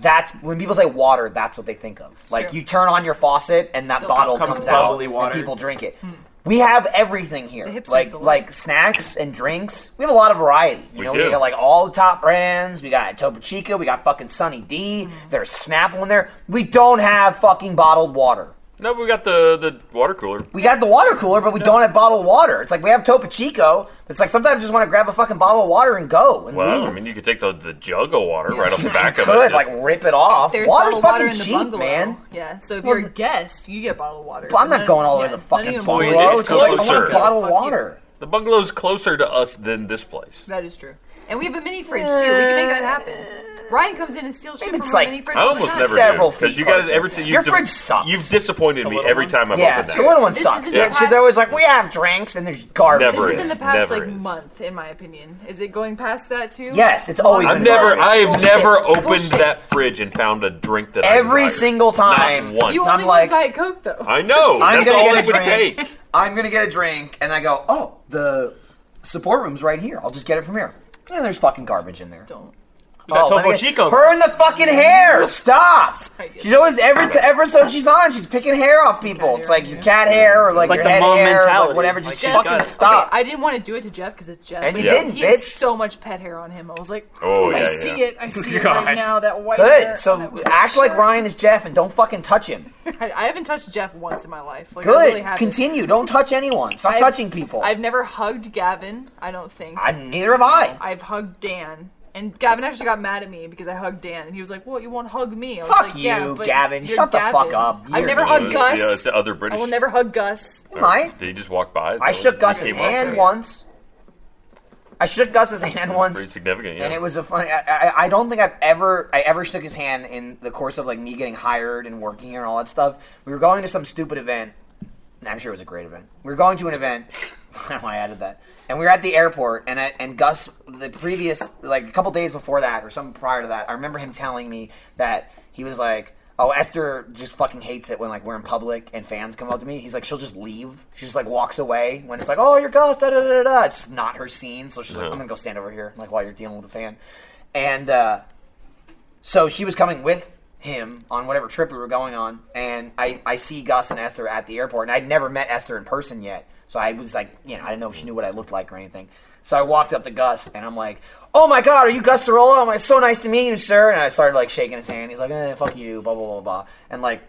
That's when people say water. That's what they think of. like
true.
you turn on your faucet and that bottle
comes
comes out
bubbly water.
and people drink it. We have everything here,
Hmm. It's a hipster
like
delight.
like snacks and drinks. We have a lot of variety. You
We
know,
do.
we got like all the top brands. We got Topo Chico. We got fucking Sunny D.
Hmm.
There's Snapple in there. We don't have fucking bottled water.
No, but we got the the water cooler.
We got the water cooler, but we don't have bottled water. It's like we have Topo Chico. It's like sometimes I just want to grab a fucking bottle of water and go and
Wow.
leave.
I mean, you could take the, the jug of water right off the back of it.
could
just-
like rip it off.
There's
Water's
bottled water
fucking
in the
cheap,
bungalow.
man.
Yeah, so if
Well,
you're a guest, you get bottled water.
But I'm
But
not
none-
going all the way to
yeah,
the fucking
none of you
bungalow.
employees-
It's
It's like, I want
closer.
a bottle
Fuck
of
you.
water.
the bungalow's closer to us than this place.
That is true. And we have a mini fridge too. We can make that happen. Ryan comes in and steals shit
Maybe
from
it's
our
like-
mini fridge.
I
all the
almost
time.
never
Several
do because
feet
you guys
closer.
every time
Your
you've
fridge sucks.
You've disappointed me every time I've
Yeah,
opened
the little
that.
one
This
sucks.
is in the
That shit, they're
past-
always like, we have drinks and there's garbage.
Never
This is in the
is,
past
never
like
is.
month, in my opinion. Is it going past that too?
Yes, it's always
I've
been
never,
Bullshit.
I have never opened
Bullshit.
that fridge and found a drink that I
Every
desired.
single time.
Not once.
You
I'm
only
like-
want Diet Coke though.
I know.
I'm
that's
gonna
all
get
it
a
would
drink.
take.
I'm gonna get a drink, and I go, oh, the support room's right here. I'll just get it from here. And there's fucking garbage in there.
Don't.
We got
Oh, let me
Topo
get-
Chico.
Her in the fucking hair. Stop. She's always every t- episode she's on, she's picking hair off people. It's like your cat hair or like,
Like
your
the
head
mom
hair, or
mentality.
like whatever. Just
Jeff-
fucking
okay,
stop.
I didn't want to do it to Jeff because it's Jeff.
and you
but
Yeah.
didn't,
He had
bitch.
so much pet hair on him. I was like,
Oh,
I
yeah,
see
yeah.
it. I see it right now. That white hair.
Good. So
on that-
act like Ryan is Jeff and don't fucking touch him.
I, I haven't touched Jeff once in my life. Like, I
Good.
really haven't.
Continue. Don't touch anyone. Stop
I've-
touching people.
I've never hugged Gavin. I don't think.
I neither have I.
I've hugged Dan. And Gavin actually got mad at me because I hugged Dan, and he was like, "Well, you won't hug me." I was like,
Fuck
yeah,
you,
but
Gavin.
you're
Shut the
Gavin.
fuck up. You're
I've never
Gavin.
hugged
Yeah, it's
Gus.
the other British.
I will never hug Gus.
You might.
Did he just walk by? Is
I
that
shook
what-
Gus's
he came up?
hand
there.
once. I shook Gus's hand once.
Pretty significant. Yeah.
And it was a funny. I, I, I don't think I've ever I ever shook his hand in the course of like me getting hired and working here and all that stuff. We were going to some stupid event. and I'm sure it was a great event. We were going to an event. I don't know why I added that. And we were at the airport, and I, and Gus, the previous like a couple days before that or something prior to that, I remember him telling me that he was like. Oh, Esther just fucking hates it when like we're in public and fans come up to me. He's like, she'll just leave. She just like walks away when it's like, oh, you're Gus, da da da da. da. It's just not her scene, so she's like, I'm gonna go stand over here, like while you're dealing with a fan. And uh, so she was coming with him on whatever trip we were going on, and I, I see Gus and Esther at the airport, and I'd never met Esther in person yet, so I was like, you know, I didn't know if she knew what I looked like or anything. So I walked up to Gus, and I'm like, "Oh my God, are you Gus Sorolla? I'm like, so nice to meet you, sir." And I started like shaking his hand. He's like, eh, "Fuck you," blah blah blah blah, and like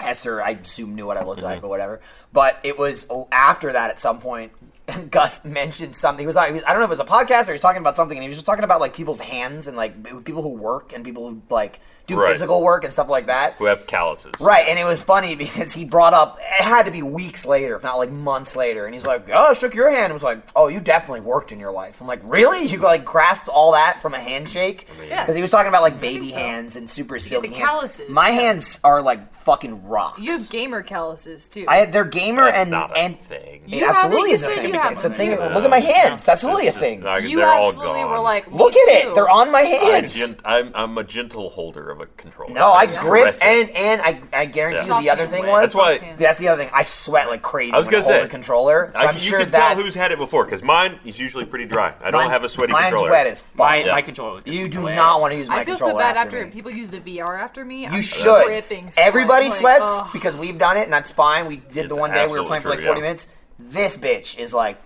Esther, I assume knew what I looked like or whatever. But it was after that at some point. and Gus mentioned something. He was, on- he was I don't know if it was a podcast or he was talking about something, and he was just talking about like people's hands and like b- people who work and people who like do
Right.
physical work and stuff like that.
who have calluses.
Right, and it was funny because he brought up it had to be weeks later, if not like months later, and he's like, "Oh, I shook your hand." It was like, "Oh, you definitely worked in your life." I'm like, "Really? You like grasped all that from a handshake?" Because
Yeah.
he was talking about like baby
think so.
hands and super silky
the
hands.
calluses,
My
yeah.
hands are like fucking rocks.
You have gamer calluses too.
I they're gamer
That's
and
not a
and
thing.
it
You have it,
absolutely
you
is a
said
thing.
you have
It's a
them.
thing. Look at my hands. It's absolutely a
It's just
thing.
not-
You
they're all
absolutely
gone.
were like, me
Look at
too.
it. They're on my
I'm,
hands.
gent- I'm, I'm a gentle holder of a controller.
No, I
Just
grip
caress it.
and and I, I guarantee
Yeah.
you the other thing
Soft
was
That's why-
hands.
that's the other thing. I sweat like crazy.
I was
when I
gonna
hold
say,
the controller, so
I,
I, am
you
sure
can
that
tell who's had it before because mine is usually pretty dry. I don't
mine's-
have a sweaty
mine's
controller.
wet as fuck.
My, my
Yeah.
controller. was
you do
way
not want to use my
I feel so
controller
bad
after,
after,
me.
people use the VR after me.
You should. Everybody sweats
"Oh,
because
because we've done it, and that's fine. We did
It's
the one day we were
absolutely
playing for like
true,
40
yeah.
minutes. This bitch is like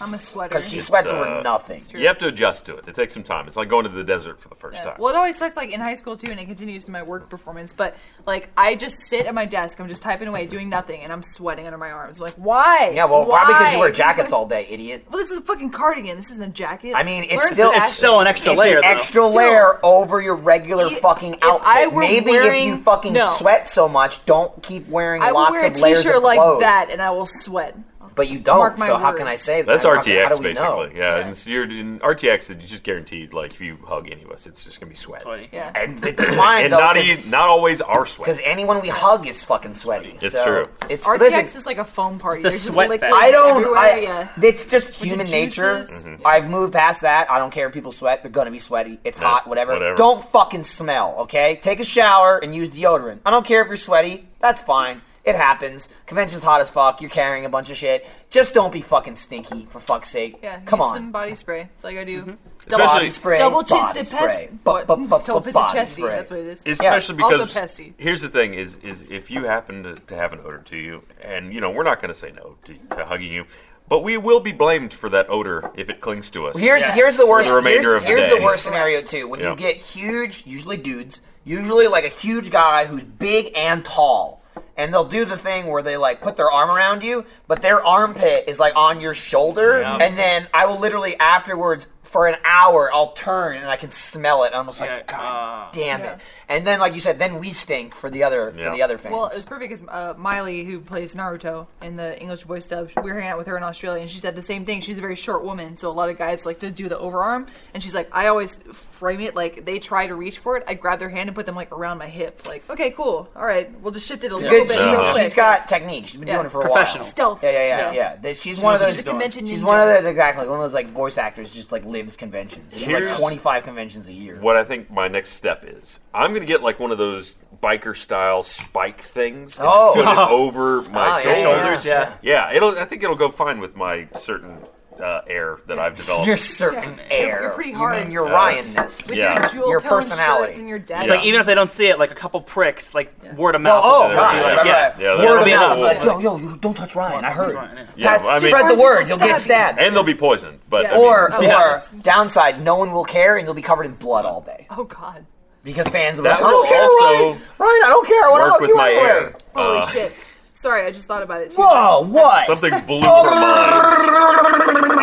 I'm a sweater.
because she sweats
uh,
over nothing.
You have to adjust to it. It takes some time. It's like going to the desert for the first time.
Well, it always sucked like in high school too, and it continues to my work performance. But like, I just sit at my desk, I'm just typing away, doing nothing, and I'm sweating under my arms. like, why?
Yeah, well, probably because you
Why?
wear jackets all day, idiot.
Well, this is a fucking cardigan. This isn't a jacket.
I mean, it's
Learn
still- it's
fashion.
still an extra
It's
layer.
an
though.
extra
Still.
layer over your regular
You-
fucking
if
outfit.
I were
Maybe if you
wearing-
fucking
no.
sweat so much, don't keep wearing
I will
lots
wear a
of layers of
t-shirt like
clothes.
that, and I will sweat.
But you don't.
Mark my
so how can
words.
I say that?
That's
How-
RTX
how do we
basically.
know?
Yeah, and it's, you're, in RTX is just guaranteed. Like if you hug any of us, it's just gonna be sweat.
sweaty.
Yeah.
And it's fine
and
though,
not
cause,
e- not always our sweat.
because anyone we hug is fucking sweaty.
It's
so
true.
It's
RTX
listen,
is like a foam party.
It's a
There's just
sweat
liquids
fest.
I don't.
everywhere,
I,
yeah.
It's just
With your
human nature.
juices.
I've moved past that. I don't care if people sweat. They're gonna be sweaty. It's
Mm-hmm. Yeah,
hot. Whatever.
whatever.
Don't fucking smell. Okay. Take a shower and use deodorant. I don't care if you're sweaty. That's fine. It happens. Convention's hot as fuck. You're carrying a bunch of shit. Just don't be fucking stinky for fuck's sake.
Yeah,
Come
use
on. Mm-hmm.
some body spray. That's all you gotta do.
double
Especially-
body spray.
Double
body
chested
spray.
pest.
Bu-
What?
bu- bu- bu-
Double pisted
body
chesty.
spray.
That's what it is.
especially
Also
because
pesty.
here's the thing is is if you happen to, to have an odor to you and you know we're not going to say no to, to hugging you but we will be blamed for that odor if it clings to us
Here's here's the worst.
For the remainder
here's
of the
here's
day.
worst scenario too. When
Yeah.
you get huge, usually dudes, usually like a huge guy who's big and tall, and they'll do the thing where they like put their arm around you, but their armpit is like on your shoulder, and then I will literally afterwards. For an hour, I'll turn and I can smell it. and I'm just like,
Yeah,
God
uh,
damn
Yeah.
it! And then, like you said, then we stink for the other
Yeah.
for the other fans.
Well, it was perfect because uh, Miley, who plays Naruto in the English voice dub, we were hanging out with her in Australia, and she said the same thing. She's a very short woman, so a lot of guys like to do the overarm, and she's like, I always frame it like they try to reach for it. I grab their hand and put them like around my hip, like, okay, cool, all right, we'll just shift it a little
Good.
bit.
She's,
real quick."
she's got technique. She's been
Yeah.
doing it for a
Professional.
while.
stealth.
Yeah, yeah, yeah, yeah. They- She's one of those.
She's a convention.
She's
ninja.
one of those exactly one of those like voice actors just like lives conventions. They do, like
Here's-
twenty five conventions a year.
what i think my next step is i'm going to get like one of those biker style spike things and
Oh.
just put it over my
Ah, yeah,
shoulders
Shoulders, yeah.
yeah. it'll i think it'll go fine with my certain uh, air that i've developed
You're certain air.
You're pretty hard.
You mean your
Uh,
Ryanness.
with
Yeah.
your jewel
Your
tone
personality.
shirts and your dad.
It's
It's like even if they don't see it, like a couple pricks, like word of
Oh,
mouth.
oh
Yeah,
god!
yeah,
remember
yeah.
that.
Yeah,
Word
that'll
of
be
mouth.
enough.
Like, yo, yo, you don't touch Ryan. I heard.
Ryan,
yeah.
Pat-
Yeah, I mean-
spread the word. You'll get
Stab you.
stabbed.
and they'll be poisoned but I mean,
Or, uh, or
yeah.
downside, no one will care, and you'll be covered in blood all day
Oh God!
because fans will. Be
That
like, I
will
don't care,
also
Ryan. Ryan, I don't care. I want to
work
hug
with
you
my
anyway.
air
Holy
Uh,
shit! Sorry, I just thought about it. Too.
Whoa! What?
Something blew her mind.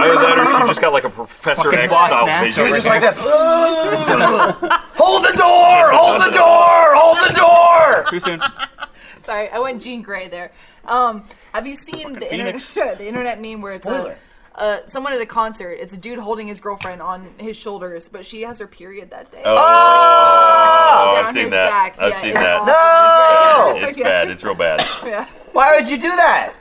Either that or she just got like a Professor
Fucking
X
Voss
style
Nash.
vision.
She's just like this. hold the door! Hold the door! Hold the door!
Too soon.
Sorry, I went Jean Grey there. Um, have you seen the internet,
Phoenix.
the internet meme where it's
Spoiler.
a, uh, someone at a concert? It's a dude holding his girlfriend on his shoulders, but she has her period that day. Oh,
Oh,
down
I've seen
his
that.
back.
I've
Yeah,
seen
it's
that.
awful.
No!
"Oh, It's
Yeah.
bad. It's real bad.
Yeah.
Why would you do that?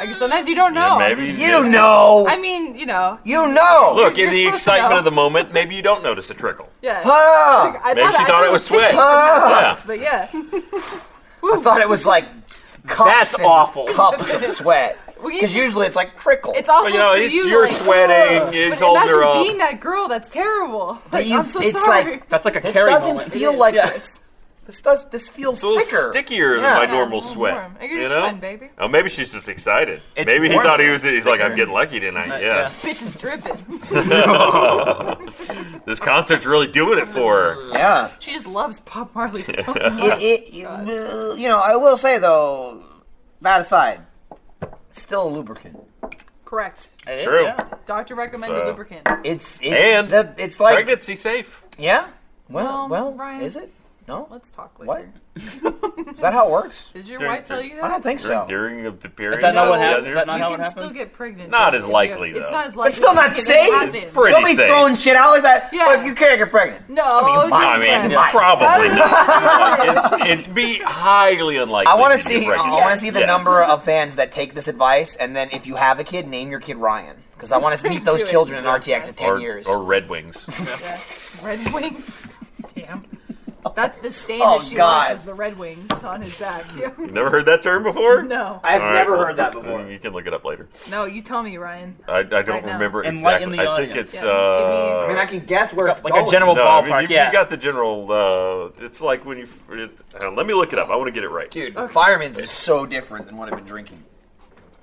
Like, sometimes you don't know.
Yeah, maybe
You know.
I mean, you know.
You know.
Look, in
You're
the
supposed to
excitement
know.
of the moment, maybe you don't notice a trickle.
Yeah.
Ah,
I
Maybe she
I
thought it was
pissing
sweat.
from
Yeah.
her nuts, But yeah,
I thought it was like cups
That's
and
awful.
cups of sweat.
We-
Because usually it's like trickle.
it's awful
But you know,
for
it's
you.
you're
like,
sweating. uh,
But
It's holding
imagine
her up.
being that girl. That's terrible.
But
Like,
you-
I'm so
it's
sorry.
like-
That's like a
this
carry
doesn't
moment.
feel like
Yeah.
this. This does. This feels
It's a little
thicker.
stickier
Yeah.
than my
Yeah,
normal
a little
sweat.
warm. You're
you
just
know?
fine, baby.
Oh, maybe she's just excited.
It's
maybe he
warm.
thought he was. He's like, I'm getting lucky
Uh,
tonight. Yeah,
Bitch is dripping.
this concert's really doing it for her.
Yeah.
She just loves Bob Marley so much.
It, it, you you know, I will say though, that aside, it's still a lubricant.
Correct.
It's
true.
Doctor recommended
So-
lubricant.
It's it's
And
the, it's like
pregnancy safe.
yeah. Well,
Well,
well,
Ryan,
is it? No.
Let's talk
What?
later.
Is that how it works?
Does your
During-
wife tell you that?
I don't think so.
During the period.
Is that not what
Yeah,
happened? Is
You
that not how it
can still
happens?
get pregnant.
Not
though,
as
if you-
likely,
It's
though.
not as likely.
It's still not
because it
safe.
happened.
It's pretty
Don't be
safe.
throwing shit out like that.
Yeah.
Look, you can't get pregnant.
No,
I mean,
dude, yeah.
probably not. it's, it's be highly unlikely.
I want
to
to see. I
Pregnant.
want to see the
Yes.
number of fans that take this advice, and then if you have a kid, name your kid Ryan, because I want to meet
Do
those
it.
children in RTX in ten
Or,
years.
or Red Wings.
Red Wings. Damn. That's the stain
Oh,
that she
God.
left is the Red Wings on his back.
You never heard that term before?
no.
I have
All right,
never
well,
heard that before.
You can look it up later.
No, you tell me, Ryan.
I, I don't
Right now.
remember
Enlighten
exactly.
the
I think
audience.
it's.
Yeah,
uh,
give
I mean, I can
guess where
like a general
no, I
ballpark.
mean, you,
yeah.
you got the general. Uh, it's like when you. f- It, uh, let me look it up. I want to get it right.
Dude, fireman's is so different than what I've been drinking.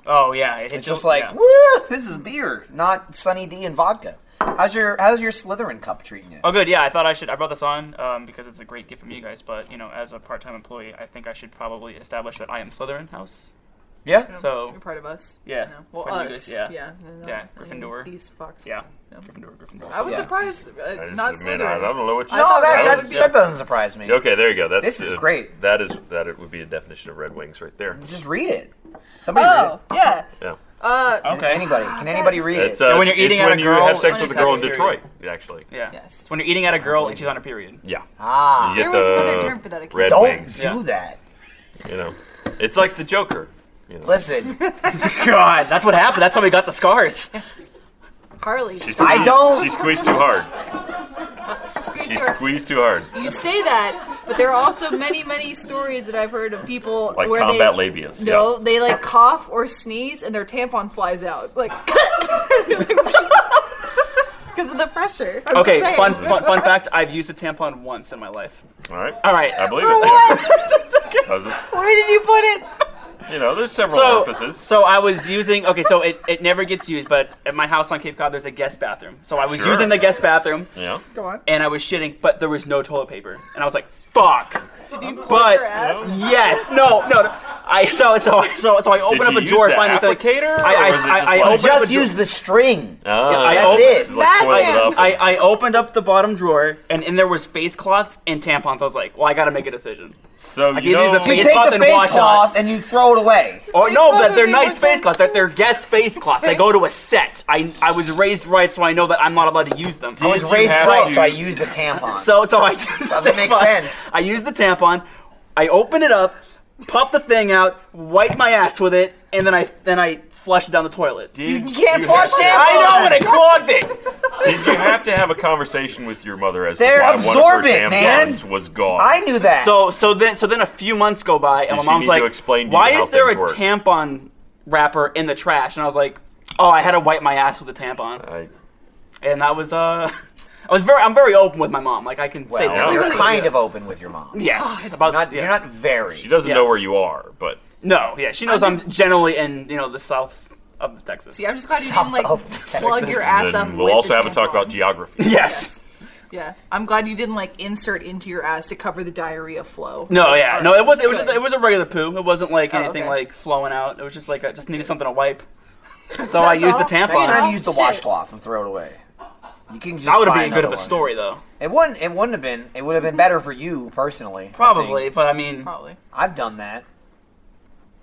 oh yeah, it- it
It's just
don't-
like,
yeah.
woo, this is beer, not Sunny D and vodka. How's your How's your Slytherin cup treating you?
Oh, good. Yeah, I thought I should. I brought this on um, because it's a great gift from you guys. But you know, as a part-time employee, I think I should probably establish that I am Slytherin House.
Yeah,
So-
you're part of us.
Yeah.
No. Well,
Part of you
us.
guys, yeah.
Yeah. No,
Yeah,
I mean,
Gryffindor.
These fucks.
Yeah.
Yeah.
Gryffindor, Gryffindor.
I was
Yeah.
surprised.
I
Uh,
just-
not
man, I, I
Slytherin.
don't know what. You,
no,
thought
that
that
that,
was-
that doesn't surprise me.
okay, there you go. That's
This is
uh,
great.
That is that. It would be a definition of Red Wings right there.
Just read it. Somebody
Oh, yeah.
Yeah.
Oh.
Uh,
Okay.
Anybody? Can anybody read
It's,
it?
uh,
And when you're
it's
eating at
when
a
you
girl-
have sex
when
with a
it's
girl in
having a
Detroit,
period.
actually.
Yeah.
Yes.
It's when you're eating at a girl and she's on a period.
Yeah.
Ah,
You
There
get
was
the
another term for that, I can't-
Red
don't
Wings.
do that.
You know, it's like the Joker. You know.
Listen,
God, that's what happened. That's how we got the scars.
Harley.
She
stop.
I don't-
She squeezed too hard.
Squeeze
She
her.
squeezed too hard.
You say that, but there are also many, many stories that I've heard of people
Like
where
combat
they,
labias.
No, they like cough or sneeze and their tampon flies out. Like, because of the pressure. I'm just
Okay,
saying.
fun, fun fun fact. I've used a tampon once in my life.
Yeah. All right.
All right.
I believe
For
it.
what?
How's it-
Where did you put it?
You know, there's several
So,
orifices.
so I was using. Okay, so it, it never gets used, but at my house on Cape Cod, there's a guest bathroom. So I was
Sure.
using the guest bathroom,
yeah.
Go on.
and I was shitting, but there was no toilet paper, and I was like, "Fuck."
Did you put
But
your ass?
yes, no, no. no. I so so so so I open
Did
up
you
a
use
drawer,
the
find the
applicator,
I
or
I,
was it
I,
just
I
like-
opened up a
just
drawer-
use the string.
Ah,
I
That's
opened-
it.
Like coiled it
Batman.
up.
I, I opened up the bottom drawer and in there was face cloths and tampons. I was like, well, I gotta make a decision.
so you
gave these
know,
a
You
Face
take
cloth
the
and
face
wash
cloth and you throw it away.
Or
Face
Oh, no,
cloths
that they're
would be
nice
more
face cloths. That they're guest face cloths. They go to a set. I I was raised right, so I know that I'm not allowed to use them.
I was
you
raised
have
right,
to-
so I used a tampon.
So so I used
Doesn't make
tampon.
sense.
I used the tampon. I open it up, pop the thing out, wipe my ass with it, and then I then I flush it down the toilet.
you can't
you
flush
have to-
tampons.
I know, and I clogged it.
did you have to have a conversation with your mother as
They're
to why one
absorbent,
of her
man.
tampons was gone?
I knew that.
So so then so then a few months go by and
Did
my
she
mom's
need
like,
to explain to you
"Why
how
is there a
things work?"
tampon wrapper in the trash?" And I was like, "Oh, I had to wipe my ass with a tampon."
I-
And that was uh, I was very I'm very open with my mom. Like I can say
well,
that.
you're
Clearly.
kind of open with your mom.
yes about
Not,
yeah.
You're not very.
she doesn't
Yeah.
know where you are, but
no yeah she knows
I'm
I'm,
just-
generally in you know the south of Texas.
See, I'm just glad you didn't like
South of
plug
Texas.
your ass up.
then we'll
with
also
the
have a talk
tampon.
about geography.
yes.
Yeah, I'm glad you didn't like insert into your ass to cover the diarrhea flow.
No, yeah, no. It was it was
Good.
just it was a regular poo. It wasn't like
Oh,
anything
okay.
like flowing out. It was just like I just needed something to wipe. So I used the
all?
tampon.
Next time,
Oh,
use the
shit.
washcloth and throw it away. You can just
that would have
buy
been good
another
of a
one.
story though.
It wouldn't. It wouldn't have been. It would have been better for you personally. I think.
Probably, but I mean,
Probably.
I've done that.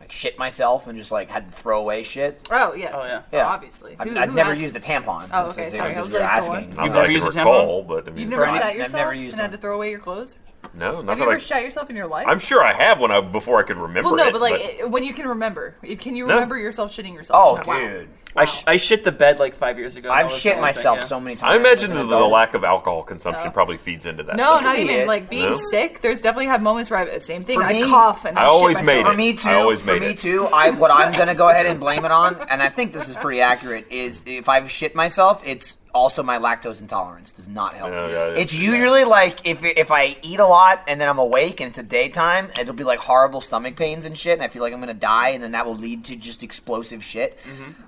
Like shit myself and just like had to throw away shit.
Oh yes.
Oh, yeah.
Yeah.
obviously.
I've,
Who-
I've
who
never
has-
used a tampon.
Oh,
That's the
okay,
thing
sorry, I
that
was
you're
like, go
asking.
on.
Not
You've
that I
never
can
used a
recall, but I mean,
You've never
Right.
shot
I've
yourself
never used
and had
one.
to throw away your clothes?
no, not
Have
that
you ever
I.
shot yourself in your life?
I'm sure I have when I before I could remember
well, no,
it,
but like it- when you can remember, If- can you
No.
remember yourself shitting
Oh,
yourself? Wow.
dude.
I, sh- I shit the bed like five years ago. That
I've
was the
shit
only
myself
thing, yeah.
so many times.
I imagine
as
the,
an
the
adult.
lack of alcohol consumption probably feeds into that.
No,
sometimes.
not
be
even
it.
like being
No?
sick. There's definitely had moments where I have same thing.
For
I
me-
cough and I,
I always
shit
made
myself.
For me
it.
too.
I always
for
made
me
it.
too. I what I'm gonna go ahead and blame it on, and I think this is pretty accurate. Is if I've shit myself, it's also my lactose intolerance does not help.
Yeah, yeah,
it's usually like if if I eat a lot and then I'm awake and it's a daytime, it'll be like horrible stomach pains and shit, and I feel like I'm gonna die, and then that will lead to just explosive shit.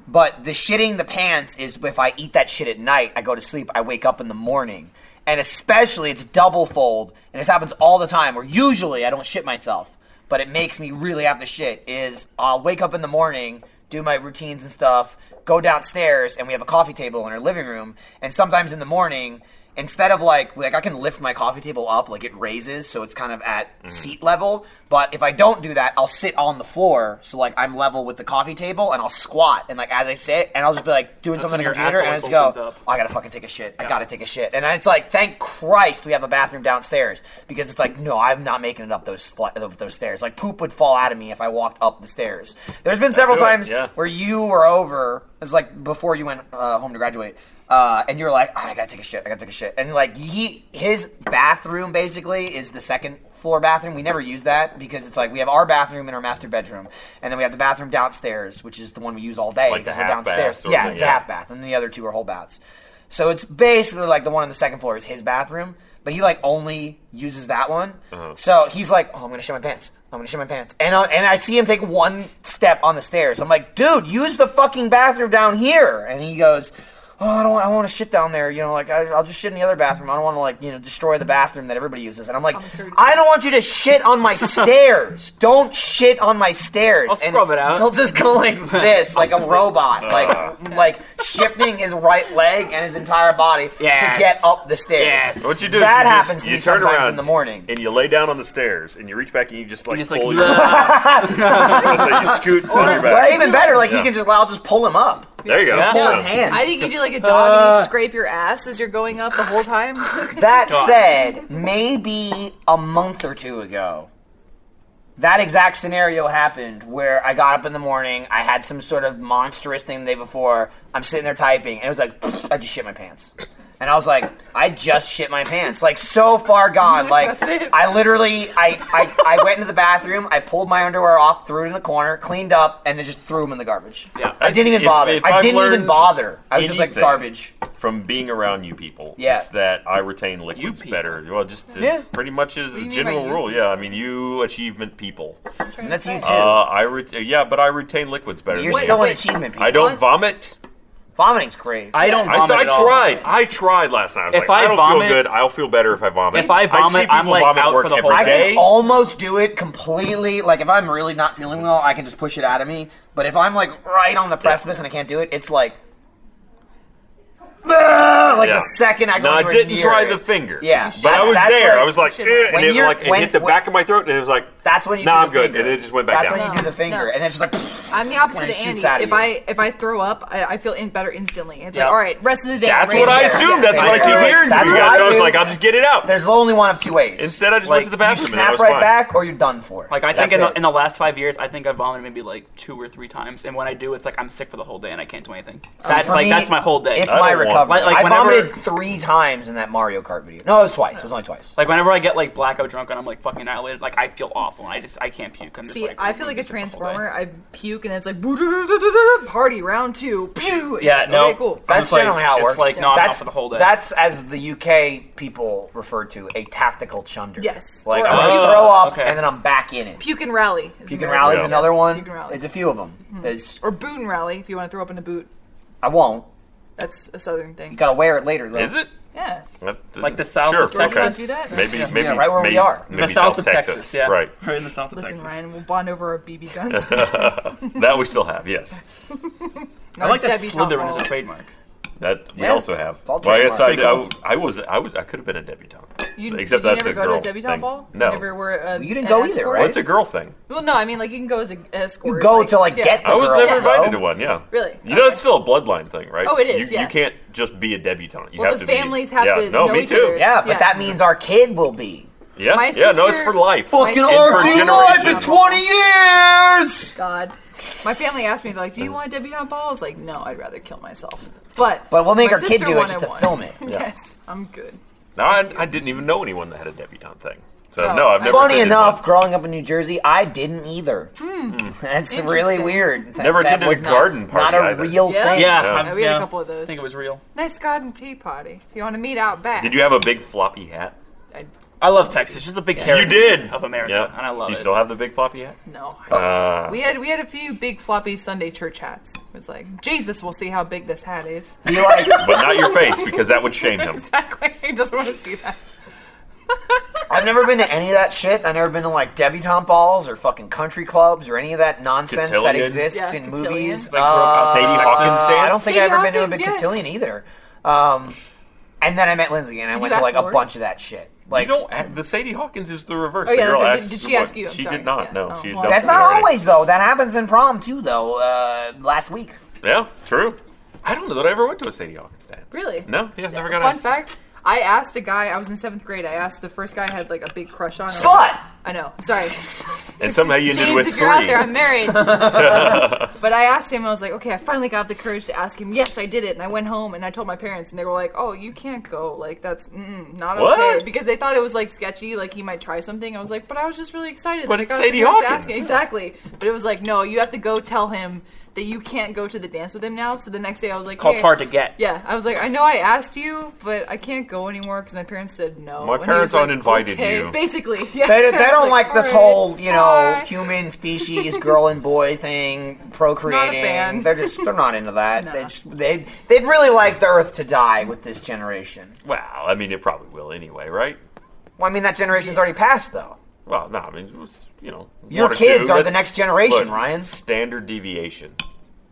But the shitting the pants is if I eat that shit at night, I go to sleep, I wake up in the morning. And especially, it's double fold, and this happens all the time. Where usually I don't shit myself, but it makes me really have to shit is I'll wake up in the morning, do my routines and stuff, go downstairs, and we have a coffee table in our living room. And sometimes in the morning, instead of like like I can lift my coffee table up, like it raises, so it's kind of at
Mm-hmm.
seat level. But if I don't do that, I'll sit on the floor, so like I'm level with the coffee table, and I'll squat, and like as I sit, and I'll just be like doing something on
when
the
your
computer, and I just
asshole
go,
opens up.
I gotta fucking take a shit. I gotta take a shit. And it's like, thank Christ we have a bathroom downstairs because it's like, no, I'm not making it up those sli- those stairs. Like poop would fall out of me if I walked up the stairs. There's been several
do it,
times
yeah.
where you were over. It's like before you went uh, home to graduate. Uh, and you're like, "Ah, I gotta take a shit. I gotta take a shit. And like he, his bathroom basically is the second floor bathroom. We never use that because it's like we have our bathroom in our master bedroom, and then we have the bathroom downstairs, which is the one we use all day
Like the
because we're
half bath
downstairs.
sort of
yeah,
thing,
it's a
yeah.
half bath, and the other two are whole baths. So it's basically like the one on the second floor is his bathroom, but he like only uses that one.
Uh-huh.
So he's like, "Oh, I'm gonna shit my pants. I'm gonna shit my pants." And I, and I see him take one step on the stairs. I'm like, "Dude, use the fucking bathroom down here." And he goes, "Oh, I don't. Want, I want to shit down there. You know, like I, I'll just shit in the other bathroom. I don't want to like you know destroy the bathroom that everybody uses." And I'm like, "I don't want you to shit on my stairs. Don't shit on my stairs."
I'll scrub it out.
He'll just go like this, like a robot, like like shifting his right leg and his entire body
Yes.
to get up the stairs.
Yes.
What you do?
That
is you just-
happens to me
you turn
sometimes
around
in the morning.
and you lay down on the stairs, and you reach back, and you just like
just like,
pull your- so you scoot pull your
Well,
back.
even better, like
Yeah.
he can just, I'll just pull him up,
There you go.
pull
Yeah.
his hand.
I think you do like a dog and you scrape your ass as you're going up the whole time.
That said, maybe a month or two ago, that exact scenario happened where I got up in the morning, I had some sort of monstrous thing the day before, I'm sitting there typing, and it was like, I just shit my pants. And I was like, I just shit my pants. Like so far gone. Like I literally I, I I went into the bathroom, I pulled my underwear off, threw it in the corner, cleaned up, and then just threw them in the garbage.
Yeah.
I didn't even
If-
bother.
if
I
I've
didn't even
learned
bother. I was just like
anything-
garbage.
From being around you people,
Yeah.
it's that I retain liquids
people.
better. Well, just it
Yeah.
pretty much is a
do you mean by
general
you
rule. Yeah, I mean you achievement people.
And that's you too.
Uh, I ret- yeah, but I retain liquids better.
You're
than you.
still an
wait.
achievement. People.
I don't
on-
vomit.
Vomiting's great.
I don't
I,
vomit
I
at all.
tried. I tried last night. I was
If
like,
I
don't
vomit-
feel good. I'll feel better if I vomit.
If I
see
vomit,
people
I'm, like,
vomit at
out
work
for the
every
whole
I
day.
can almost do it completely. Like if I'm really not feeling well, I can just push it out of me. But if I'm like right on the precipice and I can't do it, it's like, "Ah," like
Yeah.
the second I go.
No, I
anywhere
didn't
near
try
it.
the finger.
Yeah.
but I
That-
was
that's
there.
like-
I was like, eh, and
When
it
you're-
like it
when-
hit the
when-
back of my throat, and it was like,
That's when you.
Nah,
do
I'm
the
good,
finger.
and it just went back
That's
down.
when you do the finger,
No.
and then it's just like.
I'm the opposite
When it
of
shoots
Andy.
out of
If
you.
I if I throw up, I, I feel in, better instantly. It's
Yeah.
like all right, rest of the day.
That's
right
what I
there.
assumed.
Yeah,
That's what I
right
keep
there.
hearing
That's
from you
what
guys.
I
So I was
do.
like, I'll just get it out.
There's only one of two ways.
Instead, I just
Like,
went to the
you
bathroom, and I
snap
was
right
fine.
back, or you're done for.
Like I think
That's
in the,
it.
in the last five years, I think I've vomited maybe like two or three times, and when I do, it's like I'm sick for the whole day and I can't do anything. So that's
For
like
me,
that's my whole day.
It's
I
my
don't want-
recovery.
Like-
like
I
whenever-
vomited three times in that Mario Kart video. No, it was twice. It was only twice.
like whenever I get like blackout drunk and I'm like fucking annihilated, like I feel awful. And I just I can't puke. I'm just,
See,
like,
I feel like a
sick the whole day.
transformer. I puke and it's like party round two. Pew.
Yeah, no.
Okay, cool.
I'm
That's
just like-
generally how it
it's
works.
like, no, I'm out
that's
for the whole day.
That's as the UK people refer to a tactical chunder.
Yes.
like
Or-
I'm gonna
Oh,
throw up
okay.
and then I'm back in it.
Puke and rally. Is
You can
American.
rally is
Yeah.
another one.
Puke and rally. Hmm.
There's a few of them. There's
or boot and rally if you want to throw up in a boot.
I won't.
That's a southern thing.
You gotta wear it later. Though.
Is it?
Yeah.
That- uh,
Like the south
sure,
of Texas.
okay.
Don't do that.
Maybe, maybe,
Yeah, right where we
maybe,
are.
Maybe
the south of Texas. yeah,
Right.
We're in the south of
Listen,
Texas.
Ryan, we'll bond over our BB guns.
That we still have. Yes.
I
like that Slytherin is a trademark.
That we
Yeah.
also have.
all
Well, I guess I,
trademarked.
I, I was I was I could have been a debutante.
You,
Except
did you
that's
never
a
go
girl
to a debutante
thing.
ball?
No.
You never were a,
You didn't
an
go either,
escort?
right?
Well, it's a girl thing.
Well, no, I mean, like, you can go as an escort.
You go to like
yeah.
get the
I was
girls,
never
though.
invited to one. Yeah.
Really?
You know,
Okay.
it's still a bloodline thing, right?
Oh, it is,
You,
yeah.
you can't just be a debutante. You
Well,
have
the
to be-
families have
yeah.
to
No,
know
me
each
too.
other.
Yeah, but
Yeah.
that means our kid will be
Yeah.
My
yeah. No, it's
sister-
for life.
Fucking
It's
sister-
for
RT
generations.
life in 20
years.
God. My family asked me, like, do
Mm.
you want a debutante ball? I was like, no, I'd rather kill myself. But
But we'll make
my
our kid
sister
do it just
wanted
to
one.
film it.
yes, I'm good.
No, I, I didn't even know anyone that had a debutante thing. So
Oh,
no, I've never.
Funny
attended
enough,
one.
growing up in New Jersey, I didn't either. That's really
Hmm. Interesting.
weird. That-
Never
that
attended a
was not-
garden party
Not a
either.
real
Yeah.
thing.
Yeah,
Yeah.
I'm-
Yeah, Oh, we had a
yeah.
couple of those.
I think it was real.
Nice garden tea party. If you want to meet out back.
Did you have a big floppy hat?
I,
I love Texas. It's just a big
You
carrot
did.
Of America,
Yeah.
and I love
Do you
it.
still have the big floppy hat?
no.
Uh,
We had we had a few big floppy Sunday church hats. It was like, Jesus, we'll see how big this hat is.
Be like,
but not your face because that would shame him.
Exactly. I just want to see that.
I've never been to any of that shit. I've never been to like debutante balls or fucking country clubs or any of that nonsense that
Cotillion?
exists
Yeah,
in
cotillion.
movies.
like grew up
Uh,
Sadie Hawkins
I don't
dance.
think
Sadie
I've ever been to a
Hawkins,
big
yes.
cotillion either. Um, and then I met Lindsay and I went to
ask
like
Lord?
a bunch of that shit.
You
Like
don't. The Sadie Hawkins is the reverse.
Oh, yeah,
the
that's
girl
right. Did-
asks
did
the
she
boy-
ask you? I'm
she
sorry.
did not.
Yeah.
No,
Oh,
she.
well.
dumped
that's
it
not
already.
always though. That happens in prom too though. Uh, last week.
Yeah, true. I don't know that I ever went to a Sadie Hawkins dance.
Really?
No, yeah, never got
Fun
asked.
fact: I asked a guy. I was in seventh grade. I asked the first guy I had like a big crush on. I was like-
Slut.
I know. Sorry,
And somehow you ended
James.
with
If
3
you're out there, I'm married. but I asked him. I was like, okay, I finally got the courage to ask him. Yes, I did it. And I went home and I told my parents, and they were like, oh, you can't go. Like that's mm, not
What?
okay because they thought it was like sketchy. Like he might try something. I was like, but I was just really excited.
But
that I
it's
got the
Sadie
courage to
Hawkins.
ask him." Exactly. But it was like, no, you have to go tell him that you can't go to the dance with him now. So the next day, I was like,
Called
"Hey,
hard to get.
yeah, I was like, I know I asked you, but I can't go anymore because my parents said no.
My
And he was
parents
like,
aren't invited
okay.
you.
Basically, yeah.
They, they
I was
don't like this
"All right,
whole, you know,
bye."
human species, girl and boy thing, procreating.
fan.
They're just, they're not into that. They just, they, they'd really like the Earth to die with this generation.
Wow, I mean, it probably will anyway, right?
Well, I mean, that generation's already passed, though.
Well, no, I mean, it was, you know,
Your
one or
kids
two,
are
that's-
the next generation,
look,
Ryan.
Standard deviation,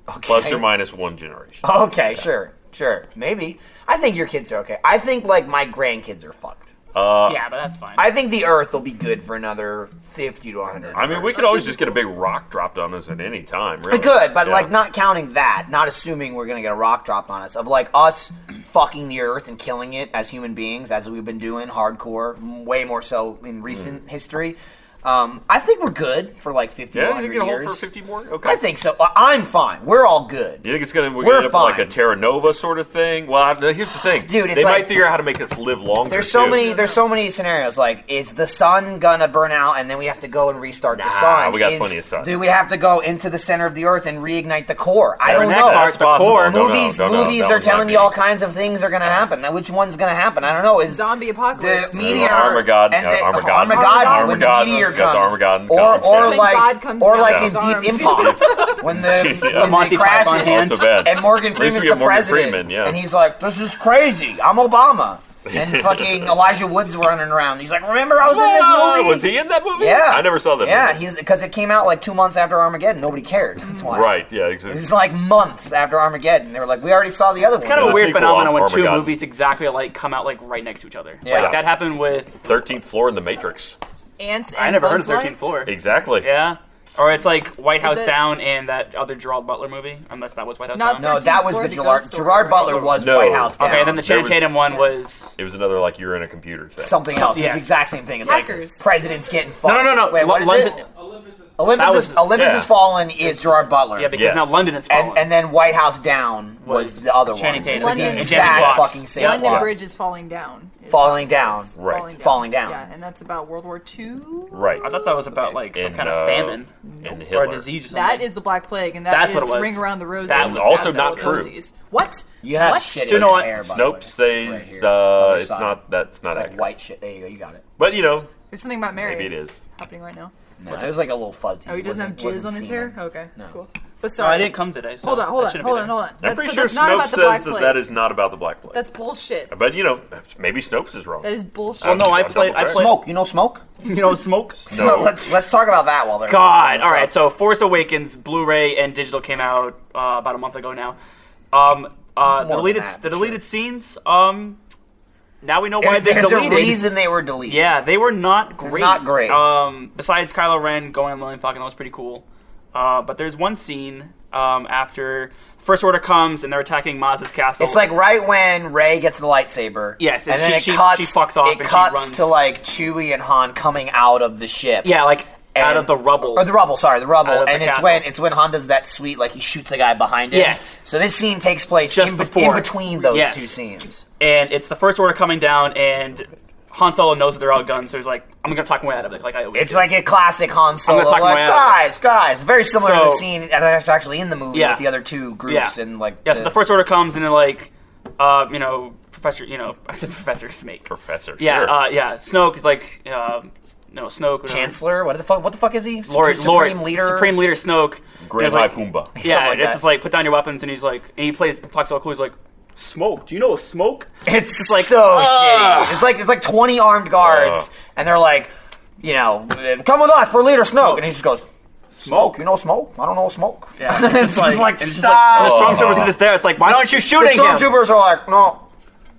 Okay.
plus or minus one generation.
Okay, sure, sure, maybe. I think your kids are okay. I think like my grandkids are fucked.
yeah, but that's fine.
I think the Earth will be good for another fifty to hundred.
I mean, we could always just get a big rock dropped on us at any time, really.
We could, but
Yeah.
like not counting that, not assuming we're gonna get a rock dropped on us of like us fucking the earth and killing it as human beings, as we've been doing hardcore, m- way more so
Mm.
in recent history. Um, I think we're good for like fifty.
Yeah, you
100
think it'll hold
years.
for 50 more? Okay.
I think so. I- I'm fine. We're all good.
You think it's gonna we're
We're
gonna end up like a
fine.
Terra Nova sort of thing? Well, I, no, here's the thing,
Dude, it's
they
like-
might figure out how to make us live longer.
There's so
too.
many. There's so many scenarios. Like, is the sun gonna burn out, and then we have to go and restart the sun?
we got
Is-
plenty of sun.
Do we have to go into the center of the earth and reignite the core? I don't
That's-
know.
That's
The
possible.
core.
Don't know,
movies
don't know.
movies
That
are
one's not
telling me
me.
all kinds of things are going to happen. Now, which one's going to happen? I don't know. Is
Zombie apocalypse.
the meteor
Armageddon,
and
uh,
the,
Armageddon.
Armageddon, when the
Armageddon,
meteor
we got the
comes,
Armageddon
or
comes, yeah.
or
When
like
God comes
or
down
like
with
in
his
Deep
arms.
Impact when the
Yeah.
when
Monty
it
Python
crashes
hand.
Also bad.
and Morgan
At least we
Freeman's the
get Morgan
president,
Freeman, yeah.
and he's like, "This is crazy. I'm Obama." and fucking Elijah Woods running around. He's like, "Remember, I was in
Ah,
this movie."
Was he in that movie?
Yeah,
I never saw that.
Yeah,
movie.
he's because it came out like two months after Armageddon. Nobody cared. That's why.
right. Yeah,
It was
exactly.
like months after Armageddon. They were like, "We already saw the other one."
Yeah,
kind of
the
a weird
sequel,
phenomenon when two
Armageddon.
movies exactly alike come out like right next to each other.
Yeah.
Like that happened with
Thirteenth floor in the Matrix.
Ants and
I never heard of
Bugs Life?
13th floor.
Exactly.
Yeah. Or it's like White House
it-
Down and that other Gerald Butler movie, unless that was White House
Not
Down.
No, that was the
13th
Gerard.
Ghost Story,
Gerard
right?
Butler was
No.
White House.
Okay,
Okay,
Down.
and then the Channing
was-
Tatum one was
It was another like you're in a computer thing.
something else. It's
Yeah.
the exact same thing. It's
Hackers.
like presidents getting fucked.
no, no, no.
Wait, what is
Lo-
it?
London-
Olympus,
That
is,
was-
Olympus
yeah.
has fallen is Gerard Butler.
yeah, because
Yes.
now London is fallen.
and and then White House Down was,
Oh. Was
the other one.
Channing Tatum
It's like the
and Jamie
exact
Foxx.
fucking same.
Yeah.
London
plot.
Bridge is falling down. Is
Falling down.
Right.
Falling down.
Falling down.
Yeah, and that's about World War II.
Right.
I thought that was about like some
And,
kind of
uh,
famine
and
or
Hitler.
a disease or something.
That is the Black Plague, and that
That's what
is
it was.
Ring Around the Roses.
That was
also
Bad
not
Bad
true.
Rosies. What?
You have
what?
shit.
Do you
in
know
your
what?
hair, by the way.
Snope
Right
says
here.
uh,
Other
it's
side.
not. That's not
It's like
accurate.
white shit. There you go. You got it.
But you know,
There's something about Mary
maybe it is.
happening right now.
No, it was like a little fuzzy.
Oh, he doesn't have jizz on his hair. Okay,
No.
cool. But
No, I
sorry,
didn't come today. So
hold on, hold
that
on,
shouldn't be
hold on,
there.
hold on.
I'm
That's,
pretty
so
sure
that's not
Snope
about the Black
says that
Plague.
that is not about the Black Plague.
That's bullshit.
But you know, maybe Snopes is wrong.
That is bullshit.
Well, no, I played-
Oh,
I played-
Smoke. You know smoke.
You know, smoke.
So let's let's talk about that while they're
God.
while
All
they're
right. So, Force Awakens Blu-ray and digital came out uh, about a month ago now. Um, uh, the
than
deleted
that,
the
I'm
deleted scenes. Um, now we know
There-
why they
there's
deleted.
a reason they were deleted.
Yeah, they were not great.
not great.
Um, besides Kylo Ren going on the Millennium Falcon, that was pretty cool. Uh, but there's one scene um, after First Order comes and they're attacking Maz's castle.
It's like right when Ray gets the lightsaber.
Yes,
and,
and
then
she-
it
she-
cuts.
she fucks off
it
and she
cuts
runs.
to like Chewie and Han coming out of the ship.
yeah, like out
And-
of the rubble.
Or the rubble, sorry, the rubble,
Out of
and
the
it's
castle.
when it's when Han does that sweet, like he shoots a guy behind him.
Yes.
So this scene takes place
Just
in, be-
before.
in between those
Yes.
two scenes.
and it's the First Order coming down, and Han Solo knows that they're outgunned, so he's like, "I'm gonna talk my way out of it." Like I always
It's
do.
like a classic Han Solo,
talk my way
like
out of it.
guys, guys, very similar to the
So-
scene that's actually in the movie
Yeah.
with the other two groups and like
yeah. So the First Order comes and they're like, uh, you know, Professor, you know, I said Professor Snake.
Professor.
Yeah,
sure.
uh, yeah. Snoke is like, um, s- no, Snoke. whatever.
Chancellor. What the fuck? What the fuck is he?
Lord,
Supreme
Lord,
leader.
Supreme Leader Snoke.
Grand
There's like-
High Pumbaa.
Something
Yeah,
like
it's
that.
just like put down your weapons, and he's like, and he plays talks all cool. He's like,
Smoke. Do you know a smoke?
It's just like so shitty. It's like it's like twenty armed guards, and they're like, you know, come with us for leader Snoke, and he just goes, smoke. You know smoke? I don't know smoke.
Yeah.
it's just like,
and it's just
stop.
like, and the stormtroopers are just there. It's like, why aren't you shooting
the
him?
stormtroopers are like, no.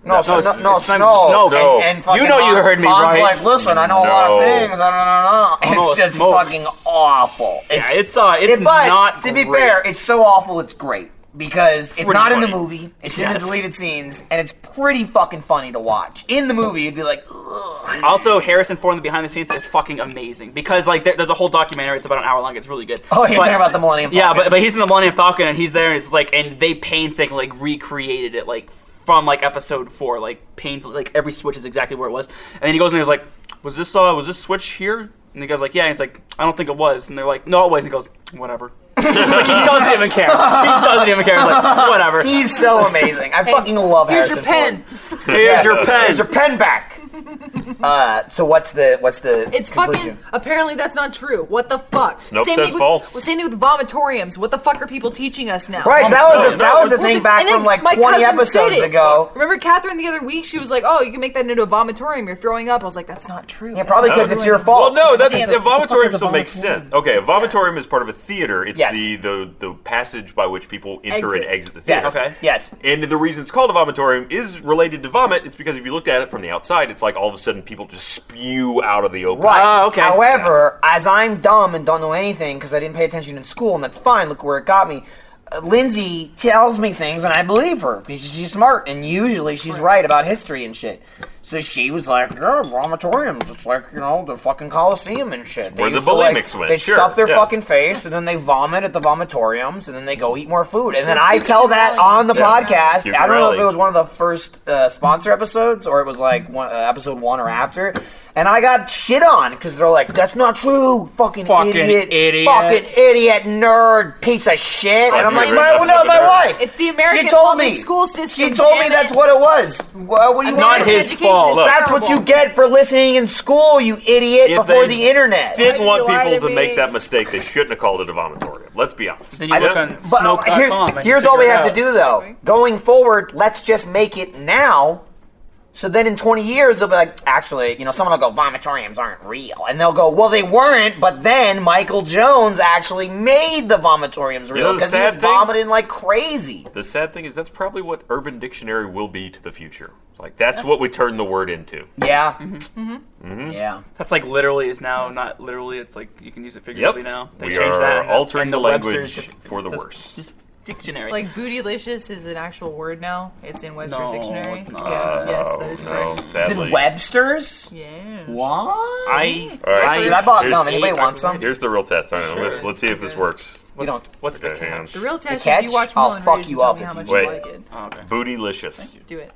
No, no,
it's-
no,
it's not
Snoke.
Snoke. No.
And, and fucking
You know you
Han-
heard me,
Han's
right?
like, listen, I know a lot
No.
of things. I don't know.
know
It's
a
just
Smoke.
fucking awful. It's,
it's, uh, it's
it- but,
not
To be
great.
fair, it's so awful, it's great. Because it's
Pretty
not in the
funny.
movie, it's in the
Yes.
deleted scenes, and it's pretty fucking funny to watch. In the movie, you'd be like, ugh.
Also, Harrison Ford in the behind the scenes is fucking amazing because like there, there's a whole documentary. It's about an hour long. It's really good.
Oh, you're
But-
thinking about the Millennium
Yeah,
Falcon.
but, but he's in the Millennium Falcon and he's there and it's like and they painstakingly like recreated it like from like episode four like painful like every switch is exactly where it was and then he goes and he's like was this uh was this switch here and the guy's like yeah and he's like I don't think it was and they're like no it was and he goes whatever like he doesn't even care he doesn't even care he's like whatever
He's so amazing. I fucking love
Here's
Harrison
your pen.
Ford.
here's your pen
Here's your pen back. Uh, so what's the what's the
It's
conclusion?
fucking. Apparently, that's not true. What the fuck?
Snoke
same
says
thing with,
false.
Same thing with vomitoriums. What the fuck are people teaching us now?
right. That was
no,
the,
no,
that was the
it's-
thing back
And then
from like
my
twenty
cousin said
episodes
it.
ago.
Remember Catherine the other week? She was like, "Oh, you can make that into a vomitorium. You're throwing up." I was like, "That's not true."
Yeah, probably because it's your
Well,
fault.
no, that
Damn
the
it. What the fuck
vomitorium
is a
still makes
vomitorium?
sense. Okay, a vomitorium is part of a theater. It's
Yes.
the, the the passage by which people enter and exit the theater.
Yes.
Okay.
Yes.
And the reason it's called a vomitorium is related to vomit. It's because if you looked at it from the outside, it's like all of a sudden people just spew out of the open.
Right.
Ah, okay.
However, as I'm dumb and don't know anything because I didn't pay attention in school, and that's fine. Look where it got me. Uh, Lindsay tells me things, and I believe her because she's smart, and usually she's right about history and shit. So she was like, "Yeah, vomitoriums. It's like you know the fucking Coliseum and shit. They
Where the
used to, like,
bulimics went,
They
sure,
stuff their
yeah.
fucking face, and then they vomit at the vomitoriums, and then they go eat more food. And then I tell that on the
Yeah.
podcast.
You
I
can
don't know if
rally.
it was one of the first uh, sponsor episodes or it was like one, uh, episode one or after. And I got shit on because they're like, that's not true. Fucking,
Fucking
idiot,
idiot."
Fucking idiot, nerd, piece of shit. And I'm like, my, well, no, my wife.
It's the American
she told
public
me.
school system,
She told me
damn
that's
it.
what it was. What, what do you
not
want?
his
Education is
fault. Look.
That's what you
terrible.
get for listening in school, you idiot,
If
before
they
the internet.
Didn't want
Why do you lie
people
to me?
to make that mistake. They shouldn't have called it a vomitorium. Let's be honest.
Then you look
Yeah.
on
But uh,
Snoke.com
here's,
and you
here's all we
figure it
have to
out.
do though. Going forward, let's just make it now. So then in 20 years, they'll be like, actually, you know, someone will go, vomitoriums aren't real. And they'll go, well, they weren't, but then Michael Jones actually made the vomitoriums real
the
because
sad
he was
thing?
vomiting like crazy.
The sad thing is that's probably what Urban Dictionary will be to the future. It's like that's what we turn the word into.
Yeah.
Mm-hmm.
Mm-hmm.
Mm-hmm.
Yeah.
That's like literally is now, not literally. It's like you can use it figuratively
Yep.
now. They
We
changed that
are
and
altering
and
the
Webster's
language
dic-
for the
this-
worse.
this Dictionary.
Like bootylicious is an actual word now. It's in Webster's
No,
dictionary.
it's not.
Yeah. yes, that is
Oh, no,
correct.
sadly.
Then Webster's?
Yeah.
What?
I,
All right.
Dude, I bought
Here's-
gum. Anybody
eight
want some?
Here's the real test. All right, let's, let's see if this works.
You don't.
What's the
Okay, hang on.
catch?
The real test
catch?
is you watch
I'll
Mullen
fuck
Rouge and
you
tell
up
me
if
how
you
much
wait.
you like it.
Oh, okay.
Bootylicious.
Do it.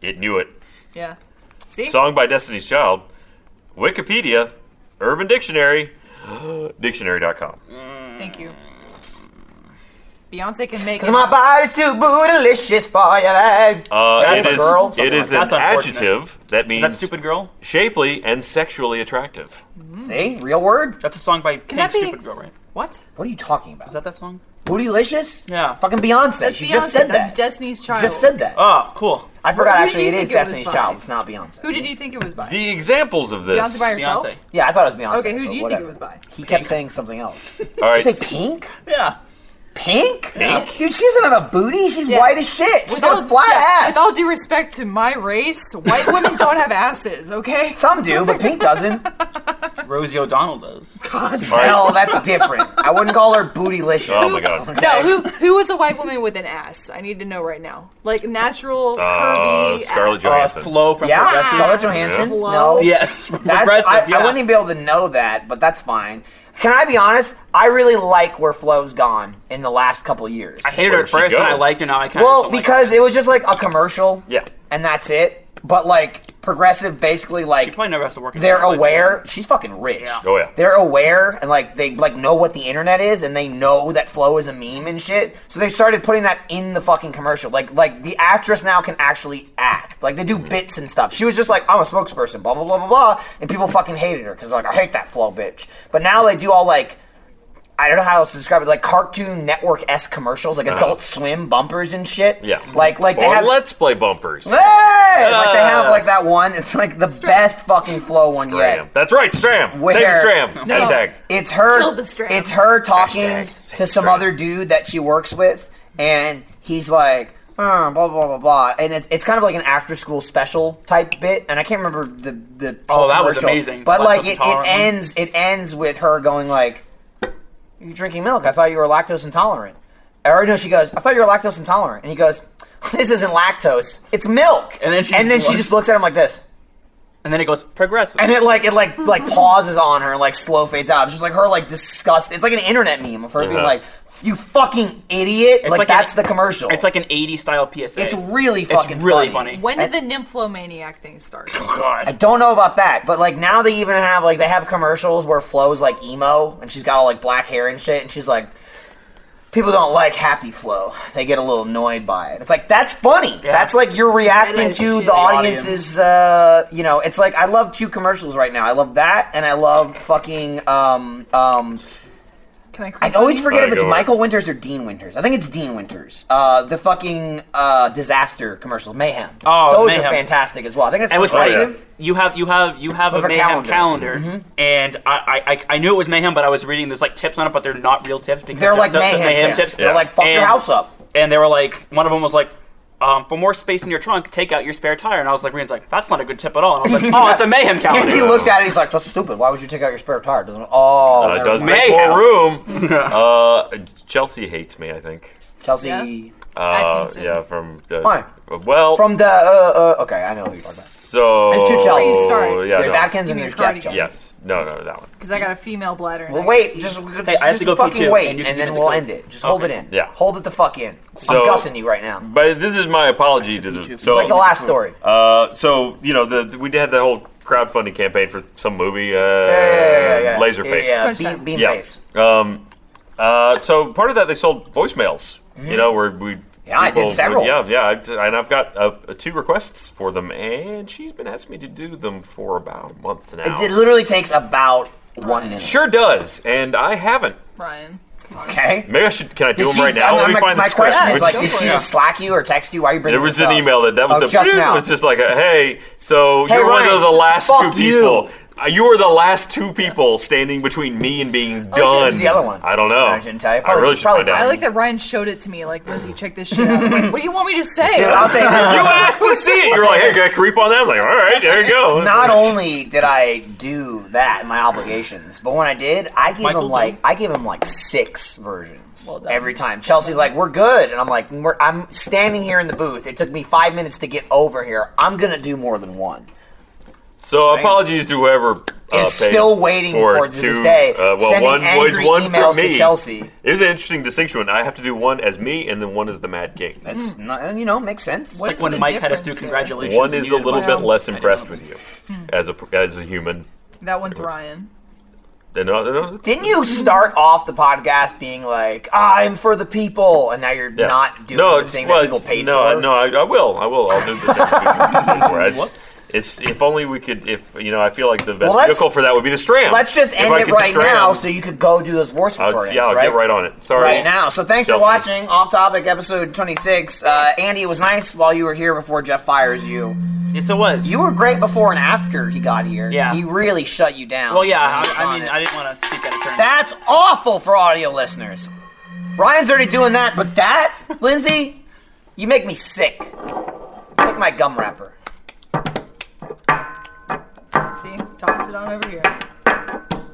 It knew it.
Yeah. See?
Song by Destiny's Child. Wikipedia. Urban Dictionary. Dictionary.com.
Thank you. Beyonce can make
Cause my body's too bootylicious for you, babe.
Uh,
That's
it
a
is,
girl?
It
Something
is
like that.
an
That's unfortunate.
adjective that means
That stupid girl.
shapely and sexually attractive.
See? Real word?
That's a song by Pink,
that be-
Stupid Girl, right?
What?
What are you talking about?
Is that that song?
Bootylicious?
Yeah.
Fucking Beyonce.
That's
she
Beyonce.
just said
That's
that.
Destiny's Child.
just said that.
Oh, cool.
I forgot.
who
Actually,
do
it
you
is
think it was
Destiny's
by?
Child. It's not Beyonce.
Who did you think it was by?
The examples of this.
Beyonce by herself?
Beyonce.
Yeah, I thought it was Beyonce.
Okay, who
but
do you think
whatever.
it was by?
He kept saying something else. Did
All right.
you say pink?
Yeah.
Pink? Dude, she doesn't have a booty. She's
Yeah.
white as shit. She's
With
got
all-
a flat
yeah,
ass.
With all due respect to my race, white women don't have asses, okay?
Some do, but Pink doesn't.
Rosie O'Donnell does.
God, hell, that's different. I wouldn't call her bootylicious.
Oh my god.
No, who who is a white woman with an ass? I need to know right now. Like natural
Uh,
curvy. ass.
Scarlett
Uh,
Johansson.
Flow from
Yeah,
Progressive.
Scarlett Johansson.
Yeah.
No,
Yes.
That's,
Progressive,
I,
yeah.
I wouldn't even be able to know that, but that's fine. Can I be honest? I really like where Flo's gone in the last couple years.
I hated
Where'd
her at
she
first,
go?
and I liked her now. I kind
well,
of
because it was just like a commercial,
Yeah.
and that's it. But like progressive, basically
she
like
probably never has to work. in
they're
Hollywood.
aware. She's fucking rich.
Yeah.
Oh, yeah.
They're aware and like they like know what the internet is and they know that Flo is a meme and shit. So they started putting that in the fucking commercial. Like like the actress now can actually act. Like they
Mm-hmm.
do bits and stuff. She was just like I'm a spokesperson, blah blah blah blah blah, and people fucking hated her because like I hate that Flo bitch. But now they do all like I don't know how else to describe it. Like Cartoon Network s commercials, like Adult Swim bumpers and shit.
Uh-huh. Yeah.
Like like they
Or
have.
let's Uh. play bumpers.
Hey! like they have like that one. It's like the best fucking flow one
Stram.
yet.
That's right, Stram.
Where-
Take the Stram.
No.
Hashtag.
It's her.
Kill the Stram.
It's her talking
Hashtag save
to some
Stram.
other dude that she works with, and he's like, "Uh, blah blah blah blah, and it's it's kind of like an after school special type bit, and I can't remember the the.
Oh, that was
commercial,
amazing.
But like
Lactose
it, it
intolerant.
ends it ends with her going like, "You drinking milk? I thought you were lactose intolerant." Or no, she goes, "I thought you were lactose intolerant," and he goes, "This isn't lactose. It's milk."
And then she just
and then she
looks-
just looks at him like this.
And then it goes progressive.
And it like it like like pauses on her and like slow fades out. It's just like her like disgust. It's like an internet meme of her being
Uh-huh.
like, "You fucking idiot!" Like,
like an-
that's the commercial.
It's like an 80s style PSA.
it's really
It's
fucking
really
funny.
funny.
When did the nymphomaniac thing start?
I don't know about that, but like now they even have like they have commercials where Flo's like emo and she's got all like black hair and shit, and she's like, "People don't like happy Flo. They get a little annoyed by it." It's like that's funny. That's like you're reacting
is
to
shit.
the audience's. Uh, you know, it's like I love two commercials right now. I love that, and I love fucking um um
Can I?
I always forget
All
if
right,
it's
go on.
Michael Winters or Dean Winters. I think it's Dean Winters. Uh, the fucking uh, disaster commercials, Mayhem.
Oh,
those are
Mayhem.
fantastic as well. I think that's
And Oh, what's funny,
progressive.
you have you have you have
With Oh,
a
a
mayhem
calendar. Mm-hmm.
calendar, and I, I- I I knew it was mayhem, but I was reading there's like tips on it, but they're not real tips because
They're like
just
Mayhem, tips. They're
Yeah.
like fuck your
And-
house up.
and they were like, one of them was like, um, for more space in your trunk, take out your spare tire. And I was like, Ryan's like, that's not a good tip at all. And I was like, oh, it's a mayhem
And he
calendar.
looked at it. He's like, "That's stupid. Why would you take out your spare tire?" Doesn't oh,
Uh, it
never
does
mind.
make
Mayhem.
more room. uh, Chelsea hates me, I think.
Chelsea
Uh,
Atkinson.
yeah, from the.
Why?
Well,
from the uh, uh, okay, I know who you're talking about.
so.
There's two
you
Chelseas.
start.
Oh, Yeah,
there's
no.
Atkins
You
and
mean
there's Jeff
Cardi.
Chelsea.
Yes. No, no, that one.
Because I got a female bladder. and
Well,
I
wait,
can't
just,
pee.
just,
I have to go pee
fucking
too,
wait,
and
and,
you can
then
get the
we'll
clip.
end it. Just hold it
Okay.
in.
Yeah.
Hold it the fuck in.
So-
I'm gussing you right now.
But this is my apology to the. So,
Like the last story.
Uh, so you know, the, we had that whole crowdfunding campaign for some movie, uh,
yeah, yeah, yeah.
Laserface.
Yeah,
Crunch
beam,
time.
beam
Yeah.
face.
Um, uh, so part of that they sold voicemails. You know, where we.
Mm-hmm. Yeah, I did several.
Yeah, yeah, I d- and I've got uh, two requests for them, and she's been asking me to do them for about a month now.
It, it literally takes about one minute.
sure does, and I haven't.
Brian.
Okay.
Maybe I should. Can I do
Did
them
she-
right now?
I-
Let me
my
find
my
the script.
question is
Which-
like,
Go
did
for
she
it.
just slack you or text you? Why are you bringing
there was
this
an
up?
email that that was
Oh,
the
just now.
was just like a, hey so
Hey,
you're one
Ryan,
of the last
fuck
two
you.
people Uh, you were the last two people standing between me and being done
Oh, was the other one.
I don't know
I shouldn't tell you.
I
Probably-
really should
probably
find out
I like that Ryan showed it to me. Like, Lindsay, check this shit out. I'm like, what do you want me to say?
Dude, I'll take this.
you asked to see it you're like hey can I creep on that I'm like alright there you go
Not only did I do that, my obligations, but when I did, I gave
Michael
him like I gave him like six versions every time. Chelsea's like, "We're good," and I'm like, we're, "I'm standing here in the booth. It took me five minutes to get over here. I'm gonna do more than one."
so apologies to whoever uh,
Is
paid
still waiting for it to this
two-
day,
uh, well
sending
one
angry
was one
emails
for
to
me
Chelsea.
it was an interesting distinction I have to do one as me and then one as the Mad King
Hmm. It's not, and, you know, makes sense.
What
Like when
the
Mike had us
difference there?
do congratulations.
one
and
is
you
a
did
little
one.
bit less
I didn't
impressed
know.
with you as a as a human
That one's Ryan.
and, uh, uh,
Didn't you
Mm-hmm.
start off the podcast being like, "I'm for the people," and now you're
Yeah.
not doing
no,
the
it's-
thing
well,
that people
it's-
paid
no,
for?
I- No, I, I will. I will. I'll do the thing that people paid for. I just- It's if only we could. If you know, I feel like the best
Well, let's-
vehicle for that would be the Stram.
Let's just
If
end
I
it
could
right
Stram,
now so you could go do those voice
I'll,
recordings,
yeah, I'll
right?
get right on it. Sorry.
Right now. So thanks for
Chelsea.
watching Off Topic episode 26. Uh, Andy, it was nice while you were here before Jeff fires you.
Yes, it was.
You were great before and after he got here.
Yeah.
He really shut you down.
Well, yeah.
when he was
I, I
on
mean,
it.
I didn't want to speak out of turn.
That's awful for audio listeners. Ryan's already doing that, but that, Lindsay, you make me sick. Take my gum wrapper.
See? Toss it on over here.